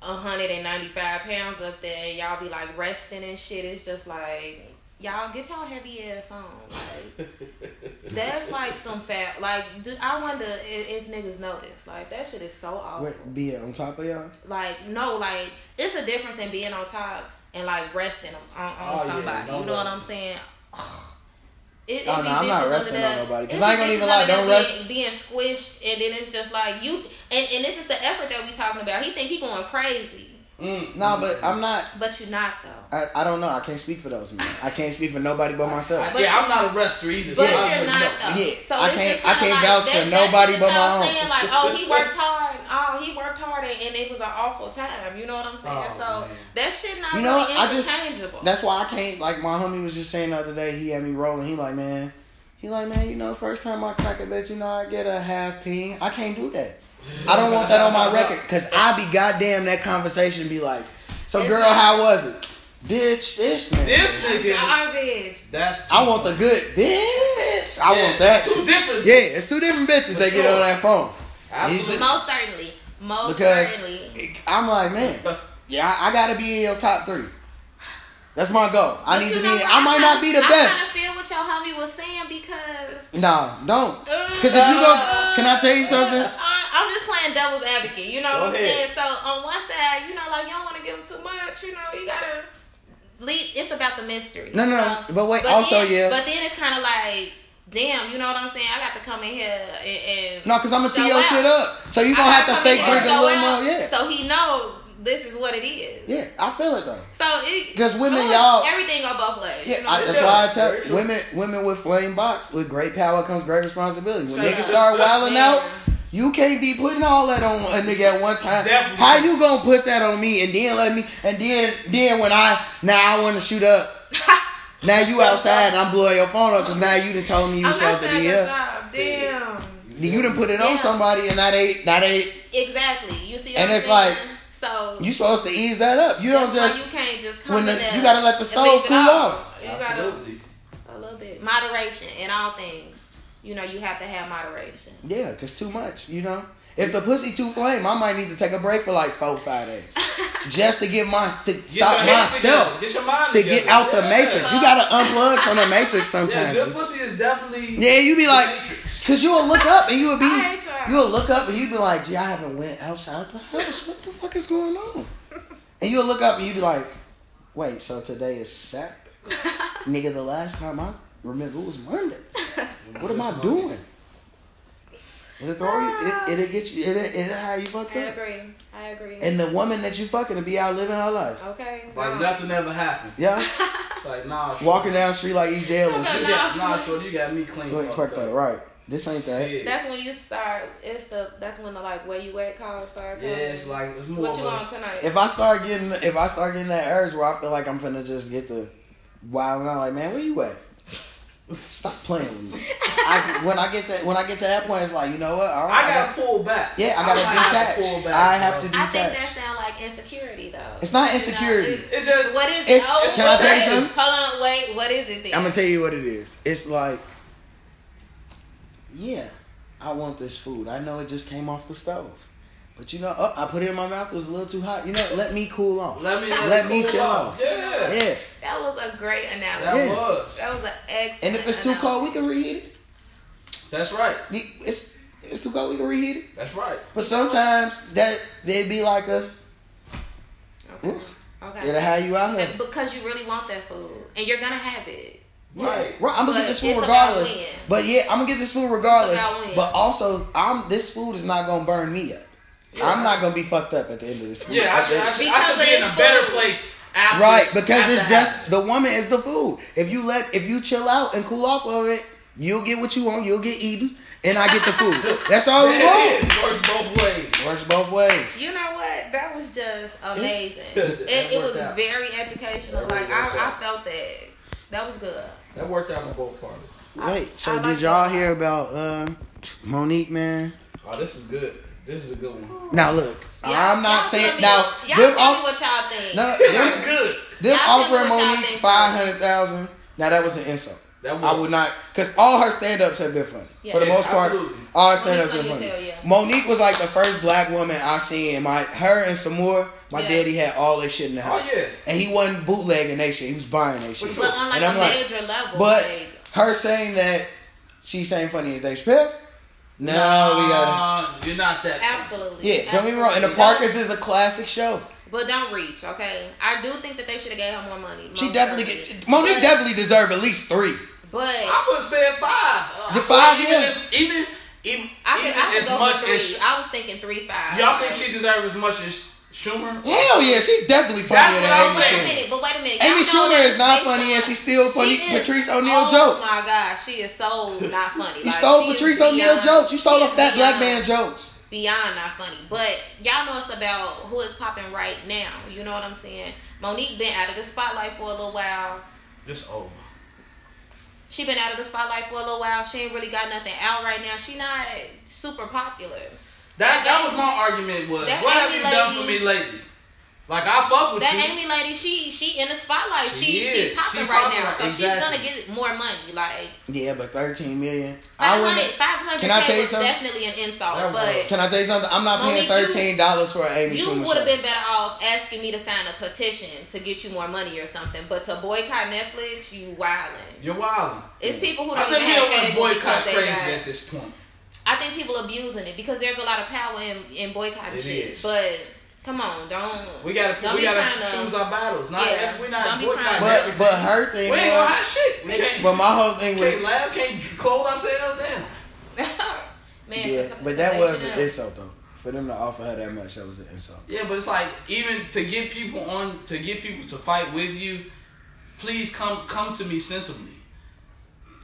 [SPEAKER 3] 195 pounds up there and y'all be like resting and shit. It's just like y'all get y'all heavy ass on. Like that's like some fat. Like do, I wonder if, if niggas notice. Like that shit is so awful.
[SPEAKER 2] What, be on top of y'all?
[SPEAKER 3] Like no, like it's a difference in being on top and like resting on, on
[SPEAKER 1] Oh, yeah,
[SPEAKER 3] somebody.
[SPEAKER 1] don't
[SPEAKER 3] you know what
[SPEAKER 1] rest.
[SPEAKER 3] I'm saying? It, it
[SPEAKER 2] Oh,
[SPEAKER 3] be
[SPEAKER 2] no, I'm not
[SPEAKER 3] bitches
[SPEAKER 2] resting
[SPEAKER 3] under
[SPEAKER 2] on
[SPEAKER 3] that-
[SPEAKER 2] nobody, 'cause
[SPEAKER 3] it
[SPEAKER 2] I ain't
[SPEAKER 3] be
[SPEAKER 2] gonna
[SPEAKER 3] bitches
[SPEAKER 2] even lie,
[SPEAKER 3] under
[SPEAKER 2] don't
[SPEAKER 3] that
[SPEAKER 2] rest-
[SPEAKER 3] Being, being squished, and then it's just like you, and, and this is the effort that we talking about. He think he going crazy,
[SPEAKER 1] Mm.
[SPEAKER 3] Mm-hmm.
[SPEAKER 2] Nah, but I'm not.
[SPEAKER 3] but you not though.
[SPEAKER 2] I, I don't know. I can't speak for those men. I can't speak for nobody but myself.
[SPEAKER 1] I- yeah, I'm not a wrestler either.
[SPEAKER 3] But
[SPEAKER 1] so I
[SPEAKER 3] you're
[SPEAKER 1] wouldn't
[SPEAKER 3] not
[SPEAKER 1] know.
[SPEAKER 3] though.
[SPEAKER 2] Yeah,
[SPEAKER 3] so
[SPEAKER 2] I
[SPEAKER 3] it's
[SPEAKER 2] can't-
[SPEAKER 3] just
[SPEAKER 2] I
[SPEAKER 3] kinda
[SPEAKER 2] can't
[SPEAKER 3] like,
[SPEAKER 2] vouch for
[SPEAKER 3] that- that's
[SPEAKER 2] nobody
[SPEAKER 3] just
[SPEAKER 2] but
[SPEAKER 3] how I'm
[SPEAKER 2] my own.
[SPEAKER 3] Saying like, oh, he worked hard. Oh, he worked hard, and, and it was an awful time. You know what I'm saying?
[SPEAKER 1] Oh,
[SPEAKER 3] so
[SPEAKER 1] man.
[SPEAKER 3] that shit not
[SPEAKER 2] You know
[SPEAKER 3] really
[SPEAKER 2] what? I just-
[SPEAKER 3] interchangeable.
[SPEAKER 2] That's why I can't. Like my homie was just saying the other day, he had me rolling. He like, man, he like, man, you know, first time I crack a bitch, you know, I get a half ping. I can't do that. I don't want that on my record because I be goddamn that conversation be like, so girl, how was it, bitch? This nigga.
[SPEAKER 1] This nigga,
[SPEAKER 3] garbage.
[SPEAKER 1] that's.
[SPEAKER 2] I want the good bitch. I
[SPEAKER 1] Yeah,
[SPEAKER 2] want that.
[SPEAKER 1] Two
[SPEAKER 2] shit.
[SPEAKER 1] different.
[SPEAKER 2] Yeah, it's two different bitches
[SPEAKER 1] For
[SPEAKER 2] that get
[SPEAKER 1] sure.
[SPEAKER 2] on that phone.
[SPEAKER 1] Absolutely.
[SPEAKER 3] Most certainly. Most
[SPEAKER 2] Because
[SPEAKER 3] certainly.
[SPEAKER 2] it- I'm like, man, yeah, I, I gotta be in your top three. That's my goal. I
[SPEAKER 3] But
[SPEAKER 2] need
[SPEAKER 3] you
[SPEAKER 2] to be.
[SPEAKER 3] know what?
[SPEAKER 2] I might not be the
[SPEAKER 3] kinda- I
[SPEAKER 2] best.
[SPEAKER 3] kind of feel what your homie was saying because uh,
[SPEAKER 2] No, don't. Because if you go, can I tell you something?
[SPEAKER 3] I, I'm just playing devil's advocate. You know
[SPEAKER 1] Go
[SPEAKER 3] what I'm
[SPEAKER 1] ahead.
[SPEAKER 3] saying? So on one side, you know, like you don't want to give him too much. You know, you gotta. Lead, it's about the mystery.
[SPEAKER 2] No,
[SPEAKER 3] you
[SPEAKER 2] no,
[SPEAKER 3] know?
[SPEAKER 2] but wait, also,
[SPEAKER 3] then,
[SPEAKER 2] yeah.
[SPEAKER 3] But then it's kind of like, damn, you know what I'm saying? I got to come in here and, and
[SPEAKER 2] No, because I'm gonna
[SPEAKER 3] show
[SPEAKER 2] tee your
[SPEAKER 3] out.
[SPEAKER 2] shit up. So you gonna
[SPEAKER 3] I
[SPEAKER 2] have to
[SPEAKER 3] gotta come in
[SPEAKER 2] fake
[SPEAKER 3] here and
[SPEAKER 2] bring a
[SPEAKER 3] show
[SPEAKER 2] little
[SPEAKER 3] out
[SPEAKER 2] more. Yeah,
[SPEAKER 3] So he know this is what it is.
[SPEAKER 2] yeah, I feel it though.
[SPEAKER 3] So it
[SPEAKER 2] 'Cause women,
[SPEAKER 3] Ooh,
[SPEAKER 2] y'all-
[SPEAKER 3] everything go both ways.
[SPEAKER 2] Yeah,
[SPEAKER 3] you know?
[SPEAKER 2] I, that's
[SPEAKER 1] yeah.
[SPEAKER 2] why I tell
[SPEAKER 1] Very true.
[SPEAKER 2] women, women with flame box, with great power comes great responsibility. When
[SPEAKER 3] Straight
[SPEAKER 2] niggas
[SPEAKER 3] up.
[SPEAKER 2] start wilding
[SPEAKER 3] Man.
[SPEAKER 2] out, you can't be putting all that on a nigga at one time.
[SPEAKER 1] Definitely.
[SPEAKER 2] How you gonna put that on me and then let me and then then when I now I want to shoot up. now you outside and I'm blowing your phone up because now you done told me you
[SPEAKER 3] I'm not
[SPEAKER 2] supposed to be
[SPEAKER 3] saying good
[SPEAKER 2] here.
[SPEAKER 3] job. Damn.
[SPEAKER 2] You done put it on
[SPEAKER 3] Yeah.
[SPEAKER 2] somebody and that ain't that ain't
[SPEAKER 3] Exactly. You see, what
[SPEAKER 2] And
[SPEAKER 3] I'm
[SPEAKER 2] it's
[SPEAKER 3] saying?
[SPEAKER 2] like,
[SPEAKER 3] so.
[SPEAKER 2] You supposed to ease that up. You don't
[SPEAKER 3] that's why
[SPEAKER 2] just
[SPEAKER 3] you can't just come
[SPEAKER 2] when the-
[SPEAKER 3] in there
[SPEAKER 2] you gotta let the
[SPEAKER 3] and
[SPEAKER 2] stove
[SPEAKER 3] leave it
[SPEAKER 2] cool
[SPEAKER 3] all.
[SPEAKER 2] off.
[SPEAKER 3] You gotta
[SPEAKER 1] Absolutely.
[SPEAKER 3] a little bit moderation in all things. You know, you have to have moderation.
[SPEAKER 2] yeah, because too much. You know, if the pussy too flame, I might need to take a break for like four five days just to get my to
[SPEAKER 1] Get
[SPEAKER 2] stop
[SPEAKER 1] your head together.
[SPEAKER 2] myself
[SPEAKER 1] Get your mind
[SPEAKER 2] to get
[SPEAKER 1] together.
[SPEAKER 2] out the
[SPEAKER 1] Yeah.
[SPEAKER 2] matrix. You gotta unplug from the matrix
[SPEAKER 1] Yeah,
[SPEAKER 2] sometimes.
[SPEAKER 1] good pussy is definitely.
[SPEAKER 2] Yeah, you be
[SPEAKER 1] the
[SPEAKER 2] like,
[SPEAKER 1] matrix.
[SPEAKER 2] cause you'll look up and you'll
[SPEAKER 3] I
[SPEAKER 2] be,
[SPEAKER 3] ain't trying.
[SPEAKER 2] you'll look up and you'll be like, gee, I haven't went outside the house. What the fuck is going on? And you'll look up and you'll be like, wait, so today is Saturday, nigga. The last time I remember it was Monday. What am I doing? It'll throw you. It, it'll get you. It'll, it'll have you fucked
[SPEAKER 3] I
[SPEAKER 2] up.
[SPEAKER 3] agree. I agree.
[SPEAKER 2] And the woman that you fucking will be out living her life.
[SPEAKER 3] okay.
[SPEAKER 1] Like
[SPEAKER 3] wow.
[SPEAKER 1] nothing ever happened.
[SPEAKER 2] Yeah,
[SPEAKER 1] It's like nah. shorty,
[SPEAKER 2] walking down the street like he's and
[SPEAKER 1] You
[SPEAKER 2] shit.
[SPEAKER 1] got, nah, shorty, you got me clean.
[SPEAKER 2] Fucked
[SPEAKER 1] fucked
[SPEAKER 2] up,
[SPEAKER 1] up.
[SPEAKER 2] right? This ain't that.
[SPEAKER 1] Yeah.
[SPEAKER 3] That's when you start. It's the. That's when the like where you at call start.
[SPEAKER 1] Yeah,
[SPEAKER 3] Coming.
[SPEAKER 1] it's like it's more.
[SPEAKER 3] what
[SPEAKER 1] of
[SPEAKER 3] you
[SPEAKER 1] a-
[SPEAKER 3] on tonight?
[SPEAKER 2] if I start getting if I start getting that urge where I feel like I'm finna just get the wild out, like man, where you at? Stop playing with me. I, when I get that when I get to that point, it's like you know what? All right,
[SPEAKER 1] I gotta pull back.
[SPEAKER 2] yeah, I gotta
[SPEAKER 1] have to
[SPEAKER 2] detach.
[SPEAKER 1] pull back,
[SPEAKER 2] I have
[SPEAKER 1] bro.
[SPEAKER 2] to
[SPEAKER 3] I think that
[SPEAKER 2] detach.
[SPEAKER 3] sound like insecurity though.
[SPEAKER 2] It's
[SPEAKER 3] You
[SPEAKER 2] not
[SPEAKER 3] know,
[SPEAKER 2] insecurity.
[SPEAKER 3] it-
[SPEAKER 1] It's just
[SPEAKER 3] What is
[SPEAKER 2] It's-
[SPEAKER 3] oh,
[SPEAKER 2] can I tell you
[SPEAKER 3] wait,
[SPEAKER 2] something?
[SPEAKER 3] Hold on, wait. What is it then?
[SPEAKER 2] I'm gonna tell you what it is. It's like, yeah, I want this food. I know it just came off the stove, but you know, oh, I put it in my mouth. It was a little too hot. You know, let me cool off.
[SPEAKER 1] Let me
[SPEAKER 2] Let me
[SPEAKER 1] cool
[SPEAKER 2] chill
[SPEAKER 1] off.
[SPEAKER 2] off.
[SPEAKER 1] Yeah,
[SPEAKER 2] Yeah,
[SPEAKER 3] that was a great
[SPEAKER 1] that
[SPEAKER 3] analogy.
[SPEAKER 2] Yeah.
[SPEAKER 1] was.
[SPEAKER 3] That was an excellent.
[SPEAKER 2] and if it's too
[SPEAKER 3] analogy.
[SPEAKER 2] cold, we can reheat it.
[SPEAKER 1] That's right.
[SPEAKER 2] It's it's too cold. We can reheat it.
[SPEAKER 1] That's right.
[SPEAKER 2] But sometimes that they be like a
[SPEAKER 3] okay,
[SPEAKER 2] Oof.
[SPEAKER 3] okay.
[SPEAKER 2] it'll have you out here.
[SPEAKER 3] And because you really want that food, and you're gonna have it.
[SPEAKER 2] Yeah,
[SPEAKER 1] Right.
[SPEAKER 2] right. I'm
[SPEAKER 3] But
[SPEAKER 2] gonna get this food
[SPEAKER 3] it's about
[SPEAKER 2] regardless.
[SPEAKER 3] when.
[SPEAKER 2] But yeah, I'm gonna get this food regardless.
[SPEAKER 3] It's about when.
[SPEAKER 2] But also, I'm this food is not gonna burn me up.
[SPEAKER 1] Yeah.
[SPEAKER 2] I'm not gonna be fucked up at the end of this food.
[SPEAKER 1] Yeah, I
[SPEAKER 2] At the-
[SPEAKER 1] should, I should, I
[SPEAKER 3] Because
[SPEAKER 1] should
[SPEAKER 3] of
[SPEAKER 1] be in a
[SPEAKER 3] his
[SPEAKER 1] better
[SPEAKER 3] food.
[SPEAKER 1] place. After,
[SPEAKER 2] right because
[SPEAKER 1] after
[SPEAKER 2] it's just
[SPEAKER 1] having
[SPEAKER 2] the woman is the food. If you let if you chill out and cool off of it, you'll get what you want. You'll get eaten, and I get the food. That's all we
[SPEAKER 1] it.
[SPEAKER 2] want.
[SPEAKER 1] It works both ways.
[SPEAKER 2] Works both ways.
[SPEAKER 3] You know what? That was just amazing.
[SPEAKER 1] It-
[SPEAKER 3] it,
[SPEAKER 1] that
[SPEAKER 3] it was
[SPEAKER 1] worked out.
[SPEAKER 3] very educational.
[SPEAKER 1] That really
[SPEAKER 3] Like I,
[SPEAKER 1] worked out.
[SPEAKER 3] I felt that. That was good.
[SPEAKER 1] That worked out for both parties.
[SPEAKER 2] Wait, so
[SPEAKER 3] I like
[SPEAKER 2] did y'all
[SPEAKER 3] that.
[SPEAKER 2] hear about uh, Monique, man?
[SPEAKER 1] Oh, this is good. This is a good one.
[SPEAKER 2] Now look,
[SPEAKER 3] Y'all-
[SPEAKER 2] I'm
[SPEAKER 3] y'all
[SPEAKER 2] not
[SPEAKER 3] tell
[SPEAKER 2] saying
[SPEAKER 3] me-
[SPEAKER 2] now
[SPEAKER 3] Y'all
[SPEAKER 2] them
[SPEAKER 3] tell me
[SPEAKER 2] off
[SPEAKER 3] what y'all think.
[SPEAKER 2] no,
[SPEAKER 1] This
[SPEAKER 2] them,
[SPEAKER 1] is good.
[SPEAKER 2] them
[SPEAKER 3] Y'all tell me
[SPEAKER 2] offering
[SPEAKER 3] what y'all
[SPEAKER 2] Monique
[SPEAKER 3] think.
[SPEAKER 2] five hundred thousand. Now that was an insult.
[SPEAKER 1] That was-
[SPEAKER 2] I would not because all her stand ups have been funny
[SPEAKER 3] Yeah.
[SPEAKER 2] for the most part.
[SPEAKER 1] Absolutely.
[SPEAKER 2] All her stand ups been
[SPEAKER 3] Monique's
[SPEAKER 2] funny.
[SPEAKER 3] funny as hell, yeah.
[SPEAKER 2] Monique was like the first black woman I seen. And my her and some more. My
[SPEAKER 3] Yeah.
[SPEAKER 2] daddy had all that shit in the
[SPEAKER 1] Oh,
[SPEAKER 2] house,
[SPEAKER 1] yeah.
[SPEAKER 2] and he wasn't bootlegging that shit. He was buying that shit.
[SPEAKER 3] But on like
[SPEAKER 2] and
[SPEAKER 3] a
[SPEAKER 2] I'm like,
[SPEAKER 3] major level.
[SPEAKER 2] But
[SPEAKER 3] like,
[SPEAKER 2] her saying that she saying funny as Dave Chappelle. No, we gotta.
[SPEAKER 1] Nah, You're not that.
[SPEAKER 3] absolutely.
[SPEAKER 2] Yeah, don't get me wrong. And the
[SPEAKER 3] Absolutely.
[SPEAKER 2] Parkers is a classic show.
[SPEAKER 3] But don't reach, okay? I do think that they should have gave her more money.
[SPEAKER 2] She
[SPEAKER 3] most
[SPEAKER 2] definitely
[SPEAKER 3] certainly.
[SPEAKER 2] get Monique
[SPEAKER 3] But-
[SPEAKER 2] definitely deserved at least three.
[SPEAKER 3] But
[SPEAKER 1] I would say five.
[SPEAKER 2] The five,
[SPEAKER 1] even
[SPEAKER 2] yeah.
[SPEAKER 1] as, even even,
[SPEAKER 3] I
[SPEAKER 1] even
[SPEAKER 3] could, I could
[SPEAKER 1] as
[SPEAKER 3] go
[SPEAKER 1] much
[SPEAKER 3] for three.
[SPEAKER 1] as
[SPEAKER 3] I was thinking three five.
[SPEAKER 1] y'all think she deserves as much as Schumer.
[SPEAKER 2] Hell yeah, she definitely
[SPEAKER 1] That's
[SPEAKER 2] funnier
[SPEAKER 1] what I'm
[SPEAKER 2] than Amy
[SPEAKER 3] Wait a
[SPEAKER 1] saying.
[SPEAKER 2] Schumer.
[SPEAKER 3] minute, but wait a minute.
[SPEAKER 2] Amy
[SPEAKER 3] Y'all know
[SPEAKER 2] Schumer
[SPEAKER 3] that
[SPEAKER 2] is not
[SPEAKER 3] they
[SPEAKER 2] funny,
[SPEAKER 3] showing-
[SPEAKER 2] and she's still funny.
[SPEAKER 3] She is-
[SPEAKER 2] Patrice O'Neal
[SPEAKER 3] oh
[SPEAKER 2] jokes.
[SPEAKER 3] my god, she is so not funny.
[SPEAKER 2] You stole
[SPEAKER 3] she is
[SPEAKER 2] Patrice O'Neal
[SPEAKER 3] beyond-
[SPEAKER 2] jokes. You stole
[SPEAKER 3] she
[SPEAKER 2] a
[SPEAKER 3] is
[SPEAKER 2] fat
[SPEAKER 3] beyond-
[SPEAKER 2] black man jokes.
[SPEAKER 3] Beyond not funny, but y'all know it's about who is popping right now. You know what I'm saying? Monique been out of the spotlight for a little while.
[SPEAKER 1] Just over.
[SPEAKER 3] She been out of the spotlight for a little while. She ain't really got nothing out right now. She not super popular.
[SPEAKER 1] That
[SPEAKER 3] That
[SPEAKER 1] that
[SPEAKER 3] Amy-
[SPEAKER 1] was my argument was
[SPEAKER 3] that
[SPEAKER 1] what have
[SPEAKER 3] Amy
[SPEAKER 1] you done for
[SPEAKER 3] lady-
[SPEAKER 1] me lately? Like I fuck with
[SPEAKER 3] That
[SPEAKER 1] you.
[SPEAKER 3] Amy lady, she she in the spotlight. She
[SPEAKER 1] Oh, She
[SPEAKER 3] she,
[SPEAKER 1] is.
[SPEAKER 3] popping
[SPEAKER 1] She
[SPEAKER 3] right
[SPEAKER 1] popping
[SPEAKER 3] now,
[SPEAKER 1] right-
[SPEAKER 3] so she's
[SPEAKER 1] exactly.
[SPEAKER 3] gonna get more money. Like
[SPEAKER 2] Yeah, but thirteen million. I
[SPEAKER 3] 500,
[SPEAKER 2] wouldn't.
[SPEAKER 3] 500
[SPEAKER 2] Can I tell you
[SPEAKER 3] was
[SPEAKER 2] something?
[SPEAKER 3] definitely an insult,
[SPEAKER 1] That was-
[SPEAKER 3] but
[SPEAKER 2] Can I tell you something? I'm not
[SPEAKER 3] Monique,
[SPEAKER 2] paying
[SPEAKER 3] you-
[SPEAKER 2] thirteen dollars for an Amy
[SPEAKER 3] you
[SPEAKER 2] Schumer
[SPEAKER 3] would have
[SPEAKER 2] show.
[SPEAKER 3] been better off asking me to sign a petition to get you more money or something. But to boycott Netflix, you wildin'.
[SPEAKER 1] You're wildin'.
[SPEAKER 3] It's people who
[SPEAKER 1] I
[SPEAKER 3] don't even
[SPEAKER 1] think we
[SPEAKER 3] have
[SPEAKER 1] don't want
[SPEAKER 3] cable
[SPEAKER 1] boycott
[SPEAKER 3] because they
[SPEAKER 1] crazy
[SPEAKER 3] got.
[SPEAKER 1] at this point.
[SPEAKER 3] I think people abusing it because there's a lot of power in, in boycotting
[SPEAKER 1] It
[SPEAKER 3] shit.
[SPEAKER 1] is.
[SPEAKER 3] But come on, don't.
[SPEAKER 1] We gotta
[SPEAKER 3] Don't
[SPEAKER 1] we
[SPEAKER 3] be
[SPEAKER 1] gotta
[SPEAKER 3] trying to-
[SPEAKER 1] choose our battles. Not
[SPEAKER 3] Yeah.
[SPEAKER 1] every- we're not
[SPEAKER 3] Don't be trying
[SPEAKER 1] boycotting. everything.
[SPEAKER 3] to-
[SPEAKER 2] But but her
[SPEAKER 1] we
[SPEAKER 2] thing
[SPEAKER 1] ain't gonna
[SPEAKER 2] was.
[SPEAKER 1] hide shit. We can't,
[SPEAKER 2] But my whole thing was.
[SPEAKER 1] can't laugh, can't close ourselves down.
[SPEAKER 3] Man,
[SPEAKER 2] yeah,
[SPEAKER 3] that's a-
[SPEAKER 2] but that was an
[SPEAKER 3] that's-
[SPEAKER 2] insult though. For them to offer her that much, that was an insult.
[SPEAKER 1] Yeah, but it's like even to get people on to get people to fight with you, please come come to me sensibly.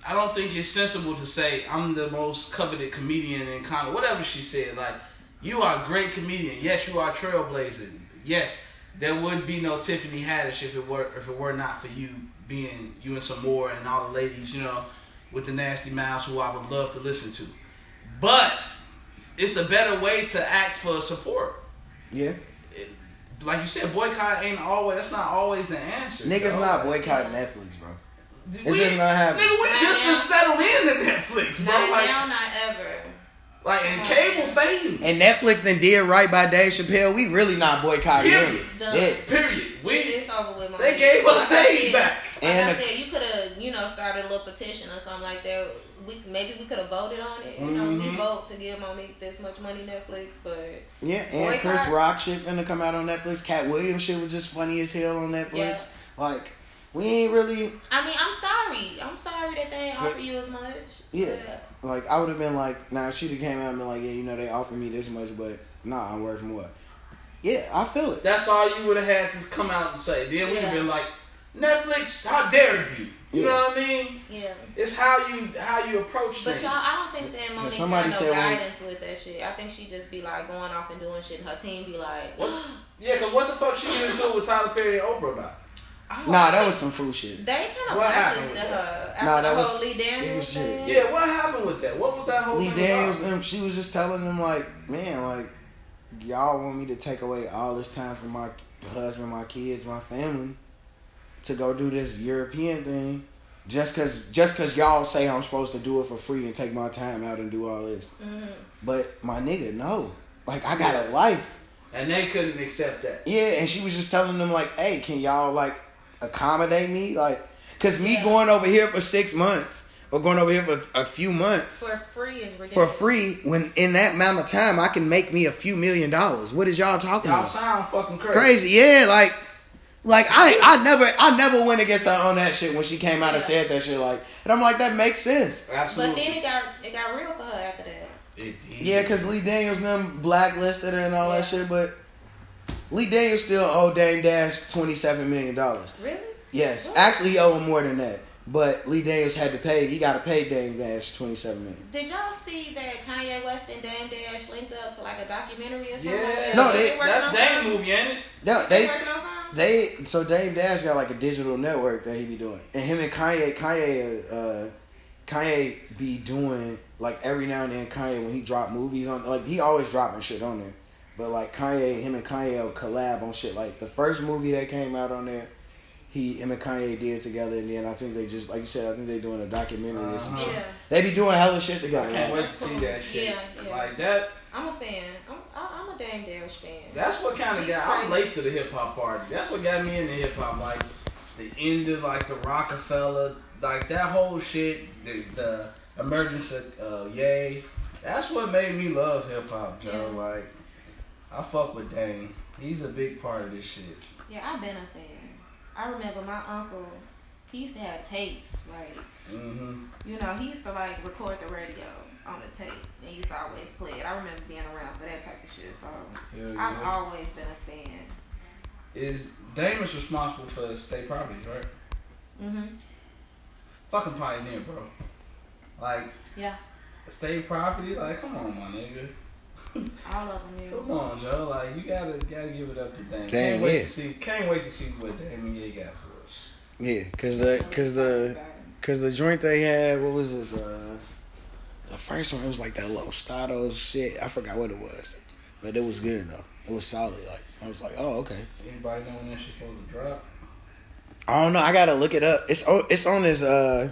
[SPEAKER 1] I don't think it's sensible to say I'm the most coveted comedian in comedy. Whatever she said, like you are a great comedian. Yes, you are trailblazing. Yes, there would be no Tiffany Haddish if it were if it were not for you being you and some more and all the ladies, you know, with the nasty mouths who I would love to listen to. But it's a better way to ask for support
[SPEAKER 2] Yeah,
[SPEAKER 1] it- like you said, boycott ain't always. That's not always the answer.
[SPEAKER 2] niggas
[SPEAKER 1] bro.
[SPEAKER 2] not boycotting Netflix, bro.
[SPEAKER 1] We,
[SPEAKER 2] It's just not happening.
[SPEAKER 1] Nigga, we
[SPEAKER 3] Not
[SPEAKER 1] just
[SPEAKER 3] now.
[SPEAKER 1] been settled in to Netflix, bro.
[SPEAKER 3] Not
[SPEAKER 1] like,
[SPEAKER 3] now, not ever.
[SPEAKER 1] like, and
[SPEAKER 3] Not
[SPEAKER 1] cable
[SPEAKER 3] now.
[SPEAKER 1] fading.
[SPEAKER 2] And Netflix then did right by Dave Chappelle. We really not boycotting
[SPEAKER 1] Yeah.
[SPEAKER 2] them.
[SPEAKER 3] Duh.
[SPEAKER 2] Yeah.
[SPEAKER 1] period. We
[SPEAKER 3] It's over with.
[SPEAKER 1] they gave us days
[SPEAKER 3] days
[SPEAKER 1] back.
[SPEAKER 3] Like
[SPEAKER 2] And
[SPEAKER 3] I
[SPEAKER 2] the-
[SPEAKER 3] said, you could have, you know, started a little petition or something like that. We maybe we could have voted on it. You know, we
[SPEAKER 1] Mhm.
[SPEAKER 3] vote to give Monique this much money Netflix, but
[SPEAKER 2] Yeah, and
[SPEAKER 3] Boycott.
[SPEAKER 2] Chris Rock shit finna come out on Netflix. Cat Williams shit was just funny as hell on Netflix.
[SPEAKER 3] Yeah.
[SPEAKER 2] Like, we ain't really.
[SPEAKER 3] I mean, I'm sorry. I'm sorry that they ain't
[SPEAKER 2] Good.
[SPEAKER 3] offer you as much.
[SPEAKER 2] Yeah.
[SPEAKER 3] but-
[SPEAKER 2] Like, I would have been like, nah, if she'd have came out and been like, yeah, you know, they offered me this much, but nah, I'm worth more. Yeah, I feel it.
[SPEAKER 1] That's all you would have had to come out and say. Then we'd
[SPEAKER 3] Yeah.
[SPEAKER 1] have been like, Netflix, how dare you? You
[SPEAKER 2] Yeah.
[SPEAKER 1] know what I mean?
[SPEAKER 3] yeah.
[SPEAKER 1] It's how you how you approach
[SPEAKER 3] But
[SPEAKER 1] things.
[SPEAKER 3] y'all, I don't think that Monique
[SPEAKER 2] somebody
[SPEAKER 3] had
[SPEAKER 2] said
[SPEAKER 3] no
[SPEAKER 2] when-
[SPEAKER 3] guidance with that shit. I think she just be like going off and doing shit, and her team be like,
[SPEAKER 1] What? Yeah, cause what the fuck she gonna do with Tyler Perry and Oprah about?
[SPEAKER 2] Nah, that was some fool shit.
[SPEAKER 3] They kind of
[SPEAKER 1] What happened
[SPEAKER 3] blacklisted
[SPEAKER 1] with
[SPEAKER 3] her after
[SPEAKER 2] Nah,
[SPEAKER 3] the
[SPEAKER 2] that was-
[SPEAKER 3] whole Lee
[SPEAKER 2] it
[SPEAKER 3] Daniels
[SPEAKER 2] was shit.
[SPEAKER 3] thing.
[SPEAKER 1] Yeah, what happened with that? What was that whole
[SPEAKER 2] Lee
[SPEAKER 1] thing about?
[SPEAKER 2] Daniels, um, she was just telling them like, man, like, y'all want me to take away all this time from my husband, my kids, my family, to go do this European thing, just cause, just cause y'all say I'm supposed to do it for free and take my time out and do all this.
[SPEAKER 3] Mhm.
[SPEAKER 2] But my nigga, no, like I got a life.
[SPEAKER 1] And they couldn't accept that.
[SPEAKER 2] Yeah, and she was just telling them like, "Hey, can y'all like accommodate me? Like, cause me
[SPEAKER 3] Yeah.
[SPEAKER 2] going over here for six months or going over here for a few months."
[SPEAKER 3] For free is ridiculous.
[SPEAKER 2] for free when in that amount of time I can make me a few million dollars. What is y'all talking
[SPEAKER 1] Y'all
[SPEAKER 2] about?
[SPEAKER 1] sound fucking crazy.
[SPEAKER 2] Crazy, yeah. Like, like I, I never, I never went against her on that shit when she came out and
[SPEAKER 3] Yeah.
[SPEAKER 2] said that shit. Like, and I'm like, that makes sense.
[SPEAKER 1] Absolutely.
[SPEAKER 3] But then it got it got real for her after that.
[SPEAKER 1] It did.
[SPEAKER 2] Yeah, cause Lee Daniels them blacklisted her and all
[SPEAKER 3] Yeah.
[SPEAKER 2] that shit, but. Lee Daniels still owe Dame Dash twenty seven million dollars.
[SPEAKER 3] Really?
[SPEAKER 2] Yes,
[SPEAKER 3] What?
[SPEAKER 2] actually he owed him more than that. But Lee Daniels had to pay. He got to pay Dame Dash twenty seven million.
[SPEAKER 3] Did y'all see that Kanye West and Dame Dash linked up for like a documentary or something? like
[SPEAKER 1] Yeah.
[SPEAKER 3] that?
[SPEAKER 2] No, they-
[SPEAKER 3] working
[SPEAKER 1] that's
[SPEAKER 3] on
[SPEAKER 1] that
[SPEAKER 3] something?
[SPEAKER 1] movie, ain't it?
[SPEAKER 2] No,
[SPEAKER 3] They,
[SPEAKER 2] they
[SPEAKER 3] working on something?
[SPEAKER 2] They so Dave Dash got like a digital network that he be doing, and him and Kanye, Kanye, uh, Kanye be doing like every now and then Kanye when he dropped movies on like he always dropping shit on there. But like Kanye, him and Kanye will collab on shit. Like the first movie that came out on there, he him and Kanye did together, and then I think they just like you said, I think they doing a documentary or some
[SPEAKER 1] Uh-huh.
[SPEAKER 2] shit.
[SPEAKER 3] Yeah.
[SPEAKER 2] They be doing hella shit together.
[SPEAKER 1] I can't
[SPEAKER 2] Like,
[SPEAKER 1] wait to see that shit.
[SPEAKER 3] Yeah, yeah.
[SPEAKER 1] Like that.
[SPEAKER 3] I'm a fan. I'm, I- I'm a Dame Dash fan.
[SPEAKER 1] That's what kind of
[SPEAKER 3] He's
[SPEAKER 1] got. I'm
[SPEAKER 3] crazy.
[SPEAKER 1] late to the hip hop party. That's what got me into hip hop. Like the end of like the Rockefeller, like that whole shit. The, the emergence of uh, Yay. That's what made me love hip hop, Joe.
[SPEAKER 3] Yeah.
[SPEAKER 1] Like I fuck with Dane. He's a big part of this shit.
[SPEAKER 3] yeah, I've been a fan. I remember my uncle, he used to have tapes. Like,
[SPEAKER 1] hmm
[SPEAKER 3] you know, he used to like record the radio on the tape and he used to always play it. I remember being around for that type of shit. So
[SPEAKER 1] Hell
[SPEAKER 3] I've
[SPEAKER 1] yeah.
[SPEAKER 3] always been a fan.
[SPEAKER 1] Is Dame is responsible for state properties, right?
[SPEAKER 3] Mm-hmm.
[SPEAKER 1] Fucking pioneer, bro. Like
[SPEAKER 3] Yeah.
[SPEAKER 1] state property. Like come on, my nigga.
[SPEAKER 3] All of them.
[SPEAKER 1] Come
[SPEAKER 3] Yeah.
[SPEAKER 1] on, Joe. Like you gotta gotta give it up to Dame.
[SPEAKER 2] Dame,
[SPEAKER 1] can't wait
[SPEAKER 2] yeah.
[SPEAKER 1] to see. Can't wait to see what Dame Ye got for us.
[SPEAKER 2] yeah, cause the cause the cause the joint they had, what was it? The the first one it was like that little Stato shit. I forgot what it was, but it was good though. It was solid. Like I was like, oh okay.
[SPEAKER 1] Anybody know when that shit's supposed to drop?
[SPEAKER 2] I don't know. I gotta look it up. It's oh, it's on his uh,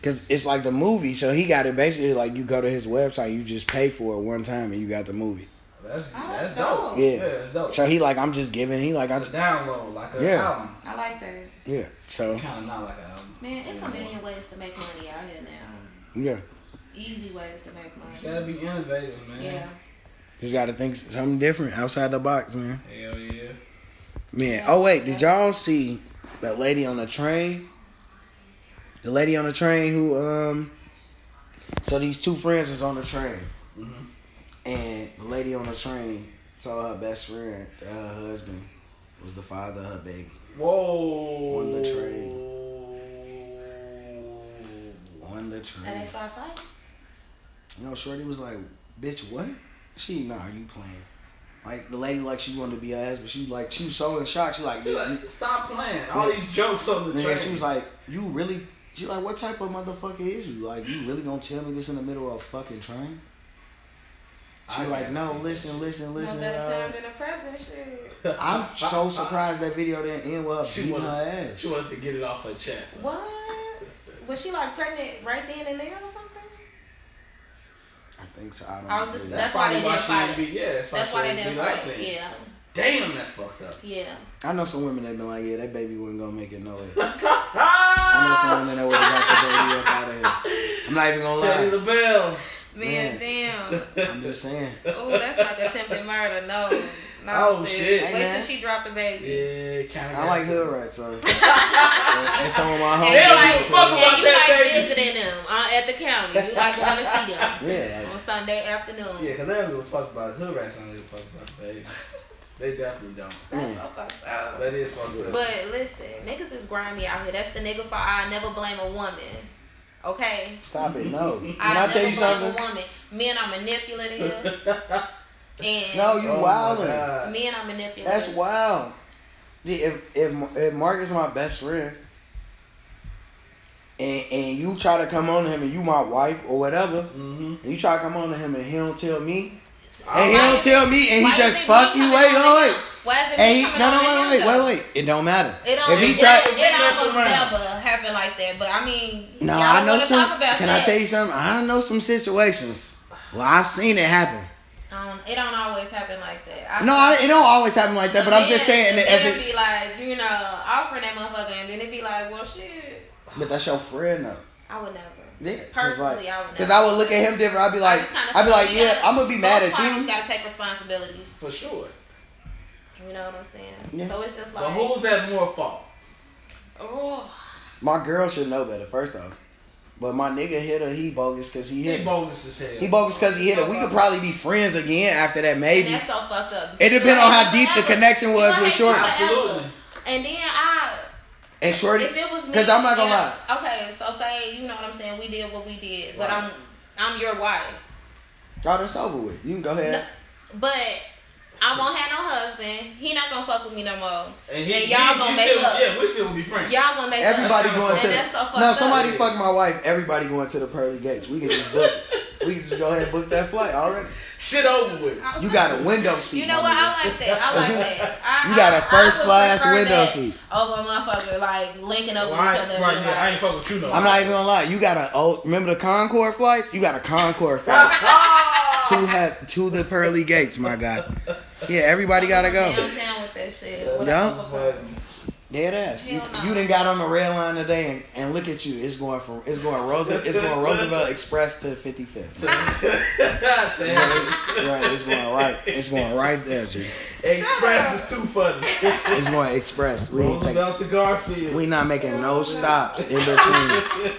[SPEAKER 2] cause it's like the movie. So he got it basically like you go to his website, you just pay for it one time, and you got the movie.
[SPEAKER 1] That's
[SPEAKER 3] Oh,
[SPEAKER 1] that's,
[SPEAKER 3] that's
[SPEAKER 1] dope.
[SPEAKER 3] dope.
[SPEAKER 2] Yeah.
[SPEAKER 1] that's dope.
[SPEAKER 2] So he like I'm just giving. He like I
[SPEAKER 1] it's a download, like a
[SPEAKER 2] Yeah.
[SPEAKER 1] album.
[SPEAKER 3] I like that.
[SPEAKER 2] yeah. So
[SPEAKER 1] Kind of not like an album.
[SPEAKER 3] Man, it's
[SPEAKER 1] Yeah.
[SPEAKER 3] a million ways to make money out here now.
[SPEAKER 2] yeah,
[SPEAKER 3] Easy ways to make
[SPEAKER 1] You gotta
[SPEAKER 3] money.
[SPEAKER 1] be innovative, man.
[SPEAKER 3] Yeah.
[SPEAKER 2] just gotta think something different outside the box, man.
[SPEAKER 1] Hell yeah.
[SPEAKER 2] Man. Oh wait, did y'all see that lady on the train? The lady on the train who um. So these two friends was on the train.
[SPEAKER 1] hmm
[SPEAKER 2] And the lady on the train told her best friend that her husband was the father of her baby
[SPEAKER 1] Whoa.
[SPEAKER 2] On the train. on the
[SPEAKER 3] And they
[SPEAKER 2] train.
[SPEAKER 3] start fighting.
[SPEAKER 2] You know, Shorty was like, "Bitch, what?" She, nah, you playing? Like the lady, like she wanted to be her ass, but she like she was so in shock. She like,
[SPEAKER 1] She
[SPEAKER 2] "You-
[SPEAKER 1] like, stop playing. All
[SPEAKER 2] Yeah.
[SPEAKER 1] these jokes on the
[SPEAKER 2] And
[SPEAKER 1] train.
[SPEAKER 2] then she was like, "You really?" She like, "What type of motherfucker is you? Like, you really gonna tell me this in the middle of a fucking train?" She
[SPEAKER 1] I
[SPEAKER 2] like,
[SPEAKER 1] haven't
[SPEAKER 2] "No,
[SPEAKER 1] seen
[SPEAKER 2] listen, listen,
[SPEAKER 3] No
[SPEAKER 2] listen."
[SPEAKER 3] better time
[SPEAKER 2] uh,
[SPEAKER 3] than the present shit.
[SPEAKER 2] I'm so surprised that video didn't end with her
[SPEAKER 1] She
[SPEAKER 2] beating
[SPEAKER 1] wanted-
[SPEAKER 2] her ass.
[SPEAKER 1] She wanted to get it off her chest.
[SPEAKER 3] What? Was she like pregnant right then and there or something?
[SPEAKER 2] I think so. I don't
[SPEAKER 3] I
[SPEAKER 2] know.
[SPEAKER 3] was just-
[SPEAKER 1] That's,
[SPEAKER 3] That's
[SPEAKER 1] why,
[SPEAKER 3] why they
[SPEAKER 1] why
[SPEAKER 3] didn't
[SPEAKER 1] she
[SPEAKER 3] fight
[SPEAKER 1] didn't be. Yeah, that's why,
[SPEAKER 3] That's
[SPEAKER 1] she
[SPEAKER 3] why they
[SPEAKER 1] didn't
[SPEAKER 3] didn't
[SPEAKER 1] beat up
[SPEAKER 3] fight.
[SPEAKER 1] then.
[SPEAKER 3] Yeah.
[SPEAKER 1] Damn, that's fucked up.
[SPEAKER 3] Yeah.
[SPEAKER 2] I know some women that been like, yeah, that baby wasn't gonna make it no way. I know some women that would have got the baby up out of here. I'm not even gonna
[SPEAKER 1] Daddy
[SPEAKER 2] lie.
[SPEAKER 1] LaBelle.
[SPEAKER 3] Man,
[SPEAKER 2] Man.
[SPEAKER 3] damn.
[SPEAKER 2] I'm just saying.
[SPEAKER 3] Oh, that's like attempted murder. No. No,
[SPEAKER 1] Oh,
[SPEAKER 3] sis.
[SPEAKER 1] shit.
[SPEAKER 3] Wait
[SPEAKER 2] Hey, man.
[SPEAKER 3] till she dropped the baby.
[SPEAKER 1] Yeah, kind of.
[SPEAKER 2] I like hood rats, so. and, and some of my
[SPEAKER 3] And
[SPEAKER 2] homies.
[SPEAKER 1] They
[SPEAKER 3] you
[SPEAKER 1] don't give a
[SPEAKER 2] do
[SPEAKER 3] like,
[SPEAKER 1] fuck about
[SPEAKER 3] and you
[SPEAKER 1] that
[SPEAKER 3] like
[SPEAKER 1] baby.
[SPEAKER 3] visiting them uh, at the county. You like going to see them
[SPEAKER 2] Yeah, like,
[SPEAKER 3] on Sunday afternoon.
[SPEAKER 1] Yeah, because they don't give a fuck about hood rats. Don't give a fuck about the baby. They definitely don't.
[SPEAKER 3] That's so fucked up.
[SPEAKER 1] That is fucked up.
[SPEAKER 3] But listen, niggas is grimy out here. That's the nigga for I never blame a woman. Okay?
[SPEAKER 2] stop it, no. Can
[SPEAKER 3] I
[SPEAKER 2] I
[SPEAKER 3] never
[SPEAKER 2] tell you
[SPEAKER 3] blame
[SPEAKER 2] something?
[SPEAKER 3] a woman. Men are manipulative. and
[SPEAKER 2] No, you
[SPEAKER 1] Oh my
[SPEAKER 2] wildin'.
[SPEAKER 1] God.
[SPEAKER 3] men are manipulative.
[SPEAKER 2] That's wild. Yeah, If if if Mark is my best friend, and and you try to come on to him, and you my wife or whatever,
[SPEAKER 1] Mhm.
[SPEAKER 2] and you try to come on to him, and he don't tell me,
[SPEAKER 1] I
[SPEAKER 2] and he
[SPEAKER 3] like-
[SPEAKER 2] don't tell me, and
[SPEAKER 3] Why
[SPEAKER 2] he
[SPEAKER 3] is
[SPEAKER 2] just
[SPEAKER 3] it me
[SPEAKER 2] fuck you.
[SPEAKER 3] coming
[SPEAKER 2] Wait,
[SPEAKER 3] on to
[SPEAKER 2] wait,
[SPEAKER 3] him?
[SPEAKER 2] wait.
[SPEAKER 3] Why is it
[SPEAKER 2] And
[SPEAKER 3] me
[SPEAKER 2] he
[SPEAKER 3] coming
[SPEAKER 2] no no
[SPEAKER 3] on to
[SPEAKER 2] wait
[SPEAKER 3] him,
[SPEAKER 2] wait
[SPEAKER 3] though?
[SPEAKER 2] wait wait. It don't matter.
[SPEAKER 3] It, don't,
[SPEAKER 2] If he
[SPEAKER 3] it,
[SPEAKER 2] try,
[SPEAKER 3] it almost
[SPEAKER 1] Right.
[SPEAKER 3] never happen like that. But I mean,
[SPEAKER 2] no,
[SPEAKER 3] y'all
[SPEAKER 2] I know
[SPEAKER 3] wanna
[SPEAKER 2] some.
[SPEAKER 3] Talk about
[SPEAKER 2] Can
[SPEAKER 3] that.
[SPEAKER 2] I tell you something? I know some situations. Well, I've seen it happen.
[SPEAKER 3] Um, it don't always happen like that.
[SPEAKER 2] No, I, it don't always happen like that. But I'm just saying that as
[SPEAKER 3] it
[SPEAKER 2] it.
[SPEAKER 3] be like you know offering that motherfucker, and then it be like, well, shit,
[SPEAKER 2] But that's your friend though.
[SPEAKER 3] I would never.
[SPEAKER 2] Yeah, cause
[SPEAKER 3] Personally, I
[SPEAKER 2] like,
[SPEAKER 3] would
[SPEAKER 2] because
[SPEAKER 3] never.
[SPEAKER 2] I would look at him different. I'd be like,
[SPEAKER 3] I just kinda
[SPEAKER 2] I'd be
[SPEAKER 3] feel
[SPEAKER 2] like, yeah,
[SPEAKER 3] gotta-
[SPEAKER 2] I'm gonna be mad
[SPEAKER 3] both
[SPEAKER 2] at
[SPEAKER 3] parties
[SPEAKER 2] you.
[SPEAKER 3] Gotta take responsibility.
[SPEAKER 1] For sure.
[SPEAKER 3] You know what I'm saying?
[SPEAKER 2] Yeah.
[SPEAKER 3] So it's just
[SPEAKER 1] But
[SPEAKER 3] like,
[SPEAKER 1] who's at more fault?
[SPEAKER 3] oh,
[SPEAKER 2] My girl should know better, first off. But my nigga hit her. He bogus because he
[SPEAKER 1] He
[SPEAKER 2] hit. her.
[SPEAKER 1] bogus as hell.
[SPEAKER 2] He bogus because he hit her. We could probably be friends again after that,
[SPEAKER 3] and
[SPEAKER 2] maybe.
[SPEAKER 3] that's so fucked up.
[SPEAKER 2] It depend on how deep the connection was with
[SPEAKER 3] short.
[SPEAKER 2] Shorty.
[SPEAKER 1] Absolutely.
[SPEAKER 3] And then I,
[SPEAKER 2] And shorty,
[SPEAKER 3] if it was me,
[SPEAKER 2] because I'm not gonna lie.
[SPEAKER 3] yeah, Okay, so say you know what I'm saying. We did what we did, but
[SPEAKER 1] Right.
[SPEAKER 3] I'm I'm your wife.
[SPEAKER 2] Y'all, that's over with. You can go
[SPEAKER 3] No,
[SPEAKER 2] ahead.
[SPEAKER 3] but I won't have no husband. He not gonna fuck with me no more.
[SPEAKER 1] And, he,
[SPEAKER 3] And y'all
[SPEAKER 1] he-
[SPEAKER 3] gonna
[SPEAKER 1] you
[SPEAKER 3] make
[SPEAKER 1] still,
[SPEAKER 3] up.
[SPEAKER 1] Yeah, we still gonna be friends.
[SPEAKER 3] Y'all gonna make
[SPEAKER 2] Everybody
[SPEAKER 3] up.
[SPEAKER 2] going to
[SPEAKER 3] And that's so
[SPEAKER 2] the,
[SPEAKER 3] fucked
[SPEAKER 2] no.
[SPEAKER 3] up.
[SPEAKER 2] Somebody fuck my wife. Everybody going to the pearly gates. We can just book. it. We can just go ahead and book that flight already.
[SPEAKER 1] Shit over with.
[SPEAKER 3] I-
[SPEAKER 2] You got a window seat.
[SPEAKER 3] You know
[SPEAKER 2] my
[SPEAKER 3] what?
[SPEAKER 2] nigga.
[SPEAKER 3] I like that. I like that. I,
[SPEAKER 2] You got a
[SPEAKER 3] I- I
[SPEAKER 2] first
[SPEAKER 3] would
[SPEAKER 2] class
[SPEAKER 3] prefer
[SPEAKER 2] window
[SPEAKER 3] that
[SPEAKER 2] seat.
[SPEAKER 3] over a motherfucker like linking up
[SPEAKER 1] Why-
[SPEAKER 3] with each other.
[SPEAKER 1] right,
[SPEAKER 3] and,
[SPEAKER 1] yeah, I
[SPEAKER 3] like,
[SPEAKER 1] ain't fuck with you no.
[SPEAKER 2] I'm
[SPEAKER 1] more.
[SPEAKER 2] not even gonna lie. You got a old. Remember the Concord flights? You got a Concord flight to have to the pearly gates, my guy. Yeah, everybody gotta go.
[SPEAKER 3] I'm down with that shit.
[SPEAKER 2] Yeah.
[SPEAKER 1] But
[SPEAKER 2] Dead ass. You,
[SPEAKER 3] Hell no.
[SPEAKER 2] you done got on the rail line today, and, and look at you. It's going from it's going Roosevelt. It's going Roosevelt Express to 55th.
[SPEAKER 1] Damn.
[SPEAKER 2] Right, it's going right. It's going right there, G.
[SPEAKER 1] Express is too funny.
[SPEAKER 2] It's going Express. We ain't taking.
[SPEAKER 1] Roosevelt to Garfield.
[SPEAKER 2] We not making no stops in between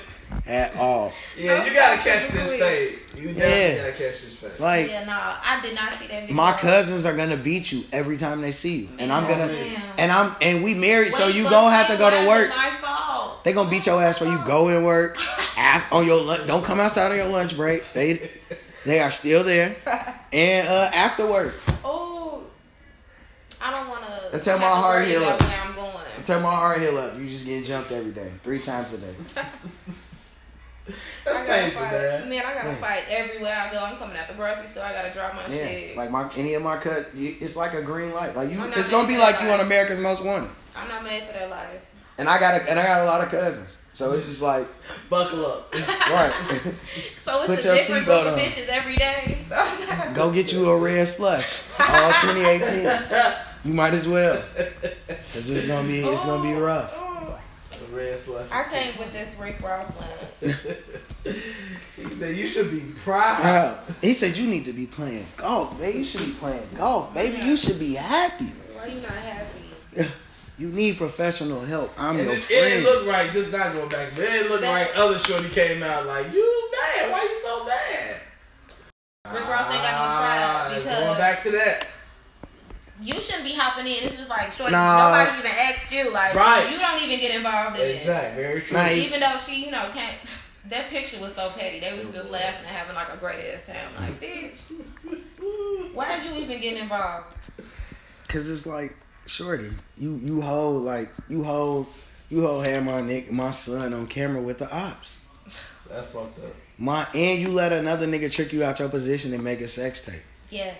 [SPEAKER 2] at all.
[SPEAKER 1] yeah, you gotta catch this fade. You definitely
[SPEAKER 2] Yeah.
[SPEAKER 1] gotta catch this fade.
[SPEAKER 2] Like
[SPEAKER 3] yeah, no, I did not see that. Video.
[SPEAKER 2] my cousins are gonna beat you every time they see you, and I'm gonna
[SPEAKER 3] Damn.
[SPEAKER 2] and I'm and we married, so
[SPEAKER 3] Wait,
[SPEAKER 2] you
[SPEAKER 3] but
[SPEAKER 2] gonna have to
[SPEAKER 3] see,
[SPEAKER 2] go
[SPEAKER 3] why
[SPEAKER 2] to
[SPEAKER 3] is
[SPEAKER 2] work.
[SPEAKER 3] it My fault.
[SPEAKER 2] They gonna beat your ass when you go and work. After, on your lunch, don't come outside on your lunch break. They they are still there, and uh, after work,
[SPEAKER 3] Oh, I don't want to.
[SPEAKER 2] Until my heart heal up.
[SPEAKER 3] Where I'm going.
[SPEAKER 2] tell my heart heal up. You just getting jumped every day, three times a day.
[SPEAKER 3] I
[SPEAKER 1] That's
[SPEAKER 3] gotta
[SPEAKER 1] painful,
[SPEAKER 3] fight.
[SPEAKER 1] man.
[SPEAKER 3] Man, I gotta
[SPEAKER 2] Yeah.
[SPEAKER 3] fight everywhere I go. I'm coming out the grocery store. I gotta drop my
[SPEAKER 2] Yeah,
[SPEAKER 3] shit. Oh,
[SPEAKER 2] like my any of my cut, you- it's like a green light. Like you,
[SPEAKER 3] I'm not
[SPEAKER 2] it's gonna be
[SPEAKER 3] making that
[SPEAKER 2] like you on
[SPEAKER 3] light.
[SPEAKER 2] America's Most Wanted.
[SPEAKER 3] I'm not made for that life.
[SPEAKER 2] And I got a, and I got a lot of cousins, so it's just like
[SPEAKER 1] Buckle up.
[SPEAKER 2] right.
[SPEAKER 3] So it's
[SPEAKER 2] Put
[SPEAKER 3] a
[SPEAKER 2] your
[SPEAKER 3] different
[SPEAKER 2] seatbelt
[SPEAKER 3] group of
[SPEAKER 2] on.
[SPEAKER 3] bitches every day. So I gotta-
[SPEAKER 2] Go get you a red slush. All 2018. You might as well. Cause it's gonna be it's gonna be
[SPEAKER 3] Oh,
[SPEAKER 2] rough.
[SPEAKER 3] oh.
[SPEAKER 1] The red slush.
[SPEAKER 3] I came with this Rick Ross line.
[SPEAKER 1] He said you should be proud.
[SPEAKER 2] Wow. He said you need to be playing golf, baby. You should be playing golf, baby. You should be happy.
[SPEAKER 3] Why you not happy?
[SPEAKER 2] You need professional help. I'm
[SPEAKER 1] And
[SPEAKER 2] your
[SPEAKER 1] it, it didn't
[SPEAKER 2] friend.
[SPEAKER 1] look right. Just not going back. But it didn't look right. Other shorty came out like you mad. Why you so mad?
[SPEAKER 3] Rick Ross ain't got
[SPEAKER 1] Ah,
[SPEAKER 3] no
[SPEAKER 1] going
[SPEAKER 3] trial because
[SPEAKER 1] back to that.
[SPEAKER 3] you shouldn't be hopping in. It's just like short.
[SPEAKER 2] Nah.
[SPEAKER 3] Nobody even asked you. Like
[SPEAKER 1] Right.
[SPEAKER 3] you don't even get involved in it.
[SPEAKER 1] Exactly. Very true.
[SPEAKER 2] Nah, he-
[SPEAKER 3] Even though she, you know, can't. That picture was so petty. They was just laughing and having like a great ass time. Like,
[SPEAKER 2] Mm.
[SPEAKER 3] bitch, why is you even getting involved?
[SPEAKER 2] Cause it's like, shorty, you you hold like you hold you hold had my nick my son on camera with the ops.
[SPEAKER 1] That's fucked up.
[SPEAKER 2] My and you let another nigga trick you out your position and make a sex tape.
[SPEAKER 3] Yes.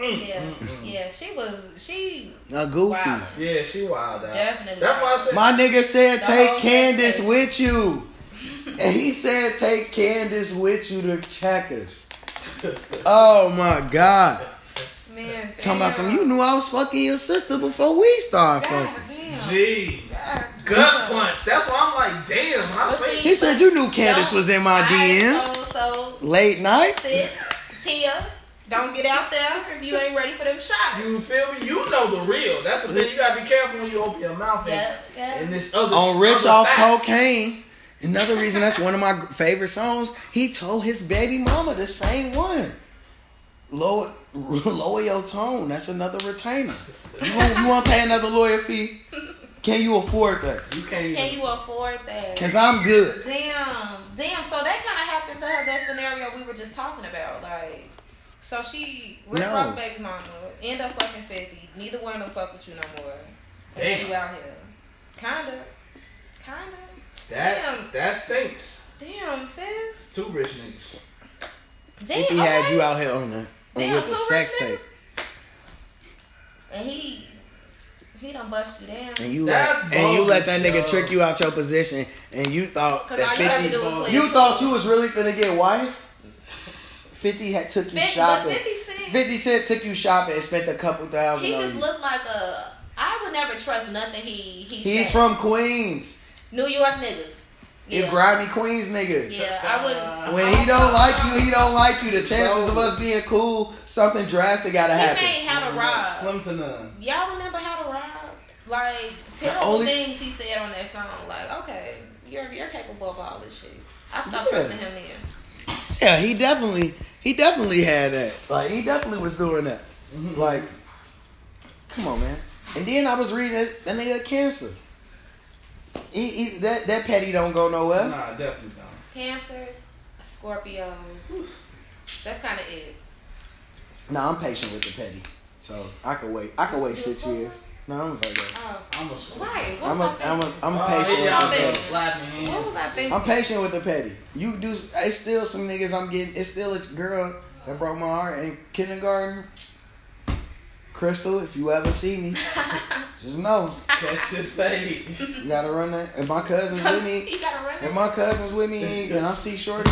[SPEAKER 3] Yeah. Yeah. She was. She
[SPEAKER 2] A Mm. goofy.
[SPEAKER 3] Wow.
[SPEAKER 1] Yeah, she wild out.
[SPEAKER 3] Definitely.
[SPEAKER 1] That's why I said.
[SPEAKER 2] My nigga said
[SPEAKER 3] The
[SPEAKER 2] take
[SPEAKER 3] whole
[SPEAKER 2] Candace
[SPEAKER 3] thing.
[SPEAKER 2] with you. And he said take Candace with you to checkers. Oh my god.
[SPEAKER 3] man.
[SPEAKER 2] Talking about some
[SPEAKER 3] damn.
[SPEAKER 2] you knew I was fucking your sister before we started
[SPEAKER 3] God
[SPEAKER 2] fucking.
[SPEAKER 3] damn.
[SPEAKER 1] Gee,
[SPEAKER 3] God.
[SPEAKER 1] gut punch. That's why I'm like, damn. How
[SPEAKER 3] But see,
[SPEAKER 1] sweet.
[SPEAKER 2] He said you knew Candace
[SPEAKER 3] Don't-
[SPEAKER 2] was in my
[SPEAKER 3] I am
[SPEAKER 2] DM.
[SPEAKER 3] So, so
[SPEAKER 2] Late night?
[SPEAKER 3] sis, Tia, don't get out there if you ain't ready for them shots.
[SPEAKER 1] You feel me? You know the real. That's the thing. You gotta be careful when you open your mouth.
[SPEAKER 3] yeah, yeah.
[SPEAKER 1] And, and this other
[SPEAKER 2] On Rich
[SPEAKER 1] other
[SPEAKER 2] Off
[SPEAKER 1] facts.
[SPEAKER 2] Cocaine. Another reason that's one of my favorite songs. He told his baby mama the same one. Lower, lower your tone. That's another retainer. You want you want to pay another lawyer fee? Can you afford that?
[SPEAKER 1] You can't. Even,
[SPEAKER 3] Can you afford that?
[SPEAKER 2] Cause I'm good.
[SPEAKER 3] Damn, damn. So that kind of happened to her. That scenario we were just talking about, like. So she, Rick
[SPEAKER 2] No.
[SPEAKER 3] Ross baby mama, end up fucking fifty. Neither one of them fuck with you no more. And
[SPEAKER 1] Damn.
[SPEAKER 3] You out here, kinda, kinda.
[SPEAKER 1] that
[SPEAKER 3] Damn.
[SPEAKER 1] that stinks.
[SPEAKER 3] Damn, sis.
[SPEAKER 1] Two rich niggas.
[SPEAKER 3] Damn,
[SPEAKER 2] If
[SPEAKER 3] okay.
[SPEAKER 2] he had you out here on the on
[SPEAKER 3] Damn,
[SPEAKER 2] with the
[SPEAKER 3] two
[SPEAKER 2] sex
[SPEAKER 3] rich
[SPEAKER 2] tape,
[SPEAKER 3] And he, he done bust you down.
[SPEAKER 2] and you
[SPEAKER 1] That's
[SPEAKER 2] let and you let that nigga
[SPEAKER 1] bogus, yo.
[SPEAKER 2] trick you out your position, and you thought
[SPEAKER 3] Cause all
[SPEAKER 2] that
[SPEAKER 3] you had to
[SPEAKER 2] fifty,
[SPEAKER 3] do was play.
[SPEAKER 2] you thought you was really gonna get wife. Fifty had took you
[SPEAKER 3] 50, but
[SPEAKER 2] shopping.
[SPEAKER 3] 50 cent.
[SPEAKER 2] Fifty Cent took you shopping and spent a couple thousand.
[SPEAKER 3] He
[SPEAKER 2] on
[SPEAKER 3] just
[SPEAKER 2] you.
[SPEAKER 3] looked like a. I would never trust nothing he he.
[SPEAKER 2] He's
[SPEAKER 3] said.
[SPEAKER 2] from Queens.
[SPEAKER 3] New York niggas.
[SPEAKER 2] He's grimy Queens nigga.
[SPEAKER 3] Yeah, I wouldn't.
[SPEAKER 2] When he don't like you, he don't like you. The chances of us being cool, something drastic gotta
[SPEAKER 3] He
[SPEAKER 2] happen.
[SPEAKER 3] made how to rob.
[SPEAKER 1] Slim to none.
[SPEAKER 3] Y'all remember how to rob? Like terrible
[SPEAKER 2] only-
[SPEAKER 3] things he said on that song. Like, okay, you're you're capable of all this shit. I stopped
[SPEAKER 2] Yeah.
[SPEAKER 3] trusting him then.
[SPEAKER 2] Yeah, he definitely, he definitely had that. Like he definitely was doing that.
[SPEAKER 1] Mm-hmm.
[SPEAKER 2] Like, come on, man. And then I was reading it, that nigga had cancer. He, he that that petty don't go nowhere.
[SPEAKER 1] Nah, definitely not.
[SPEAKER 3] Cancers, Scorpios. That's kind of it.
[SPEAKER 2] Nah, I'm patient with the petty. So I could wait. I could wait
[SPEAKER 3] You a
[SPEAKER 2] six
[SPEAKER 3] Scorpio?
[SPEAKER 2] years. No, I'm a Virgo.
[SPEAKER 3] Oh,
[SPEAKER 1] I'm a Scorpio.
[SPEAKER 3] right. What's
[SPEAKER 2] I'm a, I'm a, I'm
[SPEAKER 1] Oh,
[SPEAKER 2] patient
[SPEAKER 1] yeah,
[SPEAKER 2] with the
[SPEAKER 1] I'm
[SPEAKER 3] it.
[SPEAKER 1] a
[SPEAKER 2] petty.
[SPEAKER 1] slapping hand.
[SPEAKER 3] What was I thinking?
[SPEAKER 2] I'm patient with the petty. You do. It's still some niggas I'm getting. It's still a girl that broke my heart in kindergarten. Crystal, if you ever see me, just know
[SPEAKER 1] Catch this fade.
[SPEAKER 2] you gotta run that. And my cousins with me.
[SPEAKER 3] you gotta run.
[SPEAKER 2] And my cousins with me, and I see Shorty.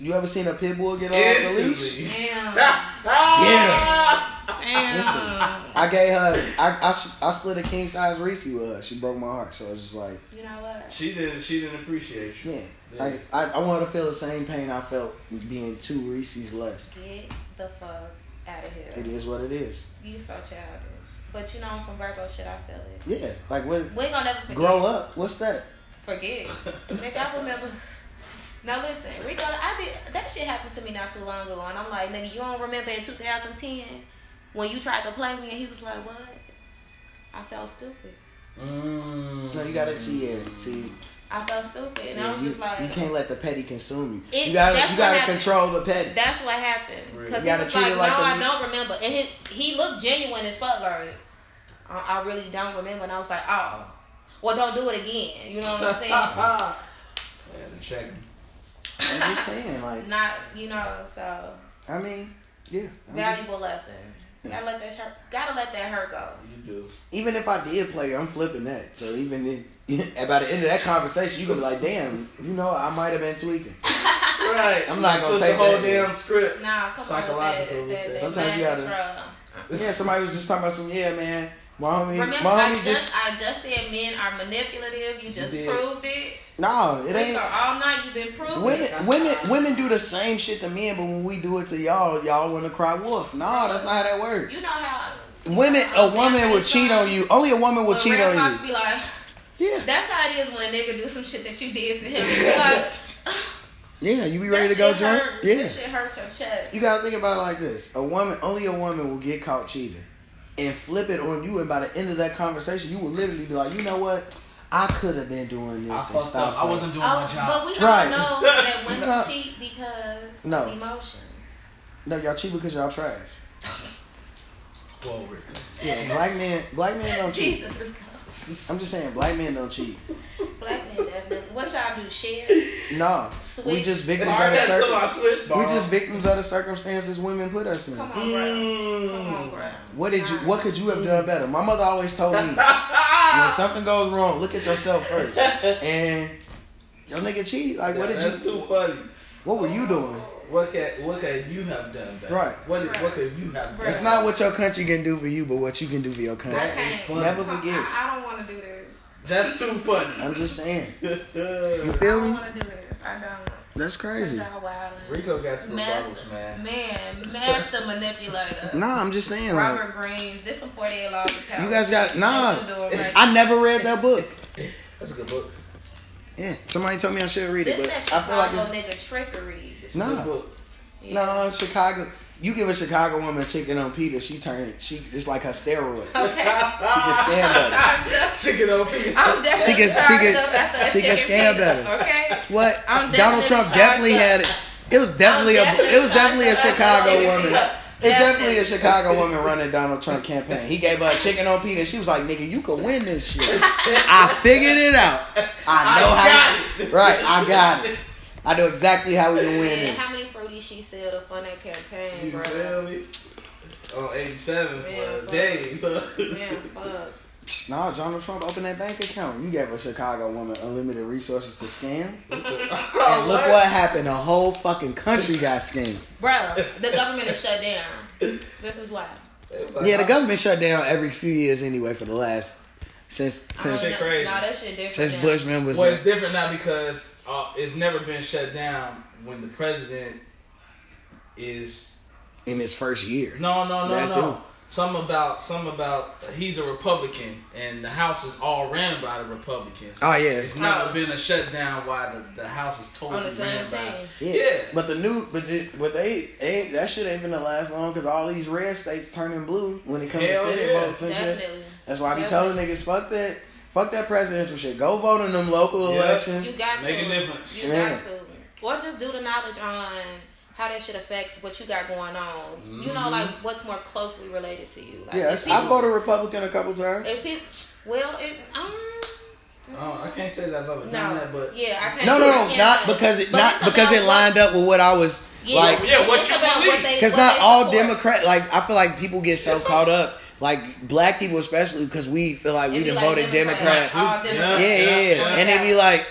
[SPEAKER 2] You ever seen a pit bull get off the leash?
[SPEAKER 1] Instantly.
[SPEAKER 3] Damn.
[SPEAKER 2] Yeah.
[SPEAKER 3] Damn.
[SPEAKER 2] I gave her. I, I s- I split a king size Reese with her. She broke my heart, so it's just like,
[SPEAKER 3] You know what?
[SPEAKER 1] She didn't. She didn't appreciate you.
[SPEAKER 2] yeah. I, I I want her to feel the same pain I felt being two Reese's less.
[SPEAKER 3] Get the fuck out of
[SPEAKER 2] It
[SPEAKER 3] here.
[SPEAKER 2] is what it is.
[SPEAKER 3] You so childish. But you know, on some Virgo shit, I feel it.
[SPEAKER 2] Yeah, like what?
[SPEAKER 3] We ain't gonna never forget.
[SPEAKER 2] Grow up. What's that?
[SPEAKER 3] Forget. Nigga, I remember. Now listen, Rico, I did that shit happened to me not too long ago, and I'm like, nigga, you don't remember in 2010 when you tried to play me, and he was like, what? I felt stupid.
[SPEAKER 1] Mm.
[SPEAKER 2] No, you gotta see it. See,
[SPEAKER 3] I felt stupid, and I
[SPEAKER 2] yeah,
[SPEAKER 3] was
[SPEAKER 2] you,
[SPEAKER 3] just like,
[SPEAKER 2] you can't let the petty consume you.
[SPEAKER 3] It-
[SPEAKER 2] you gotta
[SPEAKER 3] that's
[SPEAKER 2] you
[SPEAKER 3] what
[SPEAKER 2] gotta
[SPEAKER 3] happened.
[SPEAKER 2] control the petty.
[SPEAKER 3] That's what happened.
[SPEAKER 1] Really?
[SPEAKER 3] Cause
[SPEAKER 2] You
[SPEAKER 3] he
[SPEAKER 2] gotta
[SPEAKER 3] was
[SPEAKER 2] treat
[SPEAKER 3] like,
[SPEAKER 2] it like
[SPEAKER 3] no,
[SPEAKER 2] the
[SPEAKER 3] I
[SPEAKER 2] lead-
[SPEAKER 3] don't remember. And his, he looked genuine as fuck. Like, I, I really don't remember. And I was like, oh, well, don't do it again. You know what I'm saying?
[SPEAKER 1] I had to check.
[SPEAKER 2] I'm just saying, like,
[SPEAKER 3] Not, you know. So
[SPEAKER 2] I mean, yeah. I'm just-
[SPEAKER 3] valuable lesson. Gotta let that hurt. Gotta let that hurt go.
[SPEAKER 1] You do.
[SPEAKER 2] even if I did play, I'm flipping that. So even if, by the end of that conversation, you gonna be like, "Damn, you know, I might have been tweaking."
[SPEAKER 1] Right.
[SPEAKER 2] I'm not gonna
[SPEAKER 1] Took
[SPEAKER 2] take
[SPEAKER 1] the whole
[SPEAKER 2] that.
[SPEAKER 1] damn script.
[SPEAKER 3] Nah, come on
[SPEAKER 1] Psychological
[SPEAKER 3] with that. that, that
[SPEAKER 2] Sometimes
[SPEAKER 3] mind
[SPEAKER 2] you gotta-
[SPEAKER 3] control.
[SPEAKER 2] Yeah, somebody was just talking about some. Yeah, man, my homie,
[SPEAKER 3] Remember,
[SPEAKER 2] my
[SPEAKER 3] I
[SPEAKER 2] homie
[SPEAKER 3] just,
[SPEAKER 2] just
[SPEAKER 3] I just said men are manipulative. You just
[SPEAKER 1] did.
[SPEAKER 3] proved it.
[SPEAKER 2] no, it
[SPEAKER 3] Rico,
[SPEAKER 2] ain't.
[SPEAKER 3] all night you've been proving.
[SPEAKER 2] Women,
[SPEAKER 3] it.
[SPEAKER 2] women, women do the same shit to men, but when we do it to y'all, y'all want to cry wolf. No, that's not how that works.
[SPEAKER 3] You know how
[SPEAKER 2] Women, a woman will cheat on you. Only a woman will
[SPEAKER 3] when
[SPEAKER 2] cheat
[SPEAKER 3] real
[SPEAKER 2] on
[SPEAKER 3] cops
[SPEAKER 2] you.
[SPEAKER 3] Be like.
[SPEAKER 2] Yeah,
[SPEAKER 3] That's how it is when a nigga do some shit that you did to him. You're like,
[SPEAKER 2] yeah. You be
[SPEAKER 3] that
[SPEAKER 2] ready to go
[SPEAKER 3] shit
[SPEAKER 2] joint?
[SPEAKER 3] hurt.
[SPEAKER 2] Yeah.
[SPEAKER 3] That shit hurt your chest.
[SPEAKER 2] You gotta think about it like this: a woman, only a woman will get caught cheating, and flip it on you. And by the end of that conversation, you will literally be like, you know what? I could have been doing
[SPEAKER 1] I
[SPEAKER 2] this and
[SPEAKER 1] fucked
[SPEAKER 2] stopped.
[SPEAKER 1] up. I
[SPEAKER 2] it."
[SPEAKER 1] wasn't doing
[SPEAKER 3] Oh,
[SPEAKER 1] my
[SPEAKER 3] but
[SPEAKER 1] job.
[SPEAKER 3] we
[SPEAKER 2] Right.
[SPEAKER 3] all know that women
[SPEAKER 2] No.
[SPEAKER 3] cheat because
[SPEAKER 2] No.
[SPEAKER 3] of emotions.
[SPEAKER 2] No, y'all cheat because y'all trash.
[SPEAKER 1] Whoa, Rick.
[SPEAKER 2] Yeah, black men, black men don't cheat.
[SPEAKER 3] Jesus, Rico.
[SPEAKER 2] I'm just saying, black men don't cheat.
[SPEAKER 3] black men definitely. What y'all do? Share?
[SPEAKER 2] No, we
[SPEAKER 3] Switch.
[SPEAKER 2] just victims of the
[SPEAKER 1] Alright, so I
[SPEAKER 2] circum.
[SPEAKER 1] switched
[SPEAKER 2] We
[SPEAKER 1] bars.
[SPEAKER 2] just victims of the circumstances women put us in.
[SPEAKER 3] Come on, bro. Come on,
[SPEAKER 1] Mm.
[SPEAKER 3] bro.
[SPEAKER 2] What did you?
[SPEAKER 3] Nah.
[SPEAKER 2] What could you have done better? My mother always told me when something goes wrong, look at yourself first. And your nigga cheat. Like, what did
[SPEAKER 1] That's too
[SPEAKER 2] you?
[SPEAKER 1] funny.
[SPEAKER 2] What were you doing?
[SPEAKER 1] What can what can you have done? Back?
[SPEAKER 2] Right.
[SPEAKER 1] What
[SPEAKER 3] Right.
[SPEAKER 1] what could you have?
[SPEAKER 3] Right.
[SPEAKER 2] It's not what your country can do for you, but what you can do for your
[SPEAKER 1] That
[SPEAKER 2] country.
[SPEAKER 3] Okay.
[SPEAKER 1] is funny.
[SPEAKER 2] Never
[SPEAKER 3] Come-
[SPEAKER 2] forget.
[SPEAKER 3] I, I don't want to do this.
[SPEAKER 1] That's too funny.
[SPEAKER 2] I'm just saying. You
[SPEAKER 1] Rico
[SPEAKER 3] I
[SPEAKER 2] feel
[SPEAKER 3] don't
[SPEAKER 2] me?
[SPEAKER 3] want to do this. I don't.
[SPEAKER 2] That's crazy.
[SPEAKER 3] Y'all wildin'.
[SPEAKER 1] got the rebuttals,
[SPEAKER 3] Master,
[SPEAKER 1] man.
[SPEAKER 3] man, master manipulator.
[SPEAKER 2] Nah, I'm just saying. Like,
[SPEAKER 3] Robert Greene, this some 48 laws of power.
[SPEAKER 2] you guys got nah.
[SPEAKER 3] That's what I'm doing right
[SPEAKER 2] I never read that book.
[SPEAKER 1] That's a good book.
[SPEAKER 2] Yeah, somebody told me I should read it,
[SPEAKER 3] This
[SPEAKER 2] but
[SPEAKER 3] that
[SPEAKER 2] I feel
[SPEAKER 3] Chicago
[SPEAKER 2] like it's
[SPEAKER 3] nigga trickery.
[SPEAKER 1] It's a
[SPEAKER 2] Nah.
[SPEAKER 1] good book.
[SPEAKER 3] Yeah.
[SPEAKER 2] no Chicago. You give a Chicago woman chicken on pita, she turn she. It's like her steroids. She
[SPEAKER 3] Okay.
[SPEAKER 2] can stand better.
[SPEAKER 3] Charged up.
[SPEAKER 1] Chicken open.
[SPEAKER 3] I'm definitely
[SPEAKER 2] She can- she
[SPEAKER 3] charged
[SPEAKER 2] can-
[SPEAKER 3] up after that
[SPEAKER 2] she can
[SPEAKER 3] chicken
[SPEAKER 2] stand
[SPEAKER 3] pizza,
[SPEAKER 2] better.
[SPEAKER 3] Okay.
[SPEAKER 2] What?
[SPEAKER 3] I'm
[SPEAKER 2] Donald
[SPEAKER 3] definitely
[SPEAKER 2] Trump
[SPEAKER 3] charged
[SPEAKER 2] definitely
[SPEAKER 3] up.
[SPEAKER 2] had it. It was definitely,
[SPEAKER 3] Oh,
[SPEAKER 2] a. It was definitely a
[SPEAKER 3] charged up.
[SPEAKER 2] Chicago woman. It's definitely a
[SPEAKER 3] Definitely.
[SPEAKER 2] Chicago woman running Donald Trump campaign. He gave her a chicken on pita. She was like, "Nigga, you could win this shit. I figured it out. I know
[SPEAKER 1] I
[SPEAKER 2] how.
[SPEAKER 1] got it."
[SPEAKER 2] Right, I got it. I know exactly how we can win
[SPEAKER 3] Man,
[SPEAKER 2] this.
[SPEAKER 3] how many fruities she sealed up on that campaign,
[SPEAKER 1] You
[SPEAKER 3] bro?
[SPEAKER 1] feel me? On 87
[SPEAKER 3] Man,
[SPEAKER 1] for
[SPEAKER 3] fuck.
[SPEAKER 1] days. huh?
[SPEAKER 3] Man, fuck.
[SPEAKER 2] No, Donald Trump opened that bank account. You gave a Chicago woman unlimited resources to scam,
[SPEAKER 1] Oh,
[SPEAKER 2] and look what happened. The whole fucking country got scammed.
[SPEAKER 3] Bro, the government is shut down. This is why.
[SPEAKER 1] It was like,
[SPEAKER 2] Yeah, the government shut down every few years anyway for the last since
[SPEAKER 3] I
[SPEAKER 2] since
[SPEAKER 3] don't know.
[SPEAKER 1] crazy.
[SPEAKER 3] Nah, that shit different.
[SPEAKER 2] since
[SPEAKER 3] now.
[SPEAKER 2] Bushman was.
[SPEAKER 1] Well, it's different now because uh, it's never been shut down when the president is
[SPEAKER 2] in his first year.
[SPEAKER 1] no, no, no,
[SPEAKER 2] That
[SPEAKER 1] no.
[SPEAKER 2] too.
[SPEAKER 1] Some about some about he's a Republican and the House is all ran by the Republicans.
[SPEAKER 2] Oh yeah,
[SPEAKER 1] It's
[SPEAKER 2] it's not.
[SPEAKER 1] never been a shutdown while the, the House is totally
[SPEAKER 3] On the same
[SPEAKER 1] ran by-
[SPEAKER 3] team.
[SPEAKER 2] Yeah.
[SPEAKER 1] Yeah.
[SPEAKER 2] but the new, but the, but they, they that shit ain't gonna last long because all these red states turning blue when it comes
[SPEAKER 1] Hell
[SPEAKER 2] to Senate
[SPEAKER 1] yeah.
[SPEAKER 2] votes and shit.
[SPEAKER 3] Definitely.
[SPEAKER 2] That's why I be telling
[SPEAKER 3] Definitely.
[SPEAKER 2] niggas, fuck that, fuck that presidential shit. Go vote in them local
[SPEAKER 1] Yeah.
[SPEAKER 2] elections.
[SPEAKER 3] You got
[SPEAKER 1] Make
[SPEAKER 3] to.
[SPEAKER 1] a difference.
[SPEAKER 3] You
[SPEAKER 2] Yeah.
[SPEAKER 3] got to. Or just do the knowledge on how that shit affects what you got going on. You know, like
[SPEAKER 2] Mm-hmm.
[SPEAKER 3] what's more closely related to you. Like,
[SPEAKER 4] Yes,
[SPEAKER 3] if
[SPEAKER 4] I
[SPEAKER 3] people-
[SPEAKER 4] voted Republican a couple times.
[SPEAKER 3] If people, well, it, um,
[SPEAKER 1] Oh, I can't say that I've ever
[SPEAKER 3] no,
[SPEAKER 1] done that, but
[SPEAKER 3] yeah, I can't.
[SPEAKER 4] No, no,
[SPEAKER 3] I
[SPEAKER 4] no,
[SPEAKER 3] can't
[SPEAKER 4] not
[SPEAKER 3] say.
[SPEAKER 4] because it
[SPEAKER 3] But
[SPEAKER 4] not
[SPEAKER 3] it's
[SPEAKER 4] because
[SPEAKER 3] about
[SPEAKER 4] it lined up with what I was
[SPEAKER 3] yeah,
[SPEAKER 4] like.
[SPEAKER 5] Yeah, what
[SPEAKER 3] it's
[SPEAKER 5] you
[SPEAKER 3] about
[SPEAKER 5] believe.
[SPEAKER 3] they-
[SPEAKER 2] Because
[SPEAKER 3] what
[SPEAKER 2] not
[SPEAKER 3] they
[SPEAKER 2] all
[SPEAKER 3] support.
[SPEAKER 2] Democrat, like I feel like people get so caught up, like black people especially, because we feel like we
[SPEAKER 3] It'd be
[SPEAKER 2] done
[SPEAKER 3] like
[SPEAKER 2] voted Democrat.
[SPEAKER 3] all Democrat.
[SPEAKER 2] Yeah, yeah, yeah.
[SPEAKER 1] Yeah.
[SPEAKER 2] and they be like,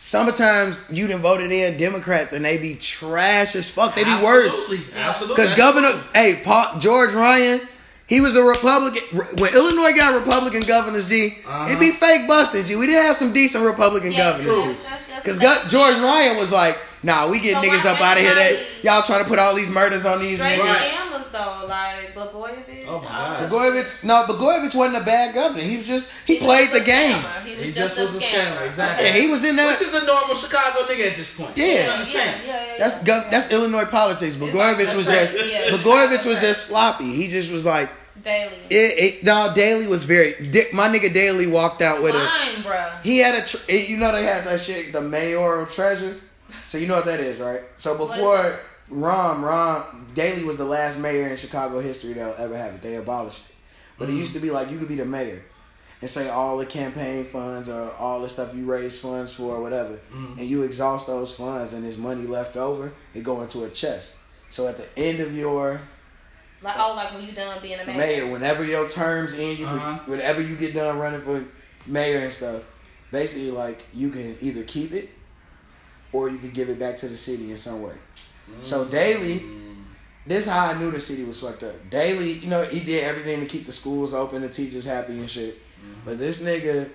[SPEAKER 2] sometimes you done voted in Democrats, and they be trash as fuck. They be worse.
[SPEAKER 5] Absolutely. Absolutely.
[SPEAKER 2] Because governor, hey, Paul, George Ryan, he was a Republican. When Illinois got Republican governors, G, it be fake busting, G. We did have some decent Republican governors, G. Because George Ryan was like, nah, we get
[SPEAKER 3] So
[SPEAKER 2] niggas
[SPEAKER 3] why
[SPEAKER 2] up out of here. That
[SPEAKER 3] everybody-
[SPEAKER 2] y'all trying to put all these murders on these
[SPEAKER 3] Straight
[SPEAKER 2] niggas.
[SPEAKER 3] scammers though, like Blagojevich.
[SPEAKER 1] Oh, my
[SPEAKER 3] all
[SPEAKER 1] God.
[SPEAKER 3] that.
[SPEAKER 2] Blagojevich, no, Blagojevich wasn't a bad governor. He was just he,
[SPEAKER 3] was
[SPEAKER 2] played
[SPEAKER 3] just
[SPEAKER 2] the
[SPEAKER 3] a
[SPEAKER 2] game.
[SPEAKER 3] scammer. He was
[SPEAKER 1] He
[SPEAKER 3] just, a scammer.
[SPEAKER 1] exactly.
[SPEAKER 2] Yeah, he was in that.
[SPEAKER 5] Which is a normal Chicago nigga at this point.
[SPEAKER 2] Yeah.
[SPEAKER 1] You
[SPEAKER 3] Yeah, yeah,
[SPEAKER 1] understand?
[SPEAKER 3] yeah, yeah.
[SPEAKER 2] That's gov- that's Illinois politics. Blagojevich was just
[SPEAKER 3] Yeah.
[SPEAKER 2] Blagojevich was just sloppy. He just was like
[SPEAKER 3] daily.
[SPEAKER 2] it. it no, Daly was very. Dick, my nigga Daly walked out with a.
[SPEAKER 3] Fine, bruh.
[SPEAKER 2] He had a. Tr- it- you know they had that shit, the mayoral treasure. So you know what that is, right? So
[SPEAKER 3] is
[SPEAKER 2] before Rom Rom Daly was the last mayor in Chicago history that'll ever have it. They abolished it, but it used to be like you could be the mayor. And say all the campaign funds or all the stuff you raise funds for or whatever, and you exhaust those funds and there's money left over, it go into a chest. So at the end of your
[SPEAKER 3] Like oh, like when you done being a
[SPEAKER 2] the
[SPEAKER 3] man.
[SPEAKER 2] mayor, whenever your terms end, you can-
[SPEAKER 1] Uh-huh.
[SPEAKER 2] whenever you get done running for mayor and stuff, basically like you can either keep it or you can give it back to the city in some way. So Daly, this is how I knew the city was fucked up. Daly, you know, he did everything to keep the schools open, the teachers happy and shit. But this nigga,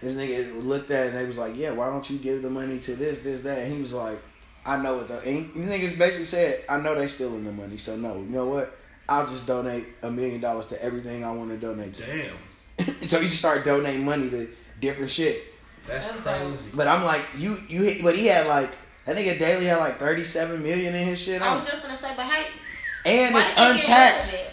[SPEAKER 2] this nigga looked at it and they was like, yeah, why don't you give the money to this, this, that? And he was like, I know it though. And he, niggas basically said, I know they stealing the money, so no. You know what? I'll just donate a million dollars to everything I want to donate to.
[SPEAKER 1] Damn,
[SPEAKER 2] so he just started donating money to different shit.
[SPEAKER 1] that's
[SPEAKER 3] That's
[SPEAKER 1] crazy.
[SPEAKER 2] But I'm like, you, you, hit, but he had like, that nigga Daly had like 37 million in his shit.
[SPEAKER 3] I
[SPEAKER 2] On.
[SPEAKER 3] was just gonna say, but hey,
[SPEAKER 2] and
[SPEAKER 3] why
[SPEAKER 2] it's
[SPEAKER 3] did they get rid of
[SPEAKER 2] untaxed.
[SPEAKER 3] it?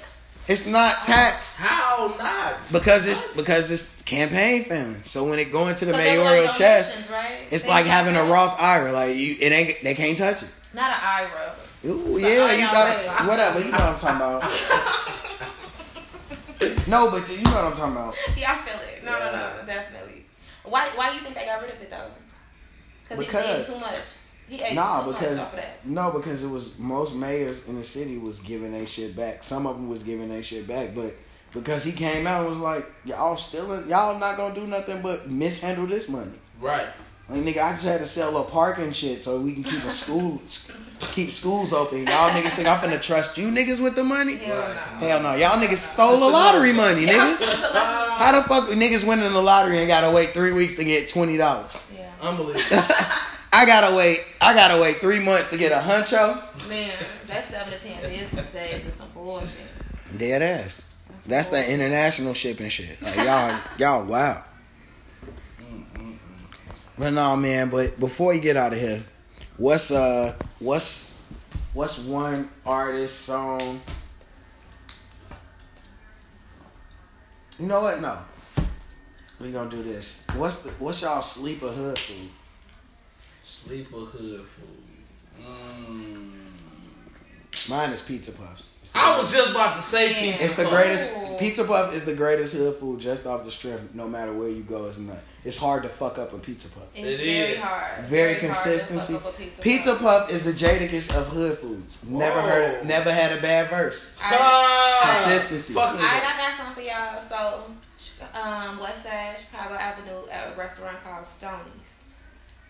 [SPEAKER 2] It's not taxed
[SPEAKER 1] How not?
[SPEAKER 2] because it's because it's campaign funds. So when it go into the
[SPEAKER 3] But they were
[SPEAKER 2] mayoral
[SPEAKER 3] like
[SPEAKER 2] chest,
[SPEAKER 3] donations, right?
[SPEAKER 2] it's
[SPEAKER 3] They-
[SPEAKER 2] like having a Roth IRA. Like you, it ain't they can't touch it.
[SPEAKER 3] Not an IRA.
[SPEAKER 2] Ooh,
[SPEAKER 3] It's a
[SPEAKER 2] yeah, you got
[SPEAKER 3] IRA.
[SPEAKER 2] it. Whatever, you know what I'm talking about. no, but you know what I'm talking about.
[SPEAKER 3] Yeah, I feel it. No, no, no, definitely. Why? Why you think they got rid of it though? Cause
[SPEAKER 2] Because-
[SPEAKER 3] he ate too much. He ate
[SPEAKER 2] Nah,
[SPEAKER 3] too
[SPEAKER 2] because
[SPEAKER 3] much off of that.
[SPEAKER 2] no, because it was most mayors in the city was giving their shit back. Some of them was giving their shit back, but because he came out and was like, y'all stealing, y'all not gonna do nothing but mishandle this money.
[SPEAKER 1] Right.
[SPEAKER 2] Like nigga, I just had to sell a park and shit so we can keep a school, keep schools open. Y'all niggas think I'm finna trust you niggas with the money?
[SPEAKER 3] Hell no.
[SPEAKER 2] Hell no, y'all niggas stole the lottery money, nigga.
[SPEAKER 1] Uh,
[SPEAKER 2] How the fuck niggas winning the lottery and gotta wait three weeks to get twenty dollars?
[SPEAKER 3] Yeah,
[SPEAKER 1] Unbelievable.
[SPEAKER 2] I gotta wait. I gotta wait three months to get a huncho.
[SPEAKER 3] man, that's seven to ten business days is some bullshit.
[SPEAKER 2] Dead ass. That's that international shipping shit. Like y'all, y'all, wow. But no, man. But before you get out of here, what's uh, what's what's one artist song? You know what? No, we gonna do this. What's the what's y'all sleeper hood food?
[SPEAKER 1] Sleeper hood food. Mm.
[SPEAKER 2] Mine is pizza puffs. It's the
[SPEAKER 5] I was just about to say
[SPEAKER 3] Yeah.
[SPEAKER 5] pizza.
[SPEAKER 2] It's the
[SPEAKER 5] puff.
[SPEAKER 2] greatest
[SPEAKER 3] Ooh.
[SPEAKER 2] pizza puff is the greatest hood food just off the strip. No matter where you go, it's not. It's hard to fuck up a pizza puff.
[SPEAKER 3] It's
[SPEAKER 1] It
[SPEAKER 3] very
[SPEAKER 1] is.
[SPEAKER 3] hard.
[SPEAKER 2] Very
[SPEAKER 3] hard to fuck
[SPEAKER 2] consistency.
[SPEAKER 3] up a pizza.
[SPEAKER 2] Pizza
[SPEAKER 3] puff.
[SPEAKER 2] puff is the Jadakiss of hood foods. Never
[SPEAKER 1] Whoa.
[SPEAKER 2] heard, of, never had a bad verse.
[SPEAKER 3] Alright.
[SPEAKER 1] Ah,
[SPEAKER 2] Consistency.
[SPEAKER 1] Fuck
[SPEAKER 3] All
[SPEAKER 1] with
[SPEAKER 3] right,
[SPEAKER 1] it.
[SPEAKER 3] I got something for y'all. So, um, West Side Chicago Avenue at a restaurant called Stoney's.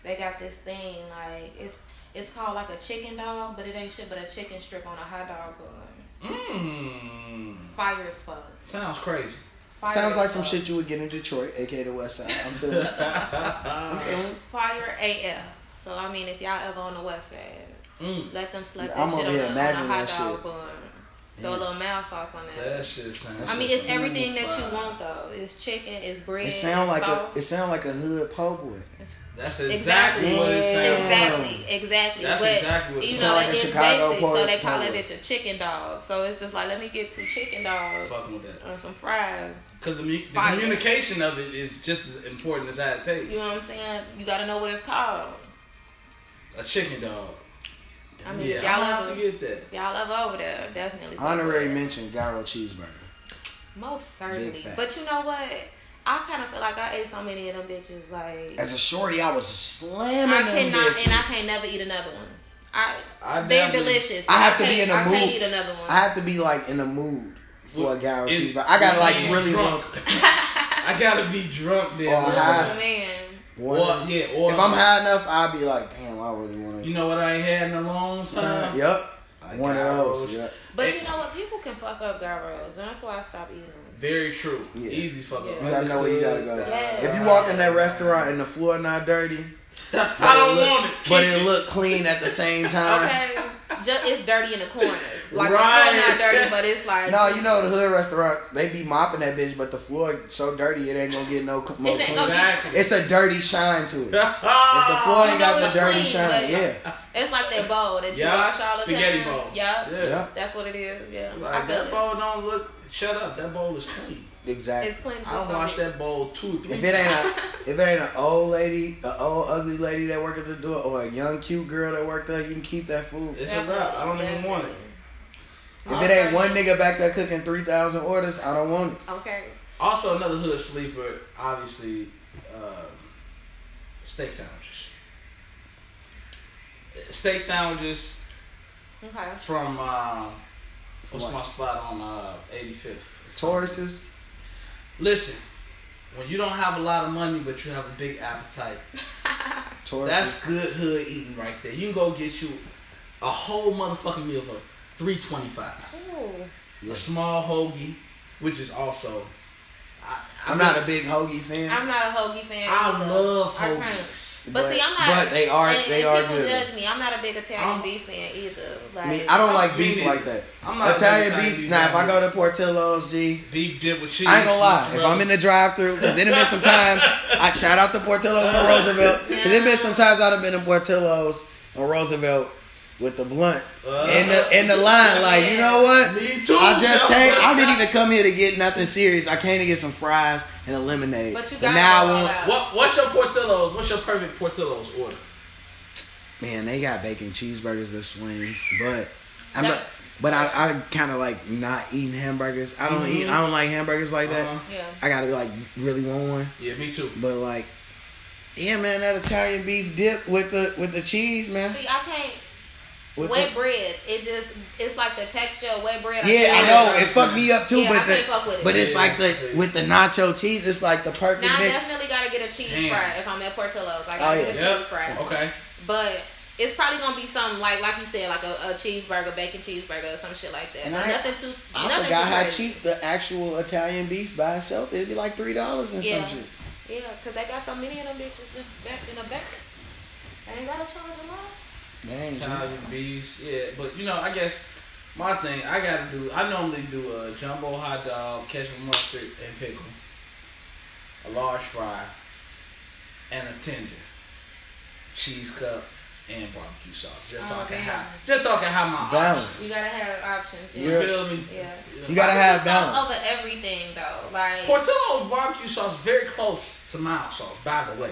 [SPEAKER 3] They got this thing like it's it's called like a chicken dog, but it ain't shit but a chicken strip on a hot dog bun.
[SPEAKER 1] Mm.
[SPEAKER 3] Fire as fuck.
[SPEAKER 1] Sounds crazy.
[SPEAKER 3] Fire
[SPEAKER 2] Sounds
[SPEAKER 3] as
[SPEAKER 2] like some
[SPEAKER 3] fuck.
[SPEAKER 2] shit you would get in Detroit, aka the West Side. I'm feeling. I'm
[SPEAKER 1] Mm.
[SPEAKER 2] feeling.
[SPEAKER 3] Fire AF. So I mean, if y'all ever on the West Side,
[SPEAKER 1] Mm.
[SPEAKER 3] let them slap that
[SPEAKER 2] I'm
[SPEAKER 3] shit
[SPEAKER 2] over
[SPEAKER 3] on,
[SPEAKER 2] here
[SPEAKER 3] the, on a
[SPEAKER 2] imagining
[SPEAKER 3] hot
[SPEAKER 2] that
[SPEAKER 3] dog
[SPEAKER 2] shit.
[SPEAKER 3] bun. Throw a little mouth sauce on that.
[SPEAKER 1] That shit sounds.
[SPEAKER 3] I mean, it's everything that
[SPEAKER 1] fire.
[SPEAKER 3] you want though. It's chicken, it's bread.
[SPEAKER 2] It sound like a.
[SPEAKER 3] sauce.
[SPEAKER 2] It sound like a hood po' boy.
[SPEAKER 1] That's exactly,
[SPEAKER 3] Exactly.
[SPEAKER 1] what it sounds.
[SPEAKER 3] Exactly, exactly.
[SPEAKER 1] That's
[SPEAKER 3] but
[SPEAKER 1] exactly what it
[SPEAKER 3] you
[SPEAKER 1] sounds
[SPEAKER 3] know,
[SPEAKER 2] like.
[SPEAKER 3] it
[SPEAKER 2] Sound
[SPEAKER 3] is
[SPEAKER 2] like a Chicago
[SPEAKER 3] basic,
[SPEAKER 2] pork-
[SPEAKER 3] so they call
[SPEAKER 2] pork.
[SPEAKER 3] it bitch a chicken dog. So it's just like, let me get two chicken dogs
[SPEAKER 1] Fucking with that.
[SPEAKER 3] and some fries.
[SPEAKER 1] Because the, mu- the
[SPEAKER 3] Fire.
[SPEAKER 1] communication of it is just as important as how it tastes.
[SPEAKER 3] You know what I'm saying? You gotta know what it's called.
[SPEAKER 1] A chicken dog.
[SPEAKER 3] I mean,
[SPEAKER 1] yeah, I'm
[SPEAKER 3] y'all
[SPEAKER 1] gonna have
[SPEAKER 3] love
[SPEAKER 1] to get that.
[SPEAKER 3] y'all love over there definitely.
[SPEAKER 2] Honorary mention, Gyro Cheeseburger.
[SPEAKER 3] Most certainly.
[SPEAKER 2] facts.
[SPEAKER 3] But you know what? I kind of feel like I ate so many of them bitches. Like
[SPEAKER 2] As a shorty, I was slamming
[SPEAKER 3] I
[SPEAKER 2] them
[SPEAKER 3] cannot,
[SPEAKER 2] bitches.
[SPEAKER 3] and I can't never eat another one. I,
[SPEAKER 1] I
[SPEAKER 3] they're
[SPEAKER 1] never-
[SPEAKER 3] delicious.
[SPEAKER 2] I have to be
[SPEAKER 3] can't-
[SPEAKER 2] in a
[SPEAKER 3] I
[SPEAKER 2] mood.
[SPEAKER 3] can't eat another one.
[SPEAKER 2] I have to be like in the mood for a Gyro
[SPEAKER 1] In-
[SPEAKER 2] Cheeseburger. I gotta like really
[SPEAKER 1] drunk.
[SPEAKER 2] want
[SPEAKER 1] I gotta be drunk then.
[SPEAKER 2] Or high.
[SPEAKER 3] oh man,
[SPEAKER 2] one.
[SPEAKER 1] Or, yeah, or
[SPEAKER 2] If I'm high enough, I'll be like, damn, I really want
[SPEAKER 1] You
[SPEAKER 2] to.
[SPEAKER 1] know what I ain't had in a long time?
[SPEAKER 2] Yep.
[SPEAKER 1] I
[SPEAKER 2] One of
[SPEAKER 1] got
[SPEAKER 2] those.
[SPEAKER 1] roast.
[SPEAKER 2] Yep.
[SPEAKER 3] but you know what? People can fuck up gyros, and that's why I stopped eating them.
[SPEAKER 1] Very true.
[SPEAKER 2] Yeah.
[SPEAKER 1] Easy fuck up.
[SPEAKER 2] You gotta know where you gotta go.
[SPEAKER 3] Yes.
[SPEAKER 2] If you walk in that restaurant and the floor not dirty,
[SPEAKER 1] I
[SPEAKER 2] but
[SPEAKER 1] don't
[SPEAKER 2] look-
[SPEAKER 1] want it.
[SPEAKER 2] But it looked clean at the same
[SPEAKER 1] Uh,
[SPEAKER 2] time.
[SPEAKER 3] Okay, just it's dirty in the corners. Like
[SPEAKER 1] Right.
[SPEAKER 3] the floor not dirty, but it's like
[SPEAKER 2] No, you know the hood restaurants, they be mopping that bitch, but the floor so dirty it ain't gonna get no c- more
[SPEAKER 3] It ain't
[SPEAKER 2] clean.
[SPEAKER 3] gonna- Oh,
[SPEAKER 1] Exactly.
[SPEAKER 2] It's a dirty shine to it. If the
[SPEAKER 1] Ah,
[SPEAKER 2] floor ain't
[SPEAKER 3] You
[SPEAKER 2] got
[SPEAKER 3] know
[SPEAKER 2] the
[SPEAKER 3] it's
[SPEAKER 2] dirty
[SPEAKER 3] clean,
[SPEAKER 2] shine,
[SPEAKER 3] but-
[SPEAKER 2] yeah.
[SPEAKER 3] it's like that bowl that you
[SPEAKER 1] Yeah.
[SPEAKER 3] wash all the
[SPEAKER 1] Spaghetti
[SPEAKER 3] time.
[SPEAKER 1] bowl.
[SPEAKER 3] Yeah,
[SPEAKER 1] Yeah.
[SPEAKER 2] Yeah,
[SPEAKER 3] that's what it is. Yeah, I
[SPEAKER 1] Like,
[SPEAKER 3] feel
[SPEAKER 1] that
[SPEAKER 3] it.
[SPEAKER 1] bowl don't look. Shut up. That bowl is clean.
[SPEAKER 2] exactly.
[SPEAKER 3] It's clean.
[SPEAKER 1] I don't wash that bowl two or three
[SPEAKER 2] If it ain't a if it ain't an old lady, an old ugly lady that work at the door, or a young cute girl that worked there, you can keep that food.
[SPEAKER 1] It's a wrap. I don't even want it.
[SPEAKER 2] If it ain't one nigga back there cooking three thousand orders, I don't want it.
[SPEAKER 3] Okay.
[SPEAKER 1] Also, another hood sleeper, obviously, um, steak sandwiches. Steak sandwiches
[SPEAKER 3] Okay.
[SPEAKER 1] from um what's
[SPEAKER 2] What?
[SPEAKER 1] my spot on uh, 85th?
[SPEAKER 2] Tauruses,
[SPEAKER 1] Listen, when you don't have a lot of money but you have a big appetite,
[SPEAKER 2] Tauruses.
[SPEAKER 1] that's good hood eating right there. You can go get you a whole motherfucking meal for three twenty five.
[SPEAKER 3] Ooh.
[SPEAKER 1] A small hoagie, which is also I, I
[SPEAKER 2] I'm not a big hoagie fan.
[SPEAKER 3] I'm not a hoagie fan.
[SPEAKER 1] I
[SPEAKER 3] either.
[SPEAKER 1] love
[SPEAKER 3] I can't.
[SPEAKER 1] hoagies.
[SPEAKER 3] But, see, I'm not.
[SPEAKER 2] But they are
[SPEAKER 3] and-
[SPEAKER 2] they
[SPEAKER 3] and
[SPEAKER 2] are
[SPEAKER 3] people
[SPEAKER 2] good.
[SPEAKER 3] judge me. I'm not a big Italian
[SPEAKER 1] I'm-
[SPEAKER 3] beef fan either. Like,
[SPEAKER 2] I mean, I don't like
[SPEAKER 1] Me
[SPEAKER 2] beef
[SPEAKER 1] neither.
[SPEAKER 2] like that.
[SPEAKER 1] I'm not a
[SPEAKER 2] Italian
[SPEAKER 1] big
[SPEAKER 2] beef.
[SPEAKER 1] Italian
[SPEAKER 2] Now, if
[SPEAKER 1] fan.
[SPEAKER 2] I go to Portillo's, G,
[SPEAKER 1] beef dip with cheese.
[SPEAKER 2] I ain't gonna lie. If
[SPEAKER 1] mozzarella.
[SPEAKER 2] I'm in the drive-through, because it done been some times I shout out to Portillo's and Roosevelt. Because it been some times I've been in Portillo's or Roosevelt with the blunt
[SPEAKER 1] Uh,
[SPEAKER 2] in the in the line. Like, you know what?
[SPEAKER 1] me too.
[SPEAKER 2] I just
[SPEAKER 1] yo.
[SPEAKER 2] came. I didn't even come here to get nothing serious. I came to get some fries and a lemonade.
[SPEAKER 3] But you gotta
[SPEAKER 2] now
[SPEAKER 3] go
[SPEAKER 2] I
[SPEAKER 3] all
[SPEAKER 2] want.
[SPEAKER 3] out.
[SPEAKER 1] What, what's your Portillo's? What's your perfect Portillo's order?
[SPEAKER 2] Man, they got bacon cheeseburgers this swing, but I'm
[SPEAKER 3] That-
[SPEAKER 2] not. But I, I kind of like not eating hamburgers. I don't
[SPEAKER 3] Mm-hmm.
[SPEAKER 2] eat. I don't like hamburgers like that.
[SPEAKER 1] Uh-huh.
[SPEAKER 3] Yeah.
[SPEAKER 2] I gotta like really want one.
[SPEAKER 1] Yeah, me too.
[SPEAKER 2] But like, yeah, man, that Italian beef dip with the with the cheese, man.
[SPEAKER 3] See, I can't.
[SPEAKER 2] With
[SPEAKER 3] wet
[SPEAKER 2] the,
[SPEAKER 3] bread, it just it's like the texture of wet bread.
[SPEAKER 2] yeah, I
[SPEAKER 3] can't-
[SPEAKER 2] know it fucked me up too.
[SPEAKER 3] Yeah, I
[SPEAKER 2] but
[SPEAKER 3] can't fuck with
[SPEAKER 2] the
[SPEAKER 3] it.
[SPEAKER 2] but it's
[SPEAKER 1] Yeah.
[SPEAKER 2] like the with the nacho cheese, it's like the perfect
[SPEAKER 3] Now I
[SPEAKER 2] mix.
[SPEAKER 3] definitely gotta get a cheese
[SPEAKER 1] Damn.
[SPEAKER 3] fry if I'm at Portillo's. Like, I gotta
[SPEAKER 2] Oh,
[SPEAKER 3] get
[SPEAKER 2] yeah.
[SPEAKER 3] a cheese
[SPEAKER 1] Yep.
[SPEAKER 3] fry.
[SPEAKER 1] Okay.
[SPEAKER 3] But it's probably gonna be something like like you said, like a, a cheeseburger, bacon cheeseburger, or some shit like that.
[SPEAKER 2] And I-
[SPEAKER 3] nothing too.
[SPEAKER 2] I
[SPEAKER 3] nothing
[SPEAKER 2] forgot
[SPEAKER 3] too
[SPEAKER 2] how
[SPEAKER 3] crazy.
[SPEAKER 2] cheap the actual Italian beef by itself. It'd be like three dollars and
[SPEAKER 3] Yeah.
[SPEAKER 2] some shit.
[SPEAKER 3] Yeah, cause they got so many of them bitches in the back in the back. They ain't gotta charge a lot.
[SPEAKER 2] Dang, G.
[SPEAKER 1] Italian beefs, yeah. But you know, I guess my thing I gotta do. I normally do a jumbo hot dog, ketchup, mustard, and pickle, a large fry, and a tender, cheese cup, and barbecue sauce. Just so I
[SPEAKER 3] Oh,
[SPEAKER 1] can
[SPEAKER 3] damn.
[SPEAKER 1] have, just so I can have my
[SPEAKER 2] Balance.
[SPEAKER 3] You gotta have options.
[SPEAKER 1] options. You
[SPEAKER 3] Yeah.
[SPEAKER 2] Yeah.
[SPEAKER 1] feel me?
[SPEAKER 3] yeah.
[SPEAKER 2] You gotta have
[SPEAKER 3] Sauce
[SPEAKER 2] balance.
[SPEAKER 3] over everything though. Like
[SPEAKER 1] Portillo's barbecue sauce very close to my sauce. By the way,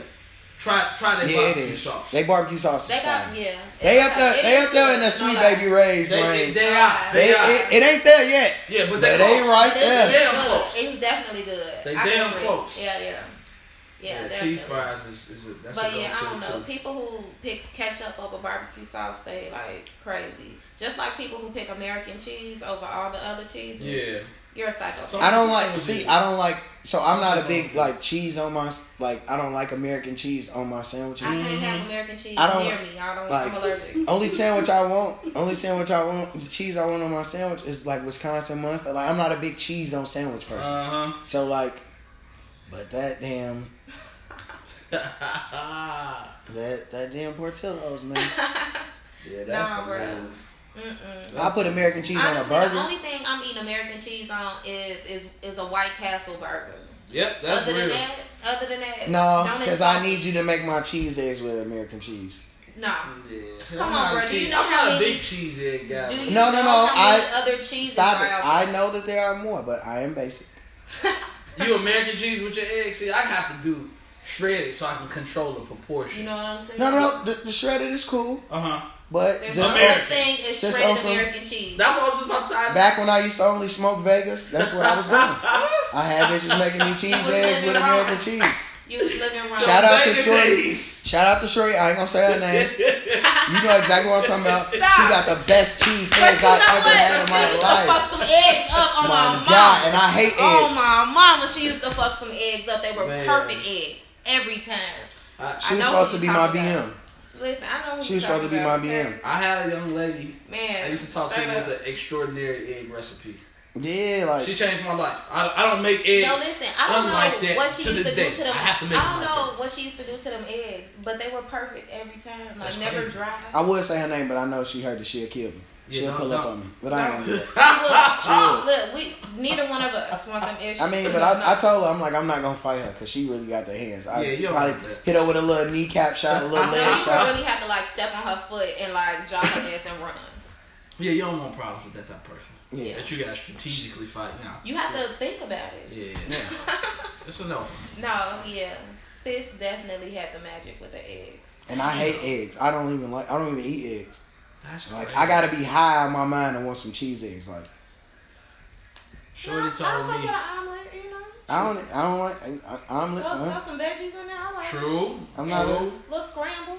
[SPEAKER 1] try try their
[SPEAKER 2] Yeah, it
[SPEAKER 1] barbecue
[SPEAKER 2] is.
[SPEAKER 1] sauce.
[SPEAKER 2] They barbecue sauce
[SPEAKER 3] they
[SPEAKER 2] is
[SPEAKER 3] got
[SPEAKER 2] fire.
[SPEAKER 3] yeah.
[SPEAKER 2] They
[SPEAKER 3] It's
[SPEAKER 2] up
[SPEAKER 3] like-
[SPEAKER 2] there.
[SPEAKER 3] it
[SPEAKER 2] They
[SPEAKER 3] is
[SPEAKER 2] up there in
[SPEAKER 3] good.
[SPEAKER 2] that
[SPEAKER 3] No
[SPEAKER 2] sweet
[SPEAKER 3] lie.
[SPEAKER 2] baby Ray's
[SPEAKER 1] They, they,
[SPEAKER 2] range.
[SPEAKER 1] they are. They,
[SPEAKER 2] They-
[SPEAKER 1] are.
[SPEAKER 2] it, it ain't there yet,
[SPEAKER 1] yeah, but
[SPEAKER 2] but
[SPEAKER 1] they,
[SPEAKER 2] they
[SPEAKER 1] close.
[SPEAKER 2] right
[SPEAKER 3] It is
[SPEAKER 2] there.
[SPEAKER 1] damn
[SPEAKER 3] good.
[SPEAKER 1] close.
[SPEAKER 3] It's definitely good.
[SPEAKER 1] They
[SPEAKER 3] I can
[SPEAKER 1] damn
[SPEAKER 3] agree.
[SPEAKER 1] close.
[SPEAKER 3] Yeah, yeah, yeah.
[SPEAKER 1] Yeah,
[SPEAKER 3] definitely.
[SPEAKER 1] cheese fries is, is a, that's a
[SPEAKER 3] But
[SPEAKER 1] go-to
[SPEAKER 3] yeah, I don't know.
[SPEAKER 1] too.
[SPEAKER 3] People who pick ketchup over barbecue sauce, they like crazy. Just like people who pick American cheese over all the other cheeses.
[SPEAKER 1] Yeah,
[SPEAKER 3] You're a psychopath.
[SPEAKER 1] So-
[SPEAKER 2] I don't like. See, I don't like. So I'm not a big like cheese on my like. I don't like American cheese on my
[SPEAKER 3] I
[SPEAKER 2] sandwiches.
[SPEAKER 3] can't have American cheese
[SPEAKER 2] Mm-hmm. I don't-
[SPEAKER 3] near me. I don't.
[SPEAKER 2] like-
[SPEAKER 3] I'm allergic.
[SPEAKER 2] Only sandwich I want. Only sandwich I want. The cheese I want on my sandwich is like Wisconsin Munster. Like I'm not a big cheese on sandwich person.
[SPEAKER 1] uh
[SPEAKER 2] So like, but that damn
[SPEAKER 1] huh.
[SPEAKER 2] that that damn Portillo's man.
[SPEAKER 1] yeah, that's
[SPEAKER 3] Nah,
[SPEAKER 1] the
[SPEAKER 3] bruh.
[SPEAKER 1] move.
[SPEAKER 3] Mm-mm.
[SPEAKER 2] I put American cheese on a
[SPEAKER 3] Honestly, the
[SPEAKER 2] burger.
[SPEAKER 3] only thing I'm eating American cheese on is is is a White Castle burger.
[SPEAKER 1] Yep, that's
[SPEAKER 3] other
[SPEAKER 1] real.
[SPEAKER 3] than that, other than that,
[SPEAKER 2] No,
[SPEAKER 3] don't
[SPEAKER 2] because I
[SPEAKER 3] insult
[SPEAKER 2] need
[SPEAKER 3] me.
[SPEAKER 2] you to make my cheese eggs with American cheese.
[SPEAKER 3] No.
[SPEAKER 1] Yeah. See,
[SPEAKER 3] Come
[SPEAKER 1] I'm
[SPEAKER 3] on,
[SPEAKER 1] not a
[SPEAKER 3] bruh, do you
[SPEAKER 1] cheese-
[SPEAKER 3] know
[SPEAKER 1] I'm
[SPEAKER 3] how
[SPEAKER 1] not a
[SPEAKER 3] many-
[SPEAKER 1] big cheese egg guy?
[SPEAKER 3] Do you
[SPEAKER 2] No, no,
[SPEAKER 3] know
[SPEAKER 2] no,
[SPEAKER 3] How many
[SPEAKER 2] I-
[SPEAKER 3] other cheeses
[SPEAKER 2] Stop
[SPEAKER 3] are
[SPEAKER 2] it.
[SPEAKER 3] out
[SPEAKER 2] I
[SPEAKER 3] there?
[SPEAKER 2] know that there are more, but I am basic.
[SPEAKER 1] You American cheese with your eggs? See, I have to do shredded so I can control the proportion.
[SPEAKER 3] You know what I'm saying?
[SPEAKER 2] No, no, no. The, the shredded is cool.
[SPEAKER 1] Uh huh.
[SPEAKER 2] But
[SPEAKER 3] There's
[SPEAKER 2] just
[SPEAKER 3] no such
[SPEAKER 6] American.
[SPEAKER 3] thing as
[SPEAKER 2] Just
[SPEAKER 3] shredded
[SPEAKER 2] also-
[SPEAKER 3] American cheese.
[SPEAKER 6] That's what I was just about to say.
[SPEAKER 2] back when I used to only smoke Vegas, that's what I was doing. I had bitches making me cheese eggs with American cheese.
[SPEAKER 3] You was living wrong.
[SPEAKER 2] Shout out to
[SPEAKER 6] Vegas
[SPEAKER 2] Shorty.
[SPEAKER 6] days.
[SPEAKER 2] Shout out to Shorty. I ain't gonna say her name. You know exactly what I'm talking about. She got the best cheese
[SPEAKER 3] But
[SPEAKER 2] eggs
[SPEAKER 3] you know
[SPEAKER 2] I
[SPEAKER 3] what?
[SPEAKER 2] ever had in
[SPEAKER 3] she
[SPEAKER 2] my
[SPEAKER 3] used to fuck
[SPEAKER 2] life.
[SPEAKER 3] some eggs up on my,
[SPEAKER 2] My
[SPEAKER 3] mama.
[SPEAKER 2] God, and I hate
[SPEAKER 3] Oh
[SPEAKER 2] eggs.
[SPEAKER 3] my mama, she used to fuck some eggs up. They were
[SPEAKER 1] Man.
[SPEAKER 3] perfect eggs every time.
[SPEAKER 2] She
[SPEAKER 3] I
[SPEAKER 2] was
[SPEAKER 3] know
[SPEAKER 2] supposed
[SPEAKER 3] who
[SPEAKER 2] to be
[SPEAKER 3] you
[SPEAKER 2] my
[SPEAKER 3] talking
[SPEAKER 2] BM.
[SPEAKER 3] about. Listen, I know who
[SPEAKER 2] She
[SPEAKER 3] you
[SPEAKER 2] was supposed to be
[SPEAKER 3] talking
[SPEAKER 2] my
[SPEAKER 3] about.
[SPEAKER 2] BM.
[SPEAKER 1] I had a young lady.
[SPEAKER 3] Man,
[SPEAKER 1] I used to talk to
[SPEAKER 3] straight
[SPEAKER 1] her
[SPEAKER 3] up.
[SPEAKER 1] with an extraordinary egg recipe.
[SPEAKER 2] Yeah, like
[SPEAKER 1] She changed my life. I, I don't make eggs.
[SPEAKER 3] No, listen. I don't
[SPEAKER 1] unlike
[SPEAKER 3] know
[SPEAKER 1] that
[SPEAKER 3] what she
[SPEAKER 1] to
[SPEAKER 3] used
[SPEAKER 1] this
[SPEAKER 3] to
[SPEAKER 1] day.
[SPEAKER 3] do to them.
[SPEAKER 1] I have to make
[SPEAKER 3] don't
[SPEAKER 1] them like
[SPEAKER 3] know what she used to do to them eggs, but they were perfect every time. Like
[SPEAKER 1] That's
[SPEAKER 3] never
[SPEAKER 1] crazy.
[SPEAKER 3] dry.
[SPEAKER 2] I would say her name, but I know she heard that she'll kill me.
[SPEAKER 1] Yeah,
[SPEAKER 2] She'll
[SPEAKER 1] no,
[SPEAKER 2] pull up
[SPEAKER 1] no.
[SPEAKER 2] on me, but I ain't gonna do that.
[SPEAKER 3] She would. Look, we neither one of us want them issues.
[SPEAKER 2] I mean, but I, I told her I'm like I'm not gonna fight her because she really got the hands. I
[SPEAKER 1] Yeah, you don't
[SPEAKER 2] probably
[SPEAKER 1] want that.
[SPEAKER 2] hit her with a little kneecap shot, a little
[SPEAKER 3] I know
[SPEAKER 2] leg
[SPEAKER 3] you
[SPEAKER 2] shot.
[SPEAKER 3] really have to like step on her foot and like drop her ass and run.
[SPEAKER 1] Yeah, you don't want problems with that type of person.
[SPEAKER 2] Yeah.
[SPEAKER 1] That you gotta strategically fight now.
[SPEAKER 3] You have to think about it.
[SPEAKER 1] Yeah. It's a no.
[SPEAKER 3] No, yeah, sis definitely had the magic with the eggs.
[SPEAKER 2] And I hate eggs. I don't even like. I don't even eat eggs.
[SPEAKER 1] That's
[SPEAKER 2] Like
[SPEAKER 1] crazy.
[SPEAKER 2] I gotta be high on my mind and want some cheese eggs. Like
[SPEAKER 1] Shorty
[SPEAKER 3] No, I
[SPEAKER 1] told
[SPEAKER 3] fuck
[SPEAKER 1] me.
[SPEAKER 3] with an omelet, you know.
[SPEAKER 2] I don't. I don't like I- I- omelets.
[SPEAKER 3] Throw,
[SPEAKER 2] huh?
[SPEAKER 3] throw some veggies in there. I like it.
[SPEAKER 1] True.
[SPEAKER 2] I'm not-
[SPEAKER 1] True.
[SPEAKER 3] little scramble.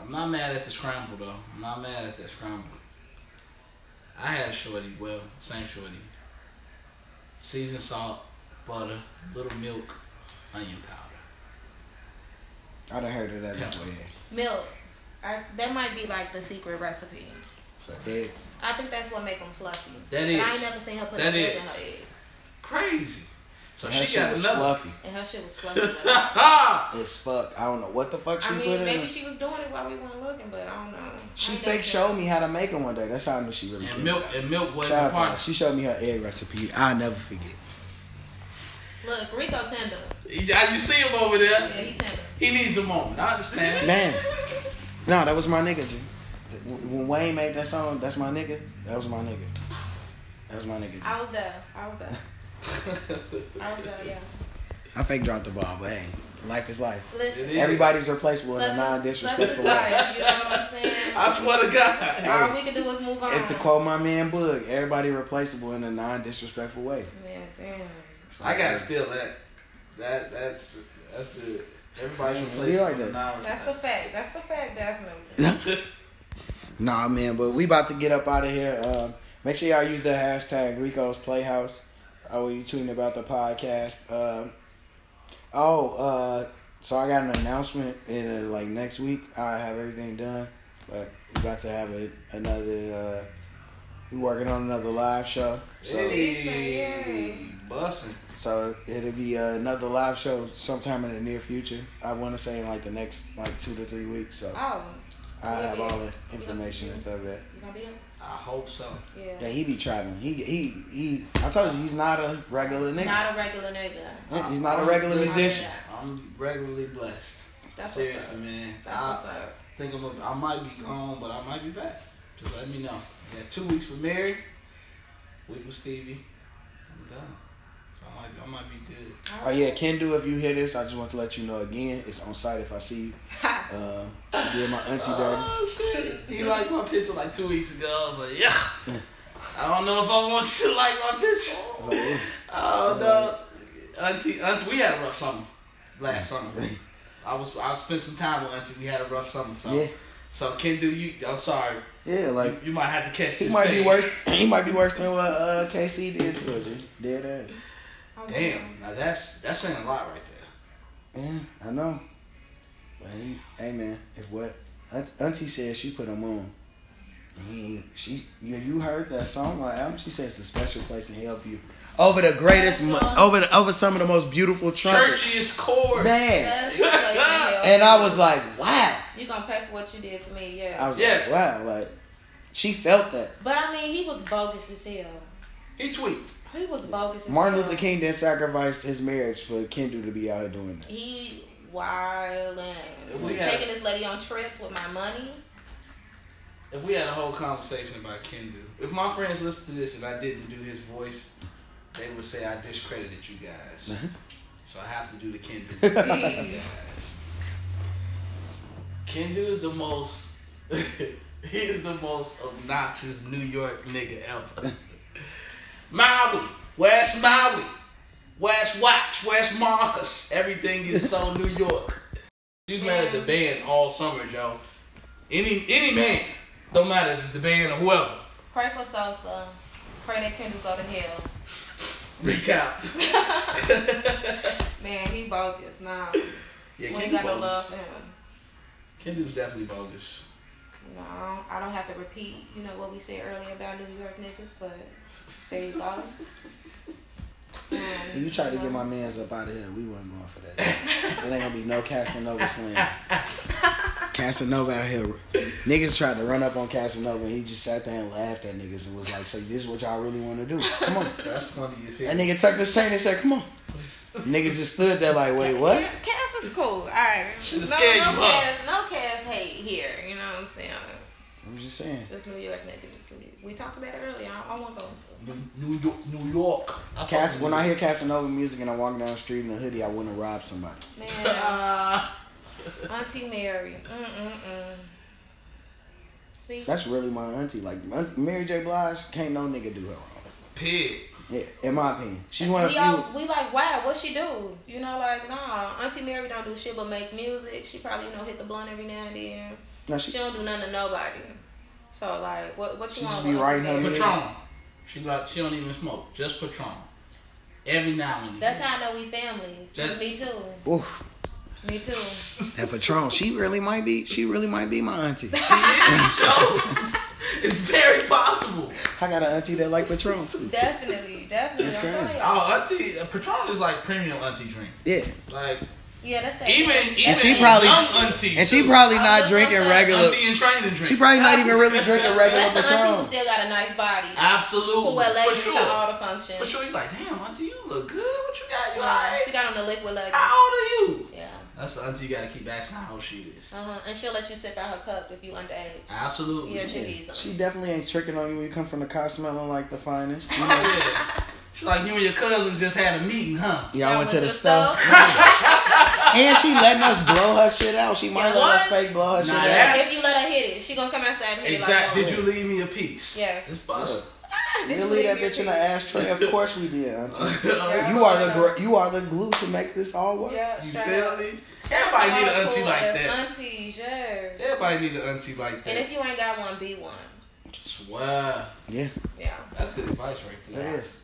[SPEAKER 1] I'm not mad at the scramble though. I'm not mad at that scramble. I had a shorty, well, same shorty. Seasoned salt, butter, little milk, onion powder.
[SPEAKER 2] I done heard of that before. Yeah,
[SPEAKER 3] Milk. I, that might be like the secret recipe.
[SPEAKER 2] for eggs.
[SPEAKER 3] I think that's what make them fluffy.
[SPEAKER 1] That
[SPEAKER 3] But
[SPEAKER 1] is.
[SPEAKER 3] I ain't never seen her put
[SPEAKER 1] That
[SPEAKER 3] milk
[SPEAKER 1] is.
[SPEAKER 3] in her eggs,
[SPEAKER 1] Crazy. So
[SPEAKER 2] That
[SPEAKER 1] she
[SPEAKER 2] shit
[SPEAKER 1] got
[SPEAKER 2] was
[SPEAKER 1] another.
[SPEAKER 2] fluffy
[SPEAKER 3] and her shit was fluffy. though.
[SPEAKER 1] Ah!
[SPEAKER 2] as fuck. I don't know what the fuck she
[SPEAKER 3] I
[SPEAKER 2] put
[SPEAKER 3] mean,
[SPEAKER 2] in.
[SPEAKER 3] maybe
[SPEAKER 2] Them.
[SPEAKER 3] she was doing it while we weren't looking, but I don't know. I
[SPEAKER 2] She
[SPEAKER 3] ain't
[SPEAKER 2] fake
[SPEAKER 3] never-
[SPEAKER 2] showed me how to make them one day. That's how I knew she really.
[SPEAKER 1] And
[SPEAKER 2] cared
[SPEAKER 1] milk
[SPEAKER 2] about it.
[SPEAKER 1] and milk was
[SPEAKER 2] Shout
[SPEAKER 1] a
[SPEAKER 2] out to her.
[SPEAKER 1] part.
[SPEAKER 2] She showed me her egg recipe. I'll never forget.
[SPEAKER 3] Look, Rico tender.
[SPEAKER 1] Yeah, You see him over
[SPEAKER 3] Yeah,
[SPEAKER 1] there.
[SPEAKER 3] he tender.
[SPEAKER 1] He needs a moment. I understand.
[SPEAKER 2] Man. No, that was my nigga, G. When Wayne made that song, that's my nigga. That was my nigga. That was my nigga. G.
[SPEAKER 3] I was there. I was there. I was there. Yeah.
[SPEAKER 2] I fake dropped the ball, but hey, life is life.
[SPEAKER 3] Listen.
[SPEAKER 1] It is.
[SPEAKER 2] Everybody's replaceable in
[SPEAKER 3] such
[SPEAKER 2] a
[SPEAKER 3] is-
[SPEAKER 2] non-disrespectful
[SPEAKER 3] such is
[SPEAKER 2] way.
[SPEAKER 3] life, You know what I'm saying?
[SPEAKER 1] I swear to God.
[SPEAKER 2] Hey,
[SPEAKER 3] All we can do is move on.
[SPEAKER 2] it's to quote my man Boog, everybody replaceable in a non-disrespectful way.
[SPEAKER 3] Man, damn.
[SPEAKER 2] It's
[SPEAKER 1] I
[SPEAKER 2] like
[SPEAKER 1] gotta
[SPEAKER 2] that.
[SPEAKER 1] steal that. That that's that's the everybody's
[SPEAKER 2] Yeah,
[SPEAKER 1] replaced
[SPEAKER 2] be like
[SPEAKER 1] with
[SPEAKER 2] that.
[SPEAKER 1] knowledge.
[SPEAKER 3] That's the fact. That's the fact, definitely.
[SPEAKER 2] Nah, man, but we about to get up out of here. Um, make sure y'all use the hashtag Rico's Playhouse uh, when you tweeting about the podcast. Um, oh, uh, so I got an announcement in uh, like next week. I have everything done, but we about to have a, another. Uh, we working on another live show, so
[SPEAKER 1] Hey, bussin'.
[SPEAKER 2] so it'll be uh, another live show sometime in the near future. I want to say in like the next like two to three weeks. So
[SPEAKER 3] Oh,
[SPEAKER 2] I have all the information and stuff that.
[SPEAKER 3] you gonna be there?
[SPEAKER 1] I hope so.
[SPEAKER 3] Yeah.
[SPEAKER 2] Yeah, he be traveling. He he he. I told you he's not a regular nigga.
[SPEAKER 3] Not a regular nigga.
[SPEAKER 2] Uh, he's not a regular musician.
[SPEAKER 1] I'm regularly blessed.
[SPEAKER 3] That's what's
[SPEAKER 1] Seriously,
[SPEAKER 3] up.
[SPEAKER 1] man.
[SPEAKER 3] That's
[SPEAKER 1] I
[SPEAKER 3] what's up.
[SPEAKER 1] think I'm. Gonna, I might be gone, but I might be back. Just let me know. We got two weeks with Mary. Week with Stevie. I'm done. So I might. I might be good.
[SPEAKER 2] Oh yeah, can do if you hear this. I just want to let you know again. It's on site if I see you. Uh, you did my auntie dirty.
[SPEAKER 1] Oh shit! You liked my picture like two weeks ago. I was like, yeah. I don't know if I want you to like my picture.
[SPEAKER 2] So, oof.
[SPEAKER 1] Oh no, auntie, auntie, we had a rough summer last summer. I was I spent some time with auntie. We had a rough summer, so
[SPEAKER 2] yeah,
[SPEAKER 1] so Ken, do you? I'm sorry,
[SPEAKER 2] yeah. Like
[SPEAKER 1] you might have to catch.
[SPEAKER 2] he
[SPEAKER 1] this
[SPEAKER 2] might be
[SPEAKER 1] thing.
[SPEAKER 2] worse. He might be worse than what uh, KC did to her. G. Dead ass.
[SPEAKER 1] Damn, now that's that's saying a lot right there.
[SPEAKER 2] Yeah, I know. But he, hey man, if what aunt, auntie said, she put him on. And He, she, you, you heard that song on the album? She said it's a special place in hell for you. Over the greatest, mo- over the, over some of the most beautiful trumpets,
[SPEAKER 1] Churchiest chord.
[SPEAKER 2] man.
[SPEAKER 3] That's your place in hell.
[SPEAKER 2] And I was like, wow.
[SPEAKER 3] you gonna pay for what you did to me,
[SPEAKER 2] I
[SPEAKER 3] yeah.
[SPEAKER 2] was
[SPEAKER 1] Yeah.
[SPEAKER 2] like, wow. Like she felt that.
[SPEAKER 3] But I mean, he was bogus as hell.
[SPEAKER 1] He tweaked.
[SPEAKER 3] He was bogus. As
[SPEAKER 2] Martin
[SPEAKER 3] hell.
[SPEAKER 2] Luther King didn't sacrifice his marriage for Kendu to be out here doing that.
[SPEAKER 3] He wildin'.
[SPEAKER 1] If we had-
[SPEAKER 3] Taking this lady on trips with my money.
[SPEAKER 1] If we had a whole conversation about Kendu, if my friends listened to this and I didn't do his voice, they would say I discredited you guys. so I have to do the Kendu. voice, guys. Kendu is the most He is the most obnoxious New York nigga ever. Maui, where's Maui? Where's Watch? Where's Marcus? Everything is so New York. She's mad at the band all summer, Joe. Any any man, don't matter if it's the band or whoever.
[SPEAKER 3] Pray for Sosa. Pray that Kendall go to hell.
[SPEAKER 1] Recap.
[SPEAKER 3] Man, he bogus. Nah,
[SPEAKER 1] Yeah,
[SPEAKER 3] we ain't
[SPEAKER 1] Kendall
[SPEAKER 3] got no love
[SPEAKER 1] bogus.
[SPEAKER 3] for him.
[SPEAKER 1] Kendall's definitely bogus.
[SPEAKER 3] No, I don't- I don't have to repeat. You know what we said earlier about New York niggas, but they bogus.
[SPEAKER 2] You tried to get my man's up out of here. We wasn't going for that. there ain't gonna be no Casanova slam. Casanova out here. Niggas tried to run up on Casanova and he just sat there and laughed at niggas and was like, So this is what y'all really wanna do. Come on.
[SPEAKER 1] That's funny as hell.
[SPEAKER 2] That nigga tucked his chain and said, Come on. Niggas just stood there like, wait, what?
[SPEAKER 3] Cass is cool. All right.
[SPEAKER 1] Should've scared
[SPEAKER 3] no
[SPEAKER 1] you, huh?
[SPEAKER 3] Cass, no Cass hate here. You know what I'm saying?
[SPEAKER 2] I'm just saying.
[SPEAKER 3] Just New York niggas. We talked about it earlier. I don't want to go.
[SPEAKER 1] New, New York, New York. I fuck
[SPEAKER 2] Cas-
[SPEAKER 1] with
[SPEAKER 2] when
[SPEAKER 1] New
[SPEAKER 2] I hear Casanova music and I walk down the street in a hoodie, I wanna rob somebody.
[SPEAKER 3] Man,
[SPEAKER 1] Ah.
[SPEAKER 3] Auntie Mary. Mm-mm-mm. See?
[SPEAKER 2] That's really my auntie. Like auntie, Mary J. Blige can't no nigga do her wrong.
[SPEAKER 1] Pig.
[SPEAKER 2] Yeah, in my opinion, she one of
[SPEAKER 3] we,
[SPEAKER 2] few.
[SPEAKER 3] all, we like, wow, what she do? You know, like, nah, Auntie Mary don't do shit but make music. She probably, you know, hit the blunt every now and then.
[SPEAKER 2] no,
[SPEAKER 3] She
[SPEAKER 2] she,
[SPEAKER 3] don't do nothing to nobody. So, like, what, what you
[SPEAKER 2] She
[SPEAKER 3] want with
[SPEAKER 2] just be
[SPEAKER 3] Auntie
[SPEAKER 2] writing her
[SPEAKER 3] Mary?
[SPEAKER 2] music.
[SPEAKER 1] Patron. She like she don't even smoke. Just Patron. Every now and then.
[SPEAKER 3] That's how I know we family.
[SPEAKER 1] Just-
[SPEAKER 3] me too.
[SPEAKER 2] oof,
[SPEAKER 3] Me too.
[SPEAKER 2] that Patron. She really might be. She really might be my auntie.
[SPEAKER 1] She is Joe. It's very possible.
[SPEAKER 2] I got an auntie that like Patron too.
[SPEAKER 3] Definitely, definitely.
[SPEAKER 2] It's
[SPEAKER 3] I'm telling
[SPEAKER 2] crazy.
[SPEAKER 3] y'all.
[SPEAKER 1] Oh, auntie, Patron is like premium auntie drink.
[SPEAKER 2] Yeah,
[SPEAKER 1] Like
[SPEAKER 3] Yeah, that's that.
[SPEAKER 1] even even
[SPEAKER 2] she probably-
[SPEAKER 1] young auntie.
[SPEAKER 2] and she
[SPEAKER 1] too.
[SPEAKER 2] probably
[SPEAKER 3] I
[SPEAKER 2] not
[SPEAKER 3] was
[SPEAKER 2] drinking
[SPEAKER 3] gonna say,
[SPEAKER 2] regular.
[SPEAKER 1] auntie in training drink.
[SPEAKER 2] She probably not even really drinking regular
[SPEAKER 3] that's the auntie who
[SPEAKER 2] Patron.
[SPEAKER 3] still got a nice body.
[SPEAKER 1] Absolutely.
[SPEAKER 3] who will let
[SPEAKER 1] For
[SPEAKER 3] you to all
[SPEAKER 1] sure.
[SPEAKER 3] the functions.
[SPEAKER 1] For sure. You like, damn, auntie, you look good. What you got? You
[SPEAKER 3] Yeah, she
[SPEAKER 1] alright?
[SPEAKER 3] got on the liquid luggage.
[SPEAKER 1] Ah. How old are you?
[SPEAKER 3] Yeah.
[SPEAKER 1] That's the auntie you gotta keep asking how old she is.
[SPEAKER 3] Uh-huh. And she'll let you sip out her cup if you underage.
[SPEAKER 1] Absolutely.
[SPEAKER 3] Yeah, she
[SPEAKER 2] Yeah,
[SPEAKER 3] needs
[SPEAKER 2] She
[SPEAKER 3] some.
[SPEAKER 2] definitely ain't tricking on you when you come from the car smelling like the finest. You know?
[SPEAKER 1] Yeah. She's like, you and your cousin just had a meeting, huh?
[SPEAKER 2] Y'all went to the store,
[SPEAKER 3] store.
[SPEAKER 2] and she letting us blow her shit out. She might
[SPEAKER 3] Yeah,
[SPEAKER 2] let us
[SPEAKER 1] what?
[SPEAKER 2] fake blow her shit out.
[SPEAKER 1] that's-
[SPEAKER 3] if you let her hit it, she gonna come outside and hit
[SPEAKER 1] Exactly.
[SPEAKER 3] it
[SPEAKER 1] Did you leave me a piece?
[SPEAKER 3] oh. Yes.
[SPEAKER 1] It's possible.
[SPEAKER 3] like
[SPEAKER 2] You leave that bitch in the ashtray. Of course we did, auntie.
[SPEAKER 1] you
[SPEAKER 2] You are the gr- you are the glue to make this all work.
[SPEAKER 3] Yeah, straight
[SPEAKER 1] feel
[SPEAKER 3] up.
[SPEAKER 1] me? Everybody need an auntie like that.
[SPEAKER 3] Aunties, yes.
[SPEAKER 1] Everybody need an auntie like
[SPEAKER 3] And
[SPEAKER 1] that.
[SPEAKER 3] if you ain't got one, be one.
[SPEAKER 1] Swear.
[SPEAKER 2] Yeah,
[SPEAKER 3] Yeah.
[SPEAKER 1] That's good advice right
[SPEAKER 2] that is.
[SPEAKER 1] there.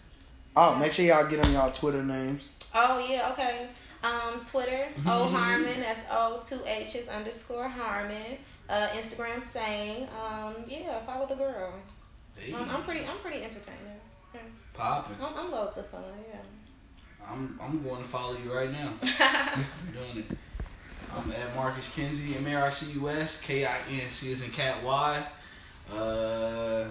[SPEAKER 2] Oh, make sure y'all get them y'all Twitter names.
[SPEAKER 3] Oh yeah, okay. Um, Twitter
[SPEAKER 1] Mm-hmm.
[SPEAKER 3] O Harmon. That's O two H's underscore Harmon. Uh, Instagram same. Um, yeah, follow the girl.
[SPEAKER 1] Hey,
[SPEAKER 3] Um, I'm pretty. I'm pretty entertaining.
[SPEAKER 1] popping.
[SPEAKER 3] I'm, I'm loads of fun.
[SPEAKER 1] I'm I'm going to follow you right now.
[SPEAKER 3] Yeah.
[SPEAKER 1] I'm doing it. I'm at Marcus Kinsey, M A R C U S K I N C is in Cat Y. Uh,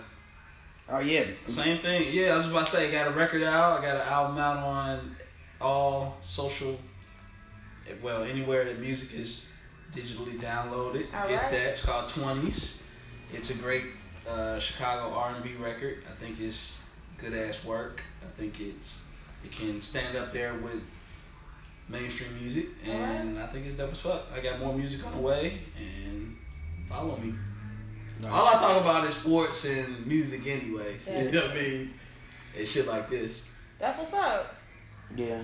[SPEAKER 2] Oh yeah,
[SPEAKER 1] same thing. Yeah, I was about to say, I got a record out. I got an album out on all social, well, anywhere that music is digitally downloaded.
[SPEAKER 3] All
[SPEAKER 1] Get
[SPEAKER 3] right.
[SPEAKER 1] that. It's called Twenties. It's a great uh, Chicago R and B record. I think it's good ass work. I think it's it can stand up there with mainstream music, and I think it's dope as fuck. I got more music on the way, and follow me. All I talk about is sports and music, anyways. You know what I mean? And shit like this.
[SPEAKER 3] That's what's up.
[SPEAKER 2] yeah,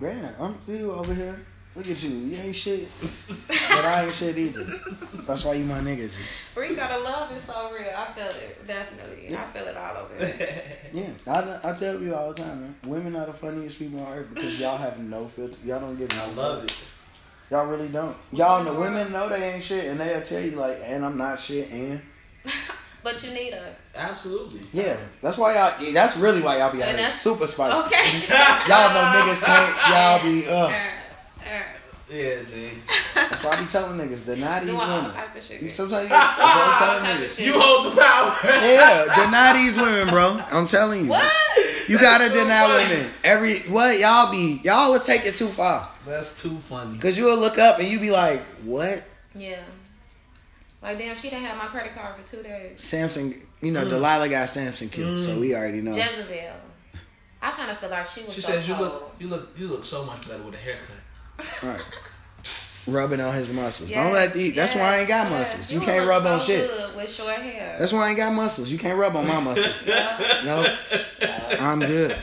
[SPEAKER 2] yeah. I'm you over here. Look at you. You ain't shit, but I ain't shit either. That's why you my niggas.
[SPEAKER 3] Rico, the love is so real. I feel it definitely. I feel it all over. it.
[SPEAKER 2] Yeah, I, I tell you all the time, man. Women are the funniest people on earth because y'all have no filter. Y'all don't give no
[SPEAKER 1] I love
[SPEAKER 2] fuck.
[SPEAKER 1] it.
[SPEAKER 2] Y'all really don't. Y'all the women know they ain't shit, and they'll tell you like, and I'm not shit, and
[SPEAKER 3] But you need us.
[SPEAKER 1] Absolutely.
[SPEAKER 2] yeah. That's why y'all. yeah, That's really why y'all be out
[SPEAKER 3] And
[SPEAKER 2] here
[SPEAKER 3] that's-
[SPEAKER 2] super spicy.
[SPEAKER 3] Okay.
[SPEAKER 2] Y'all know niggas can't. Y'all be
[SPEAKER 3] Uh,
[SPEAKER 2] uh.
[SPEAKER 3] uh,
[SPEAKER 1] Yeah, Jay.
[SPEAKER 2] That's why I be telling niggas deny these
[SPEAKER 3] Doing all
[SPEAKER 2] women.
[SPEAKER 3] type of
[SPEAKER 2] You-
[SPEAKER 3] shit.
[SPEAKER 2] Sometimes you, that's what I'm
[SPEAKER 3] All
[SPEAKER 2] telling
[SPEAKER 3] type of
[SPEAKER 2] niggas.
[SPEAKER 3] shit.
[SPEAKER 1] You hold the power.
[SPEAKER 2] Yeah, deny these women, bro. I'm telling you.
[SPEAKER 3] What?
[SPEAKER 2] You gotta
[SPEAKER 1] That's so
[SPEAKER 2] deny
[SPEAKER 1] funny.
[SPEAKER 2] women. Every what y'all be y'all will take it too far.
[SPEAKER 1] That's too funny.
[SPEAKER 2] Cause you'll look up and you be like, What?
[SPEAKER 3] Yeah. Like damn, she didn't have my credit card for two days.
[SPEAKER 2] Samson you
[SPEAKER 3] Mm.
[SPEAKER 2] know, Delilah got Samson killed, so we already know.
[SPEAKER 3] Jezebel. I kind of feel like she was
[SPEAKER 1] She
[SPEAKER 3] so
[SPEAKER 1] says you
[SPEAKER 3] cold.
[SPEAKER 1] look you look you look so much better with a haircut.
[SPEAKER 2] All right. rubbing on his muscles. Don't let the. That's
[SPEAKER 3] yes,
[SPEAKER 2] why I ain't got
[SPEAKER 3] yes.
[SPEAKER 2] muscles. You
[SPEAKER 3] would
[SPEAKER 2] can't
[SPEAKER 3] look
[SPEAKER 2] rub
[SPEAKER 3] so
[SPEAKER 2] on shit.
[SPEAKER 3] Good with short hair.
[SPEAKER 2] That's why I ain't got muscles. You can't rub on my muscles.
[SPEAKER 3] Yeah.
[SPEAKER 2] no, I'm good.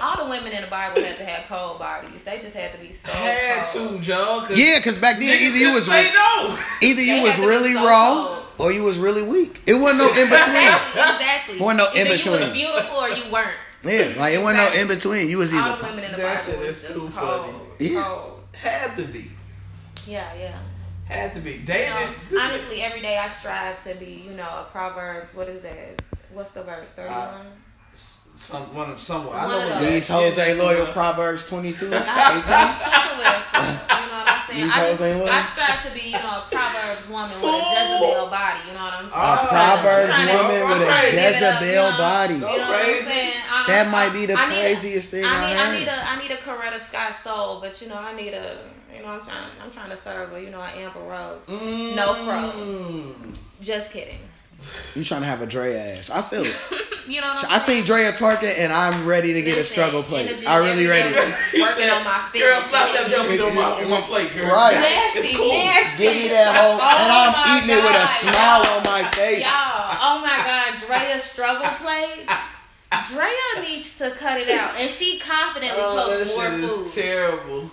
[SPEAKER 3] All the women in the Bible had to have cold bodies. They just had to be so
[SPEAKER 1] Had
[SPEAKER 3] cold.
[SPEAKER 1] to, Joe. Cause
[SPEAKER 2] Yeah, because back then
[SPEAKER 1] niggas
[SPEAKER 2] either you
[SPEAKER 1] just
[SPEAKER 2] was
[SPEAKER 1] say no.
[SPEAKER 2] either you
[SPEAKER 3] They
[SPEAKER 2] was
[SPEAKER 3] had to be
[SPEAKER 2] really
[SPEAKER 3] so
[SPEAKER 2] raw
[SPEAKER 3] cold.
[SPEAKER 2] or you was really weak. It wasn't no in between.
[SPEAKER 3] Exactly. exactly.
[SPEAKER 2] Wasn't no in
[SPEAKER 3] Either You
[SPEAKER 2] between.
[SPEAKER 3] was beautiful or you weren't.
[SPEAKER 2] Yeah, like it wasn't no in between. You was
[SPEAKER 3] All
[SPEAKER 2] either.
[SPEAKER 3] the women in the
[SPEAKER 1] That
[SPEAKER 3] Bible
[SPEAKER 1] shit
[SPEAKER 3] was
[SPEAKER 1] is
[SPEAKER 3] just
[SPEAKER 1] too
[SPEAKER 3] cold.
[SPEAKER 1] funny.
[SPEAKER 2] Yeah.
[SPEAKER 3] Cold.
[SPEAKER 1] Had to be.
[SPEAKER 3] Yeah, yeah.
[SPEAKER 1] Had to be. David.
[SPEAKER 3] Um,
[SPEAKER 1] this is-
[SPEAKER 3] honestly, every day I strive to be, you know, a Proverbs. What is that? What's the verse? Thirty-one.
[SPEAKER 1] some one of somewhere. I
[SPEAKER 3] One
[SPEAKER 1] know
[SPEAKER 3] of
[SPEAKER 1] what
[SPEAKER 3] those.
[SPEAKER 1] that
[SPEAKER 2] These hoes
[SPEAKER 1] is.
[SPEAKER 2] ain't loyal.
[SPEAKER 1] Uh,
[SPEAKER 2] Proverbs 22, 18.
[SPEAKER 3] God, shut your lips. You know what I'm saying?
[SPEAKER 2] These
[SPEAKER 3] I,
[SPEAKER 2] hoes
[SPEAKER 3] just,
[SPEAKER 2] ain't
[SPEAKER 3] I
[SPEAKER 2] loyal.
[SPEAKER 3] strive to be, you know, a Proverbs woman with a
[SPEAKER 1] Fool.
[SPEAKER 3] Jezebel body. You know what I'm
[SPEAKER 1] A
[SPEAKER 3] saying? I'm
[SPEAKER 2] A
[SPEAKER 3] trying to- I'm
[SPEAKER 2] Proverbs
[SPEAKER 3] trying to-
[SPEAKER 2] woman with
[SPEAKER 1] Right.
[SPEAKER 2] a
[SPEAKER 3] Give it up,
[SPEAKER 2] Jezebel
[SPEAKER 3] young.
[SPEAKER 2] body.
[SPEAKER 3] You
[SPEAKER 1] Go
[SPEAKER 3] know what I'm
[SPEAKER 1] crazy.
[SPEAKER 3] saying? I-
[SPEAKER 2] That might be the
[SPEAKER 3] I need-
[SPEAKER 2] craziest thing
[SPEAKER 3] I need,
[SPEAKER 2] I
[SPEAKER 3] I need
[SPEAKER 2] heard.
[SPEAKER 3] a, I need a Coretta Scott soul, but you know, I need a, you know, I'm trying, I'm trying to serve a, you know, an Amber Rose.
[SPEAKER 2] Mm.
[SPEAKER 3] No fro.
[SPEAKER 1] mm,
[SPEAKER 3] Just kidding.
[SPEAKER 2] You trying to have a Dre ass? I feel it.
[SPEAKER 3] You know, what I'm
[SPEAKER 2] I
[SPEAKER 3] saying?
[SPEAKER 2] seen Drea Tarkin, and I'm ready to get a
[SPEAKER 3] Listen, in
[SPEAKER 2] struggle
[SPEAKER 3] the
[SPEAKER 2] plate.
[SPEAKER 3] gym
[SPEAKER 2] I
[SPEAKER 3] every
[SPEAKER 2] really ready.
[SPEAKER 3] day, Working on my feet.
[SPEAKER 1] Girl, slap that
[SPEAKER 2] It-
[SPEAKER 1] dummy on my,
[SPEAKER 2] it-
[SPEAKER 1] on my plate, girl.
[SPEAKER 2] Right.
[SPEAKER 3] Nasty,
[SPEAKER 1] It's cool.
[SPEAKER 3] nasty.
[SPEAKER 2] Give me that whole,
[SPEAKER 3] Oh
[SPEAKER 2] and I'm
[SPEAKER 3] my
[SPEAKER 2] eating it with a
[SPEAKER 3] God,
[SPEAKER 2] smile
[SPEAKER 3] y'all.
[SPEAKER 2] on my face.
[SPEAKER 3] Y'all, oh my God, Drea's struggle plate. Drea needs to cut it out, and she confidently
[SPEAKER 1] Oh, that
[SPEAKER 3] posts more
[SPEAKER 1] shit is
[SPEAKER 3] food.
[SPEAKER 1] terrible.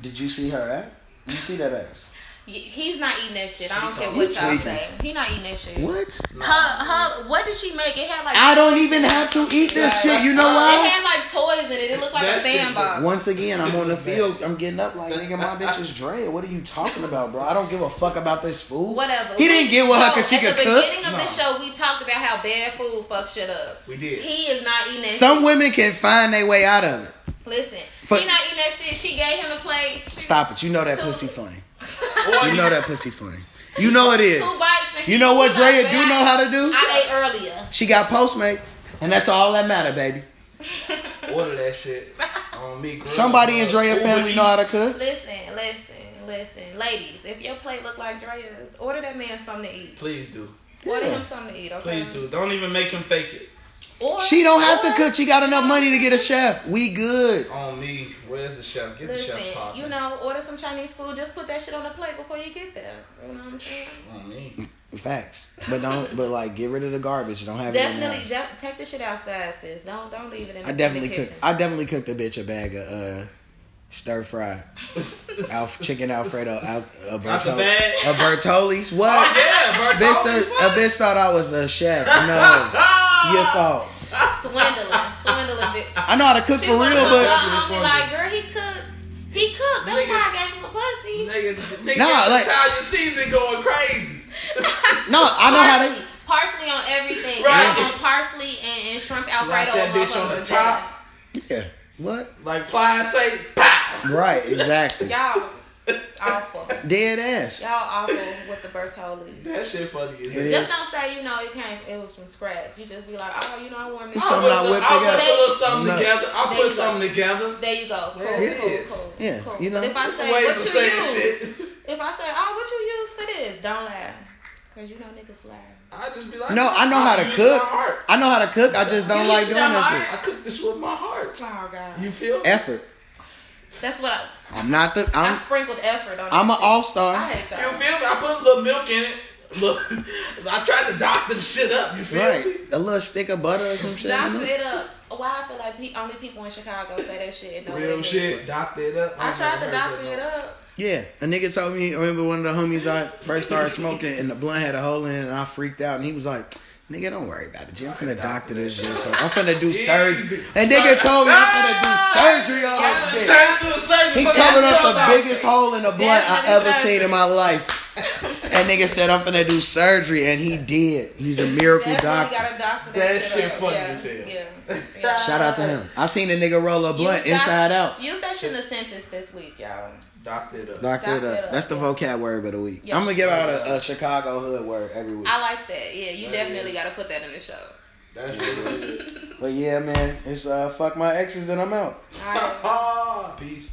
[SPEAKER 2] Did you see her ass? Did you see that ass?
[SPEAKER 3] Y- He's not eating that shit. I don't care
[SPEAKER 2] You
[SPEAKER 3] what y'all
[SPEAKER 2] tweaking.
[SPEAKER 3] say. He not eating that shit.
[SPEAKER 2] What?
[SPEAKER 3] Her, her, what did she make? It had like
[SPEAKER 2] I don't even have to eat this shit. You know
[SPEAKER 3] It
[SPEAKER 2] why?
[SPEAKER 3] had like toys in it. It looked like
[SPEAKER 1] That
[SPEAKER 3] a
[SPEAKER 1] shit
[SPEAKER 3] sandbox.
[SPEAKER 2] Once again, I'm on the field. I'm getting up like, nigga, my bitch is Drea. What are you talking about, bro? I don't give a fuck about this food.
[SPEAKER 3] Whatever.
[SPEAKER 2] He didn't get with her because she
[SPEAKER 3] At
[SPEAKER 2] could
[SPEAKER 3] the
[SPEAKER 2] cook.
[SPEAKER 3] beginning of the show, we talked about how bad food fucks shit up.
[SPEAKER 1] We did.
[SPEAKER 3] He is not eating that.
[SPEAKER 2] Some women can find their way out of it.
[SPEAKER 3] shit. Listen,
[SPEAKER 2] For-
[SPEAKER 3] he not eating that shit. She gave him the plate.
[SPEAKER 2] Stop it. You know that
[SPEAKER 3] Two-
[SPEAKER 2] pussy flame.
[SPEAKER 1] Or
[SPEAKER 2] You know that pussy flame. You know it
[SPEAKER 3] Two
[SPEAKER 2] is.
[SPEAKER 3] bites. And
[SPEAKER 2] You know what
[SPEAKER 3] he's like,
[SPEAKER 2] Drea
[SPEAKER 3] "Man,
[SPEAKER 2] do
[SPEAKER 3] I-
[SPEAKER 2] know how to do?
[SPEAKER 3] I ate earlier.
[SPEAKER 2] She got Postmates, and that's all that matter, baby.
[SPEAKER 1] order that shit on me. Girl.
[SPEAKER 2] Somebody in Drea
[SPEAKER 1] Uber
[SPEAKER 2] family know how to
[SPEAKER 1] Eats.
[SPEAKER 2] cook.
[SPEAKER 3] Listen, listen, listen, ladies. If your plate look like Drea's, order that man something to eat.
[SPEAKER 1] Please do.
[SPEAKER 3] Order
[SPEAKER 2] Yeah.
[SPEAKER 3] him something to eat. Okay.
[SPEAKER 1] Please do. Don't even make him fake it.
[SPEAKER 3] Or,
[SPEAKER 2] She don't have to
[SPEAKER 3] or-
[SPEAKER 2] cook. She got enough money to get a chef. We good.
[SPEAKER 1] On me. Where's the chef? Get the
[SPEAKER 3] Listen,
[SPEAKER 1] chef popping.
[SPEAKER 3] you know, order some Chinese food. Just put that shit on the plate before you get there. You know what I'm saying?
[SPEAKER 1] On me.
[SPEAKER 2] Facts. But don't. But like, get rid of the garbage. Don't have it in the
[SPEAKER 3] Definitely,
[SPEAKER 2] house.
[SPEAKER 3] de- take the shit outside, sis. Don't don't leave it in. the
[SPEAKER 2] I definitely
[SPEAKER 3] kitchen.
[SPEAKER 2] cooked. I definitely cooked a bitch a bag of uh, stir fry, Alf, chicken Alfredo, Al, a,
[SPEAKER 1] Not the
[SPEAKER 2] Bertol,
[SPEAKER 1] bag.
[SPEAKER 2] a Bertoli's. What?
[SPEAKER 1] Yeah, bro.
[SPEAKER 2] Bitch, thought- a bitch thought I was a chef. No, your fault.
[SPEAKER 3] swindling, swindling. Bitch.
[SPEAKER 2] oh. I know how to cook
[SPEAKER 3] Uh, She
[SPEAKER 2] for
[SPEAKER 3] wanna
[SPEAKER 2] real,
[SPEAKER 3] go
[SPEAKER 2] but
[SPEAKER 3] home and like, girl, he cooked. He cooked. That's why I gave him some pussy.
[SPEAKER 1] Nigga, nigga,
[SPEAKER 2] Nah, like-
[SPEAKER 1] Italian season going crazy.
[SPEAKER 2] no, I know how
[SPEAKER 3] parsley,
[SPEAKER 2] to.
[SPEAKER 3] parsley on everything.
[SPEAKER 1] Right.
[SPEAKER 3] Right. On parsley and, and shrimp
[SPEAKER 1] Slap
[SPEAKER 3] Alfredo.
[SPEAKER 1] that
[SPEAKER 3] and
[SPEAKER 1] bitch on the
[SPEAKER 3] motherfucking
[SPEAKER 1] top.
[SPEAKER 2] Yeah. What?
[SPEAKER 1] Like Plies say, pow.
[SPEAKER 2] Right. Exactly.
[SPEAKER 3] Y'all awful.
[SPEAKER 2] Dead ass.
[SPEAKER 3] Y'all awful with the Bertolli.
[SPEAKER 1] That shit funny as
[SPEAKER 2] It
[SPEAKER 1] hell.
[SPEAKER 2] is.
[SPEAKER 3] Just don't say you know it came. It was from scratch. You just be like, oh, you know, I warmed it.
[SPEAKER 2] Some
[SPEAKER 3] up.
[SPEAKER 1] put
[SPEAKER 2] not
[SPEAKER 1] the-
[SPEAKER 2] whipped
[SPEAKER 1] I put
[SPEAKER 2] together.
[SPEAKER 1] a little something
[SPEAKER 2] No.
[SPEAKER 1] together. I
[SPEAKER 3] There you
[SPEAKER 1] put
[SPEAKER 3] go.
[SPEAKER 1] something together.
[SPEAKER 3] There you go. Cool,
[SPEAKER 1] Yeah,
[SPEAKER 3] cool,
[SPEAKER 1] yes.
[SPEAKER 3] cool,
[SPEAKER 2] Yeah,
[SPEAKER 3] cool.
[SPEAKER 2] you know.
[SPEAKER 3] But if I
[SPEAKER 1] It's
[SPEAKER 3] say
[SPEAKER 1] ways
[SPEAKER 3] what
[SPEAKER 1] of
[SPEAKER 3] you
[SPEAKER 1] saying
[SPEAKER 3] use,
[SPEAKER 1] shit.
[SPEAKER 3] if I say, oh, what you use for this, don't laugh, cause you know niggas laugh.
[SPEAKER 1] I just be like,
[SPEAKER 2] No, I know how to
[SPEAKER 1] use
[SPEAKER 2] cook.
[SPEAKER 1] my heart.
[SPEAKER 2] I know how to cook. I just don't
[SPEAKER 3] You
[SPEAKER 2] like
[SPEAKER 3] use
[SPEAKER 2] doing
[SPEAKER 3] your
[SPEAKER 2] that
[SPEAKER 3] heart?
[SPEAKER 2] shit.
[SPEAKER 1] I cook this with my heart.
[SPEAKER 3] Oh God,
[SPEAKER 1] You feel?
[SPEAKER 2] Effort.
[SPEAKER 3] that's what I.
[SPEAKER 2] I'm not the.
[SPEAKER 3] i
[SPEAKER 2] I'm.
[SPEAKER 3] sprinkled effort on.
[SPEAKER 2] I'm
[SPEAKER 3] that
[SPEAKER 2] an
[SPEAKER 3] shit.
[SPEAKER 2] all
[SPEAKER 3] I
[SPEAKER 2] star.
[SPEAKER 3] hate
[SPEAKER 1] You
[SPEAKER 3] y'all.
[SPEAKER 1] feel me? I put a little milk in it. Look, I tried to doctor the shit up. You feel me?
[SPEAKER 2] Right. A little stick of butter or some shit. you
[SPEAKER 3] Stop
[SPEAKER 2] know?
[SPEAKER 3] it up. Why I feel like pe- only people in Chicago say that shit. And know what it
[SPEAKER 1] Real
[SPEAKER 3] means.
[SPEAKER 1] shit. Doctor it up.
[SPEAKER 3] I
[SPEAKER 1] ain't never
[SPEAKER 3] tried to
[SPEAKER 1] heard
[SPEAKER 3] doctor
[SPEAKER 1] that
[SPEAKER 3] it
[SPEAKER 1] no-
[SPEAKER 3] up.
[SPEAKER 2] Yeah, a nigga told me. I remember one of the homies I first started smoking, and the blunt had a hole in it, and I freaked out, and he was like. Nigga, don't worry about it. G. I'm finna doctor this bitch. up. I'm finna do surgery. And nigga told me I'm finna do surgery on this bitch.
[SPEAKER 1] Turn to a surgeon.
[SPEAKER 2] He
[SPEAKER 1] fuck
[SPEAKER 2] covered
[SPEAKER 1] yourself
[SPEAKER 2] up
[SPEAKER 1] out.
[SPEAKER 2] the biggest hole in the blunt I
[SPEAKER 3] Definitely
[SPEAKER 2] ever
[SPEAKER 3] surgery.
[SPEAKER 2] seen in my life. That nigga said I'm finna do surgery, and he did. He's a miracle
[SPEAKER 3] Definitely
[SPEAKER 2] doctor.
[SPEAKER 3] got to doctor that,
[SPEAKER 1] That
[SPEAKER 3] shit,
[SPEAKER 1] shit
[SPEAKER 3] up.
[SPEAKER 1] funny
[SPEAKER 3] yeah.
[SPEAKER 1] as hell.
[SPEAKER 3] Yeah. yeah.
[SPEAKER 2] Shout out to him. I seen a nigga roll a blunt
[SPEAKER 3] Use
[SPEAKER 2] inside
[SPEAKER 3] doc-
[SPEAKER 2] out.
[SPEAKER 3] Use that shit in the sentence this week, y'all.
[SPEAKER 1] Doctor it up.
[SPEAKER 2] Doctor it
[SPEAKER 3] Doctor it
[SPEAKER 2] up.
[SPEAKER 3] up,
[SPEAKER 2] That's the
[SPEAKER 3] yeah.
[SPEAKER 2] vocab word of the week.
[SPEAKER 3] Yeah.
[SPEAKER 2] I'm gonna give out a, a Chicago hood word every week.
[SPEAKER 3] I like that. Yeah, you
[SPEAKER 1] Yeah,
[SPEAKER 3] definitely got to put that in the show.
[SPEAKER 1] That's really good.
[SPEAKER 2] But yeah, man, it's uh, fuck my exes and I'm out.
[SPEAKER 3] All right.
[SPEAKER 1] Ah, peace.